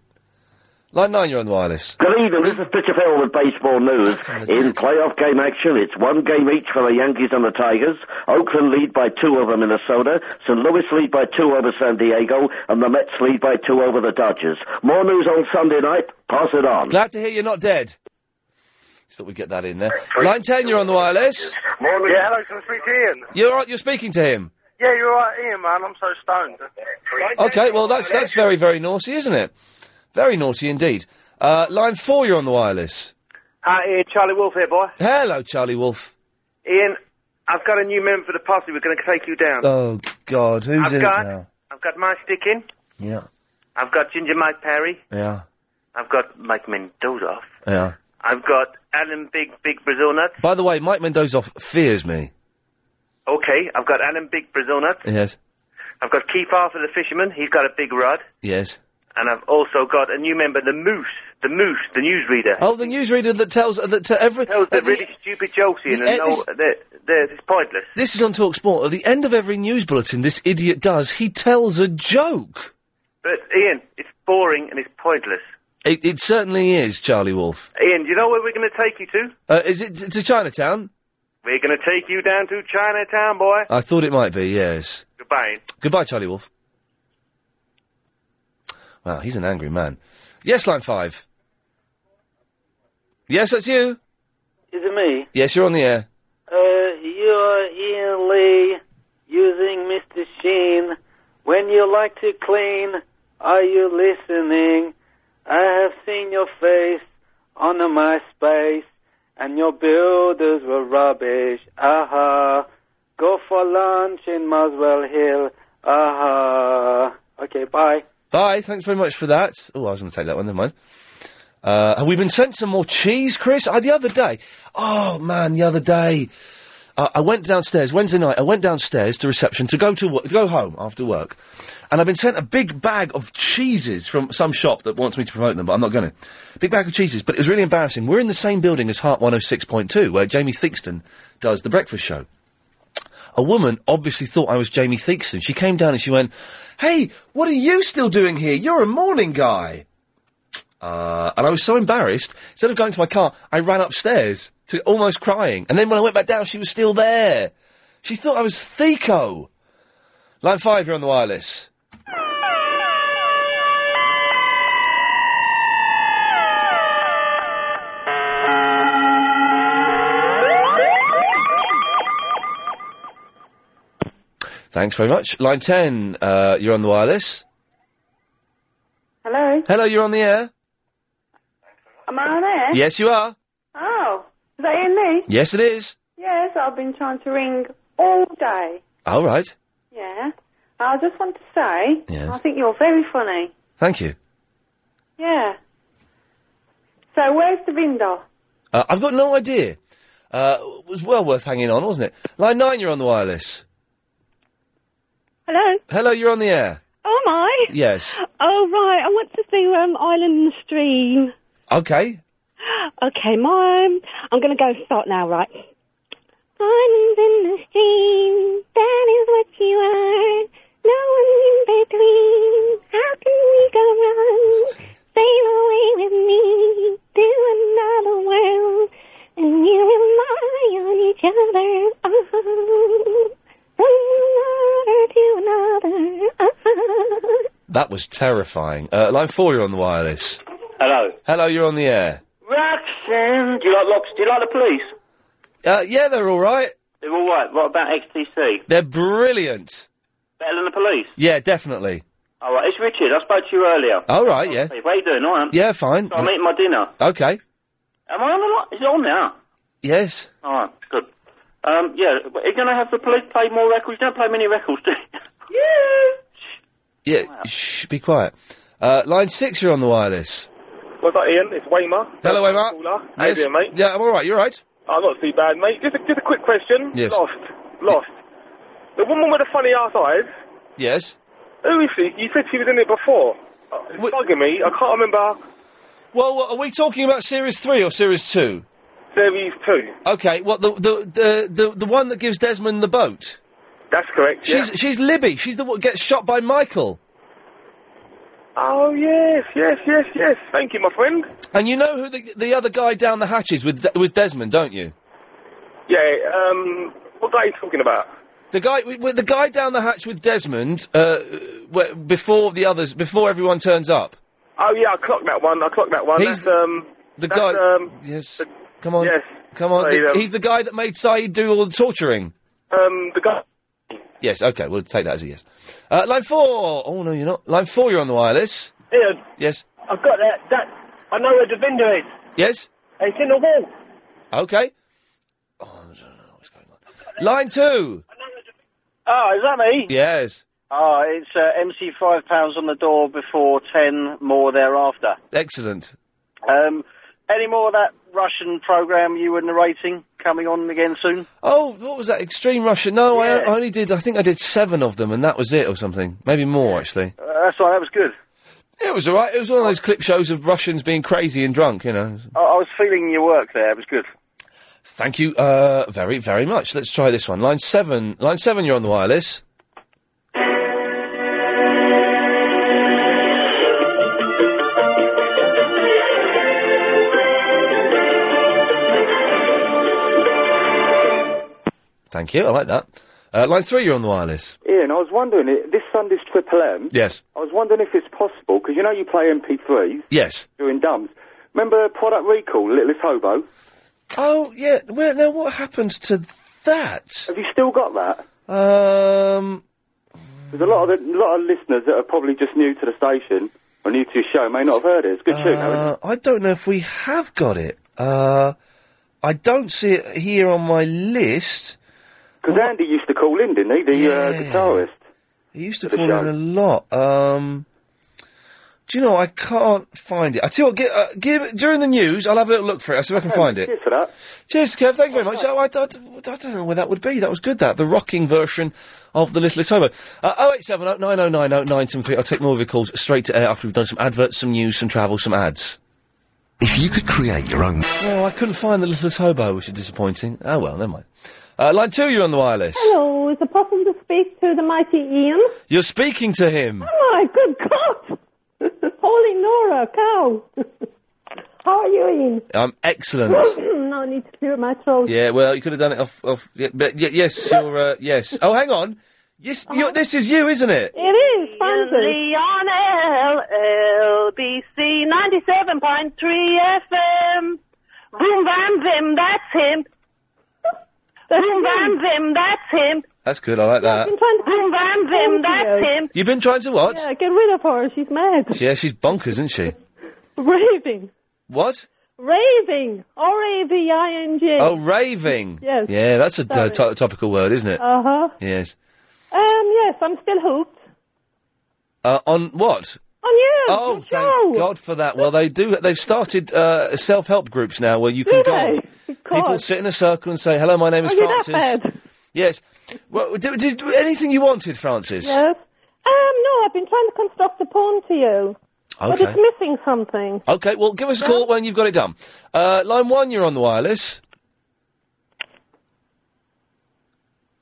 Speaker 2: Like nine, you're on the wireless.
Speaker 20: Good evening, this is Pitcher Farrell with Baseball News. In playoff game action, it's one game each for the Yankees and the Tigers. Oakland lead by two over Minnesota, St. Louis lead by two over San Diego, and the Mets lead by two over the Dodgers. More news on Sunday night, pass it on.
Speaker 2: Glad to hear you're not dead. Just thought we'd get that in there. Line ten, you're on the wireless.
Speaker 7: Yeah, hello, can I speak to Ian?
Speaker 2: You're right, you're speaking to him.
Speaker 7: Yeah, you're right, Ian, man. I'm so stoned.
Speaker 2: Okay, well that's that's very very naughty, isn't it? Very naughty indeed. Uh, line four, you're on the wireless.
Speaker 7: Hi, Ian. Charlie Wolf here, boy.
Speaker 2: Hello, Charlie Wolf.
Speaker 7: Ian, I've got a new member for the posse. We're going to take you down.
Speaker 2: Oh God, who's
Speaker 7: I've
Speaker 2: in
Speaker 7: got,
Speaker 2: it now?
Speaker 7: I've got my sticking.
Speaker 2: Yeah,
Speaker 7: I've got Ginger Mike Perry.
Speaker 2: yeah,
Speaker 7: I've got Mike Mendoza.
Speaker 2: yeah.
Speaker 7: I've got Alan Big Big Brazil Nuts.
Speaker 2: By the way, Mike Mendoza fears me.
Speaker 7: Okay, I've got Alan Big Brazil Nuts.
Speaker 2: Yes,
Speaker 7: I've got Keith Arthur the Fisherman. He's got a big rod.
Speaker 2: yes.
Speaker 7: And I've also got a new member, the Moose. The Moose, the newsreader.
Speaker 2: Oh, the newsreader that tells that to every tells
Speaker 7: They're really stupid jokes, Ian, and
Speaker 2: Yeah,
Speaker 7: no,
Speaker 2: this-
Speaker 7: they're, they're, it's pointless.
Speaker 2: This is on Talk Sport. At the end of every news bulletin, this idiot does, he tells a joke.
Speaker 7: But, Ian, it's boring and it's pointless.
Speaker 2: It, it certainly is, Charlie Wolf.
Speaker 7: Ian, do you know where we're going to take you to?
Speaker 2: Uh, is it t- to Chinatown?
Speaker 7: We're going to take you down to Chinatown, boy.
Speaker 2: I thought it might be, yes.
Speaker 7: Goodbye.
Speaker 2: Goodbye, Charlie Wolf. Wow, he's an angry man. Yes, line five. Yes, that's you.
Speaker 37: Is it me?
Speaker 2: Yes, you're on the air.
Speaker 37: Uh, you are Ian Lee using Mr. Sheen. When you like to clean, are you listening? I have seen your face on the MySpace, and your builders were rubbish. Aha. Go for lunch in Muswell Hill. Aha. Okay, bye.
Speaker 2: Bye, thanks very much for that. Oh, I was going to take that one, never mind. Uh, have we been sent some more cheese, Chris? Uh, the other day, oh man, the other day, uh, I went downstairs, Wednesday night, I went downstairs to reception to go to, wo- to go home after work, and I've been sent a big bag of cheeses from some shop that wants me to promote them, but I'm not going to. Big bag of cheeses, but it was really embarrassing. We're in the same building as oh Heart 106.2, where Jamie Theakston does the breakfast show a woman obviously thought I was Jamie Theakston. She came down and she went, Hey, what are you still doing here? You're a morning guy. Uh, and I was so embarrassed, instead of going to my car, I ran upstairs to almost crying. And then when I went back down, she was still there. She thought I was Theco. Line five, you're on the wireless. Thanks very much. Line 10, uh, you're on the wireless.
Speaker 38: Hello,
Speaker 2: Hello, you're on the air.
Speaker 38: am I on air?
Speaker 2: Yes, you are.
Speaker 38: Oh, is that Ian Lee?
Speaker 2: Yes, it is.
Speaker 38: Yes, I've been trying to ring all day.
Speaker 2: All right.
Speaker 38: Yeah. I just want to say,
Speaker 2: Yes.
Speaker 38: I think you're very funny.
Speaker 2: Thank you.
Speaker 38: Yeah. So where's the window?
Speaker 2: Uh, I've got no idea. Uh, it was well worth hanging on, wasn't it? Line 9, you're on the wireless.
Speaker 5: Hello.
Speaker 2: Hello, you're on the air.
Speaker 5: Oh my.
Speaker 2: Yes.
Speaker 5: Oh right. I want to do um, Island in the Stream.
Speaker 2: Okay.
Speaker 5: Okay, mine. I'm going to go and start now. Right. Island in the stream. That is what you are. No one in between. How can we go wrong? Sail away with me to another world, and you rely on each other. Oh. From another to another. Oh.
Speaker 2: That was terrifying. Uh, line 4, you're on the wireless.
Speaker 4: Hello.
Speaker 2: Hello, you're on the air.
Speaker 4: Roxanne, do you like lobster? Do you like the police?
Speaker 2: Uh, yeah, they're all right.
Speaker 4: They're all right. What about XTC?
Speaker 2: They're brilliant.
Speaker 4: Better than the police.
Speaker 2: Yeah, definitely.
Speaker 4: All right, it's Richard. I spoke to you earlier.
Speaker 2: All right, yeah.
Speaker 4: Hey, How you doing? All right.
Speaker 2: Yeah, fine.
Speaker 4: Um, So I'm eating my dinner.
Speaker 2: Okay.
Speaker 4: Am I on the lot? Is it on now?
Speaker 2: Yes.
Speaker 4: All right, good. Um, yeah, are you going to have the police play more records? You don't play many records, do you?
Speaker 2: Yeah, shh, be quiet. Uh, line 6, you're on the wireless.
Speaker 16: What's up, Ian? It's Waymar.
Speaker 2: Hello, Waymar.
Speaker 16: Caller. How you
Speaker 2: Yes.
Speaker 16: doing, mate?
Speaker 2: Yeah, I'm all right. You're right.
Speaker 16: I'm not too bad, mate. Just a, just a quick question.
Speaker 2: Yes.
Speaker 16: Lost. Lost. The woman with the funny ass eyes,
Speaker 2: Yes.
Speaker 16: who is she? You said she was in it before. Uh, It's bugging me. I can't remember
Speaker 2: Well, what- are we talking about series three or series two?
Speaker 16: series two.
Speaker 2: Okay. What the the the the, the one that gives Desmond the boat?
Speaker 16: That's correct.
Speaker 2: She's she's Libby. She's the one that gets shot by Michael.
Speaker 16: Oh, yes, yes, yes, yes. Thank you, my friend.
Speaker 2: And you know who the the other guy down the hatch is with De- was Desmond, don't you?
Speaker 16: Yeah, um, what guy are you talking about?
Speaker 2: The guy, wi- wi- the guy down the hatch with Desmond, uh, where, before the others, before everyone turns up.
Speaker 16: Oh, yeah, I clocked that one. I clocked that one.
Speaker 2: He's
Speaker 16: that's, um,
Speaker 2: the
Speaker 16: that's,
Speaker 2: guy-
Speaker 16: Um,
Speaker 2: yes. Come on,
Speaker 16: Yes.
Speaker 2: come on.
Speaker 16: There you
Speaker 2: The-
Speaker 16: go.
Speaker 2: he's the guy that made Saeed do all the torturing.
Speaker 16: Um, the guy.
Speaker 2: Yes, okay, we'll take that as a yes. Uh, line four. Oh no, you're not. Line four, you're on the wireless.
Speaker 3: Ian,
Speaker 2: Yes,
Speaker 3: I've got that. That I know where the window is.
Speaker 2: yes.
Speaker 3: It's in the wall.
Speaker 2: Okay. Oh, I don't know what's going on. Line two.
Speaker 16: Ah,
Speaker 3: Oh, is that me?
Speaker 2: Yes.
Speaker 3: Oh, it's uh, MC five pounds on the door before ten more thereafter.
Speaker 2: Excellent.
Speaker 3: Um, any more of that Russian program you were narrating coming on again soon?
Speaker 2: Oh, what was that? Extreme Russia? No, I, I only did. I think I did seven of them, and that was it, or something. Maybe more actually.
Speaker 3: Uh, that's all. right, That was good.
Speaker 2: It was all right. It was one of those clip shows of Russians being crazy and drunk. You know.
Speaker 3: I, I was feeling your work there. It was good.
Speaker 2: Thank you uh, very, very much. Let's try this one. Line seven. Line seven, you're on the wireless. Thank you. I like that. Uh, line three, you're on the wireless.
Speaker 35: Ian, I was wondering, i- this Sunday's Triple M,
Speaker 2: Yes.
Speaker 35: I was wondering if it's possible, because you know you play MP3s
Speaker 2: Yes.
Speaker 35: during dumbs. Remember Product Recall, Littlest Hobo?
Speaker 2: Oh yeah. Well, now what happened to that?
Speaker 35: Have you still got that?
Speaker 2: Um,
Speaker 35: There's a lot of the, a lot of listeners that are probably just new to the station or new to your show may not have heard it. It's a good tune, though, isn't
Speaker 2: Uh, I don't know if we have got it. Uh, I don't see it here on my list.
Speaker 35: Because Andy used to call in, didn't he? The uh, guitarist.
Speaker 2: He used to
Speaker 35: For the
Speaker 2: call in
Speaker 35: show.
Speaker 2: a lot. Um, do you know, I can't find it. I tell you what, gi- uh, give, during the news, I'll have a little look for it. I'll see if I can
Speaker 35: Okay,
Speaker 2: find it.
Speaker 35: cheers for that.
Speaker 2: Cheers, Kev. Thank you very much. Oh, I, I- I don't know where that would be. That was good, that. The rocking version of The Littlest Hobo. Uh, 0870 9090 973. I'll take more of your calls straight to air after we've done some adverts, some news, some travel, some ads. If you could create your own. Oh, I couldn't find The Littlest Hobo, which is disappointing. Oh, well, never mind. Uh, line two, you're on the wireless.
Speaker 33: Hello, is it possible to speak to the mighty Ian?
Speaker 2: You're speaking to him.
Speaker 33: Oh my good God! Holy Nora, cow! How are you, Ian?
Speaker 2: I'm Um, excellent.
Speaker 33: I need to clear my throat.
Speaker 2: Yeah, well, you could have done it off. off yeah, but y- yes, you're. Uh, yes. Oh, hang on. Yes, you
Speaker 33: Uh-huh.
Speaker 2: this is you, isn't it?
Speaker 33: It is fancy.
Speaker 4: Leon L LBC ninety seven point three FM. Boom bam vim, that's him. Boom bam vim, that's him.
Speaker 2: That's good. I like that.
Speaker 4: Boom bam vim, that's him.
Speaker 2: You've been trying to Uh, what?
Speaker 33: Yeah, get rid of her. She's mad.
Speaker 2: Yeah, she's bonkers, isn't she?
Speaker 33: Raving.
Speaker 2: What?
Speaker 33: Raving. R-A-V-I-N-G.
Speaker 2: Oh, raving.
Speaker 33: Yes.
Speaker 2: Yeah, that's a
Speaker 33: Sorry.
Speaker 2: uh, to- topical word, isn't it?
Speaker 33: Uh-huh.
Speaker 2: yes.
Speaker 33: Um, yes, I'm still hooked.
Speaker 2: Uh, on what?
Speaker 33: On you.
Speaker 2: Oh, thank God for that. Well, they do. They've started uh, self-help groups now where you
Speaker 33: Do
Speaker 2: can go.
Speaker 33: they?
Speaker 2: People sit in a circle and say, "Hello, my name is
Speaker 33: Are you that
Speaker 2: Francis."
Speaker 33: bad?
Speaker 2: Yes. Well, did, did anything you wanted, Francis?
Speaker 33: Yes. Um, no, I've been trying to construct a poem to you. But
Speaker 2: Okay.
Speaker 33: it's missing something.
Speaker 2: Okay, well, give us a call when you've got it done. Uh, line one, you're on the wireless.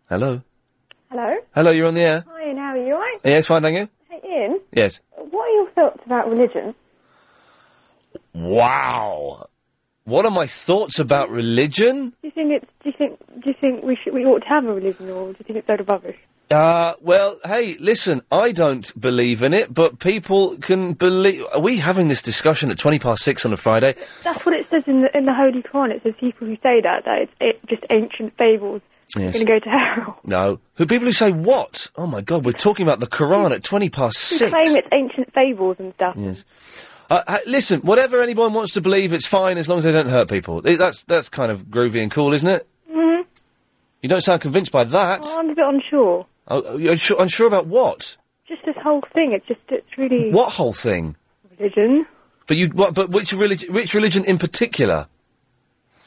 Speaker 2: Hello.
Speaker 5: Hello.
Speaker 2: Hello, you're on the air.
Speaker 5: Hi, how are you? All right?
Speaker 2: Yes, fine, thank you.
Speaker 5: Hey, Ian,
Speaker 2: Yes.
Speaker 5: what are your thoughts about religion?
Speaker 2: Wow. What are my thoughts about religion?
Speaker 5: Do you think it's? Do you think? Do you think we should? We ought to have a religion, or do you think it's load of rubbish?
Speaker 2: Uh, well, hey, listen, I don't believe in it, but people can believe. Are we having this discussion at 20 past six on a Friday?
Speaker 5: That's what it says in the in the Holy Quran. It says people who say that that it's it, just ancient fables.
Speaker 2: Yes.
Speaker 5: Going to go to hell.
Speaker 2: No. Who people who say what? Oh my God, we're talking about the Quran at 20 past
Speaker 5: Who
Speaker 2: six.
Speaker 5: claim it's ancient fables and stuff.
Speaker 2: Yes. Uh, uh, listen, whatever anyone wants to believe, it's fine as long as they don't hurt people. It- that's that's kind of groovy and cool, isn't it?
Speaker 5: hmm
Speaker 2: You don't sound convinced by that.
Speaker 5: I'm a bit unsure.
Speaker 2: Oh, you're unsure, unsure about what?
Speaker 5: Just this whole thing. It's just it's really
Speaker 2: What whole thing?
Speaker 5: religion.
Speaker 2: But you, what, but which religion, which religion in particular?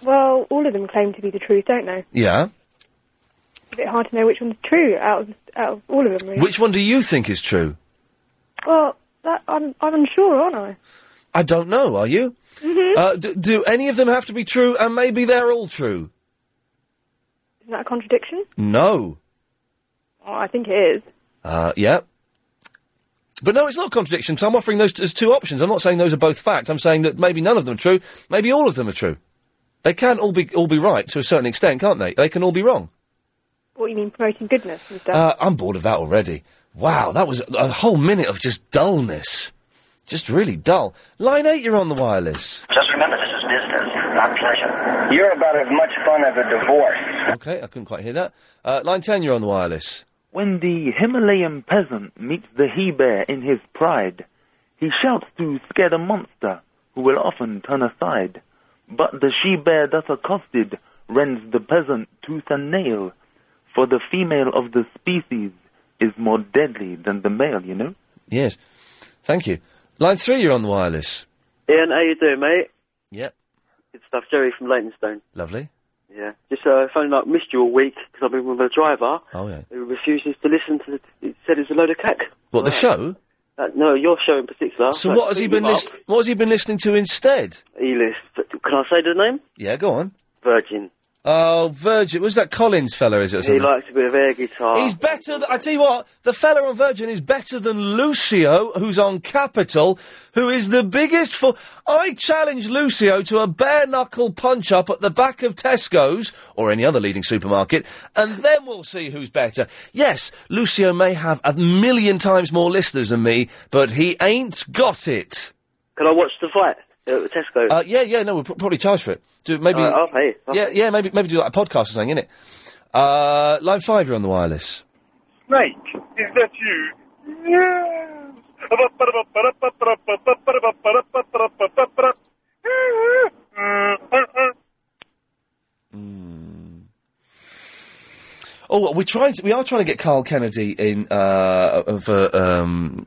Speaker 5: Well, all of them claim to be the truth, don't they?
Speaker 2: Yeah.
Speaker 5: It's a bit hard to know which one's true out of, out of all of them, really.
Speaker 2: Which one do you think is true?
Speaker 5: Well, that, I'm, I'm unsure, aren't I?
Speaker 2: I don't know. Are you?
Speaker 5: Mhm.
Speaker 2: Uh, d- do any of them have to be true? And maybe they're all true.
Speaker 5: Isn't that a contradiction?
Speaker 2: No.
Speaker 5: Oh, I think it is.
Speaker 2: Uh, yeah. But no, it's not a contradiction. So I'm offering those t- as two options. I'm not saying those are both fact. I'm saying that maybe none of them are true. Maybe all of them are true. They can all be all be right to a certain extent, can't they? They can all be wrong.
Speaker 5: What you mean, promoting goodness and stuff?
Speaker 2: Uh, I'm bored of that already. Wow, that was a, a whole minute of just dullness. Just really dull. Line eight, you're on the wireless.
Speaker 39: Just remember, this is business, not pleasure. You're about as much fun as a divorce.
Speaker 2: Okay, I couldn't quite hear that. Uh, line ten, you're on the wireless.
Speaker 32: When the Himalayan peasant meets the he bear in his pride, he shouts to scare the monster, who will often turn aside. But the she bear thus accosted rends the peasant tooth and nail, for the female of the species is more deadly than the male, you know?
Speaker 2: Yes, thank you. Line three, you're on the wireless.
Speaker 7: Ian, how you doing, mate?
Speaker 2: Yep.
Speaker 7: Good stuff. Jerry from Leytonstone.
Speaker 2: Lovely.
Speaker 7: Yeah. Just uh, phoned up, missed you all week because I've been with a driver
Speaker 2: Oh yeah.
Speaker 7: who refuses to listen to. The, he said it was a load of cack.
Speaker 2: What the show?
Speaker 7: Uh, no, your show in particular.
Speaker 2: So what has he been lis- what has he been listening to instead?
Speaker 7: E list. Can I say the name?
Speaker 2: Yeah, go on.
Speaker 7: Virgin.
Speaker 2: Oh, Virgin. Was that Collins fella, is it? Or
Speaker 7: He
Speaker 2: something?
Speaker 7: likes a bit of air guitar.
Speaker 2: He's better. Th- I tell you what, the fella on Virgin is better than Lucio, who's on Capital, who is the biggest fool. I challenge Lucio to a bare knuckle punch up at the back of Tesco's or any other leading supermarket, and then we'll see who's better. Yes, Lucio may have a million times more listeners than me, but he ain't got it.
Speaker 7: Can I watch the fight uh, at Tesco?
Speaker 2: Uh, yeah, yeah, no, we'll pr- probably charge for it. Do maybe.
Speaker 7: All right, I'll pay. I'll
Speaker 2: yeah, yeah, maybe maybe do like a podcast or something, innit? Uh, line five, you're on the wireless.
Speaker 40: Snake, is that you?
Speaker 2: Oh, we're trying to. We are trying to get Carl Kennedy in uh, for um,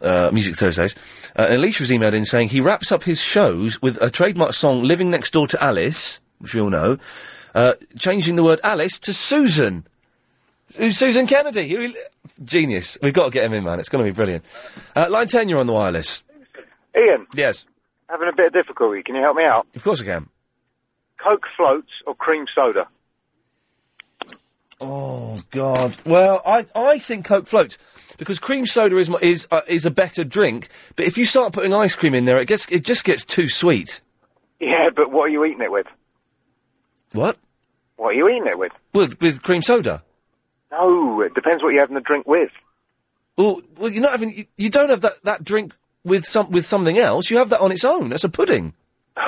Speaker 2: uh, Music Thursdays. Uh, and Alicia was emailed in saying he wraps up his shows with a trademark song, "Living Next Door to Alice," which we all know, uh, changing the word Alice to Susan. Who's Susan Kennedy? Who he- Genius. We've got to get him in, man. It's going to be brilliant. Uh, line ten, you're on the wireless.
Speaker 35: Ian,
Speaker 2: Yes,
Speaker 35: having a bit of difficulty. Can you help me out?
Speaker 2: of course I can.
Speaker 35: Coke floats or cream soda?
Speaker 2: Oh God! Well, I I think Coke floats because cream soda is mu- is uh, is a better drink. But if you start putting ice cream in there, it gets it just gets too sweet.
Speaker 35: Yeah, but what are you eating it with?
Speaker 2: What?
Speaker 35: What are you eating it with?
Speaker 2: With with cream soda?
Speaker 35: No, it depends what you're having the drink with.
Speaker 2: Well, well, you're not having you, you don't have that, that drink with some with something else. You have that on its own. That's a pudding.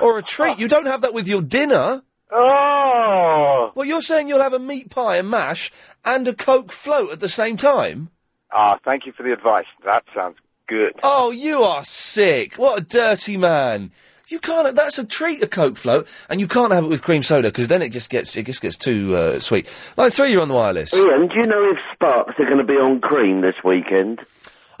Speaker 2: Or a treat. You don't have that with your dinner.
Speaker 35: Oh.
Speaker 2: Well, you're saying you'll have a meat pie and mash and a Coke float at the same time.
Speaker 35: Ah, thank you for the advice. That sounds good.
Speaker 2: Oh, you are sick. What a dirty man. You can't. That's a treat, a Coke float, and you can't have it with cream soda because then it just gets it just gets too uh, sweet. Line three, you're on the wireless.
Speaker 20: Ian, do you know if Sparks are going to be on cream this weekend?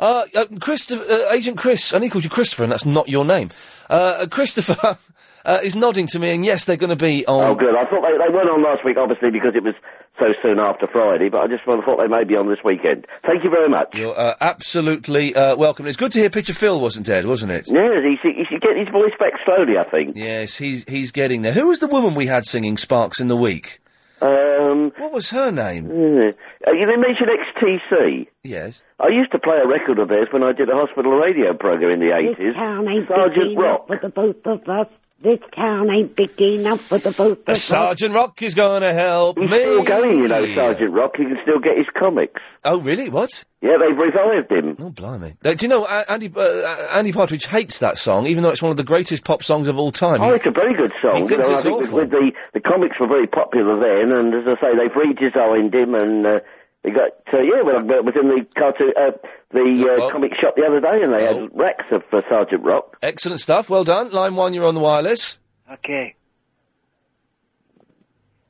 Speaker 2: Uh, uh, Christopher, uh, Agent Chris, and he called you Christopher, and that's not your name. Uh, uh, Christopher uh, is nodding to me, and yes, they're going to be on.
Speaker 20: Oh, good. I thought they, they weren't on last week, obviously, because it was so soon after Friday, but I just thought thought they may be on this weekend. Thank you very much.
Speaker 2: You're uh, absolutely uh, welcome. It's good to hear Picture Phil wasn't dead, wasn't it?
Speaker 20: Yeah, he's, he's getting his voice back slowly, I think.
Speaker 2: Yes, he's he's getting there. Who was the woman we had singing Sparks in the Week?
Speaker 20: Um,
Speaker 2: what was her name?
Speaker 20: Uh, you mentioned XTC.
Speaker 2: Yes.
Speaker 20: I used to play a record of theirs when I did a hospital radio program in the
Speaker 31: This
Speaker 20: 80s.
Speaker 31: town ain't big
Speaker 20: Sergeant
Speaker 31: enough
Speaker 20: Rock.
Speaker 31: for the both of us. This town ain't big enough for the both of
Speaker 2: Uh,
Speaker 31: us.
Speaker 2: Sergeant Rock is going to help
Speaker 20: He's
Speaker 2: me.
Speaker 20: still going, you know, Sergeant Rock. He can still get his comics.
Speaker 2: Oh, really? What?
Speaker 20: Yeah, they've revived him.
Speaker 2: Oh, blimey. Uh, do you know, uh, Andy, uh, uh, Andy Partridge hates that song, even though it's one of the greatest pop songs of all time.
Speaker 20: Oh,
Speaker 2: He-
Speaker 20: it's a very good song.
Speaker 2: He thinks
Speaker 20: You know, I
Speaker 2: it's
Speaker 20: think
Speaker 2: awful.
Speaker 20: With the, the comics were very popular then, and as I say, they've redesigned him, and uh, they got uh, yeah. Well, I was in the cartoon, uh, the uh, comic shop the other day, and they had racks of uh, Sergeant Rock.
Speaker 2: Excellent stuff. Well done. Line one, you're on the wireless.
Speaker 35: Okay.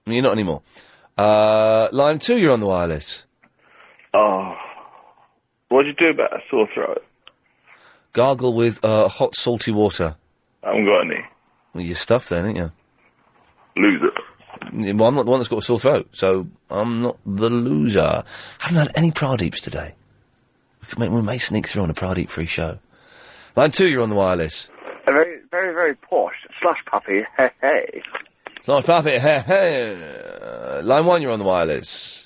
Speaker 2: You're not anymore. Uh, line two, you're on the wireless.
Speaker 41: Oh. What'd you do about a sore throat?
Speaker 2: Gargle with uh, hot salty water.
Speaker 4: I haven't got any.
Speaker 2: Well, you're stuffed then, aren't you?
Speaker 4: Loser.
Speaker 2: Yeah, Well, I'm not the one that's got a sore throat, so I'm not the loser. haven't had any Pradeeps today. We, could make, we may sneak through on a Pradeep free show. Line two, you're on the wireless.
Speaker 42: A very, very, very posh slush puppy. Hey, hey.
Speaker 2: Nice puppet. Hey, hey. Uh, Line one, you're on the wireless.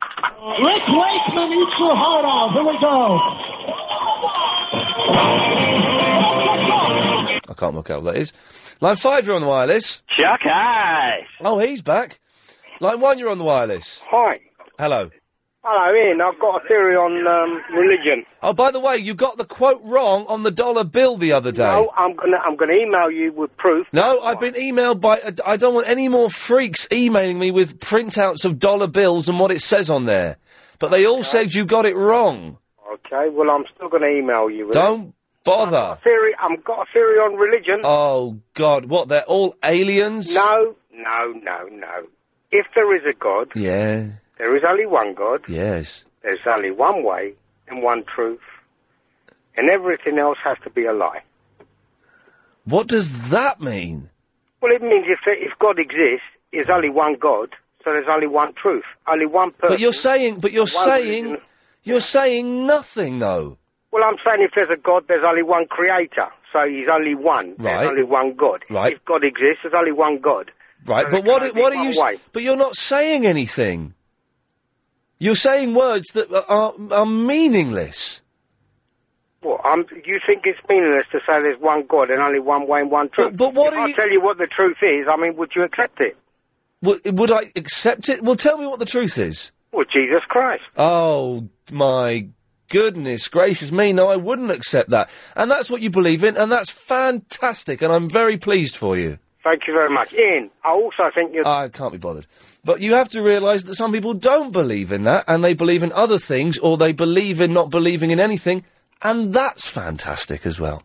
Speaker 7: Rick Wakeman eats your heart out. Here we go.
Speaker 2: I can't work out what that is. Line five, you're on the wireless. Chuck Hayes. Oh, he's back. Line one, you're on the wireless.
Speaker 42: Hi.
Speaker 2: Hello.
Speaker 42: Hello, Ian. Ah, I've got a theory on um, religion.
Speaker 2: Oh, by the way, you got the quote wrong on the dollar bill the other day.
Speaker 42: No, I'm gonna, I'm gonna email you with proof.
Speaker 2: No, I've been emailed by. uh, I don't want any more freaks emailing me with printouts of dollar bills and what it says on there. But they all said you got it wrong.
Speaker 42: Okay. Well, I'm still gonna email you. With
Speaker 2: Don't bother.
Speaker 42: it. theory. I've got a theory on religion.
Speaker 2: Oh God, what? They're all aliens?
Speaker 42: No, no, no, no. If there is a God,
Speaker 2: Yeah.
Speaker 42: there is only one God.
Speaker 2: Yes.
Speaker 42: There's only one way and one truth, and everything else has to be a lie.
Speaker 2: What does that mean?
Speaker 42: Well, it means if if God exists, there's only one God, so there's only one truth, only one person.
Speaker 2: But you're saying. But you're
Speaker 42: one
Speaker 2: saying.
Speaker 42: religion.
Speaker 2: You're saying nothing though.
Speaker 42: Well, I'm saying if there's a God, there's only one creator, so he's only one.
Speaker 2: Right.
Speaker 42: There's only one God.
Speaker 2: Right.
Speaker 42: If God exists, there's only one God.
Speaker 2: Right,
Speaker 42: So
Speaker 2: but
Speaker 42: there
Speaker 2: what?
Speaker 42: can
Speaker 2: are-
Speaker 42: only
Speaker 2: What
Speaker 42: be
Speaker 2: are you?
Speaker 42: one
Speaker 2: s- But you're not saying anything. You're saying words that are are meaningless.
Speaker 42: Well, um, you think it's meaningless to say there's one God and only one way and one truth. But, what if I tell you what the truth is, I mean, would you accept it?
Speaker 2: Would, would I accept it? Well, tell me what the truth is.
Speaker 42: Well, Jesus Christ.
Speaker 2: Oh my goodness gracious me! No, I wouldn't accept that. And that's what you believe in, and that's fantastic. And I'm very pleased for you.
Speaker 42: Thank you very much, Ian. I also think you're.
Speaker 2: I can't be bothered. But you have to realise that some people don't believe in that, and they believe in other things, or they believe in not believing in anything, and that's fantastic as well.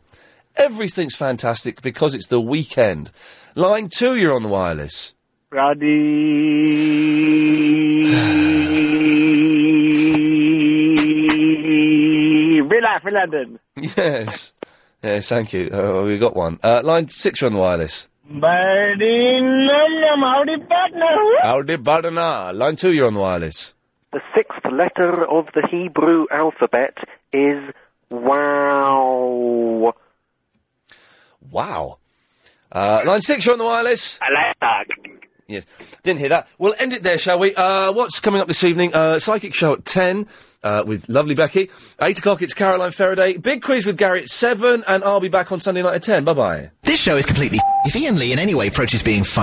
Speaker 2: Everything's fantastic because it's the weekend. Line two, you're on the wireless.
Speaker 7: Relax for London.
Speaker 2: Yes. Yes, thank you. Uh, we got one. Uh, line six, you're on the wireless.
Speaker 7: Buddy, William, howdy partner.
Speaker 2: Howdy, Badana. Line two, you're on the wireless.
Speaker 42: The sixth letter of the Hebrew alphabet is wow.
Speaker 2: Wow. Uh, line six, you're on the wireless. I like that. Yes, didn't hear that. We'll end it there, shall we? Uh, what's coming up this evening? Uh, psychic show at ten uh, with lovely Becky. Eight o'clock, it's Caroline Faraday. Big quiz with Gary at seven, and I'll be back on Sunday night at ten. Bye bye.
Speaker 30: This show is completely. If Ian Lee in any way approaches being funny.